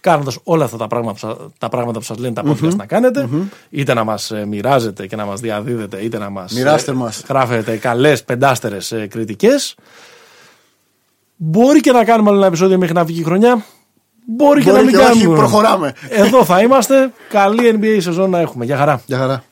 Κάνοντας όλα αυτά τα πράγματα, που σα- τα πράγματα που σας λένε τα podcast να κανετε Είτε να μας ε, μοιράζετε και να μας διαδίδετε, είτε να μας Μοιράστε ε, μας. γράφετε καλές πεντάστερες ε, κριτικές. Μπορεί και να κάνουμε άλλο ένα επεισόδιο μέχρι να βγει η χρονιά. Μπορεί, και να Μπορεί μην και όχι, κάνουμε. προχωράμε. Εδώ θα είμαστε. Καλή NBA σεζόν να έχουμε. Γεια χαρά. Γεια χαρά.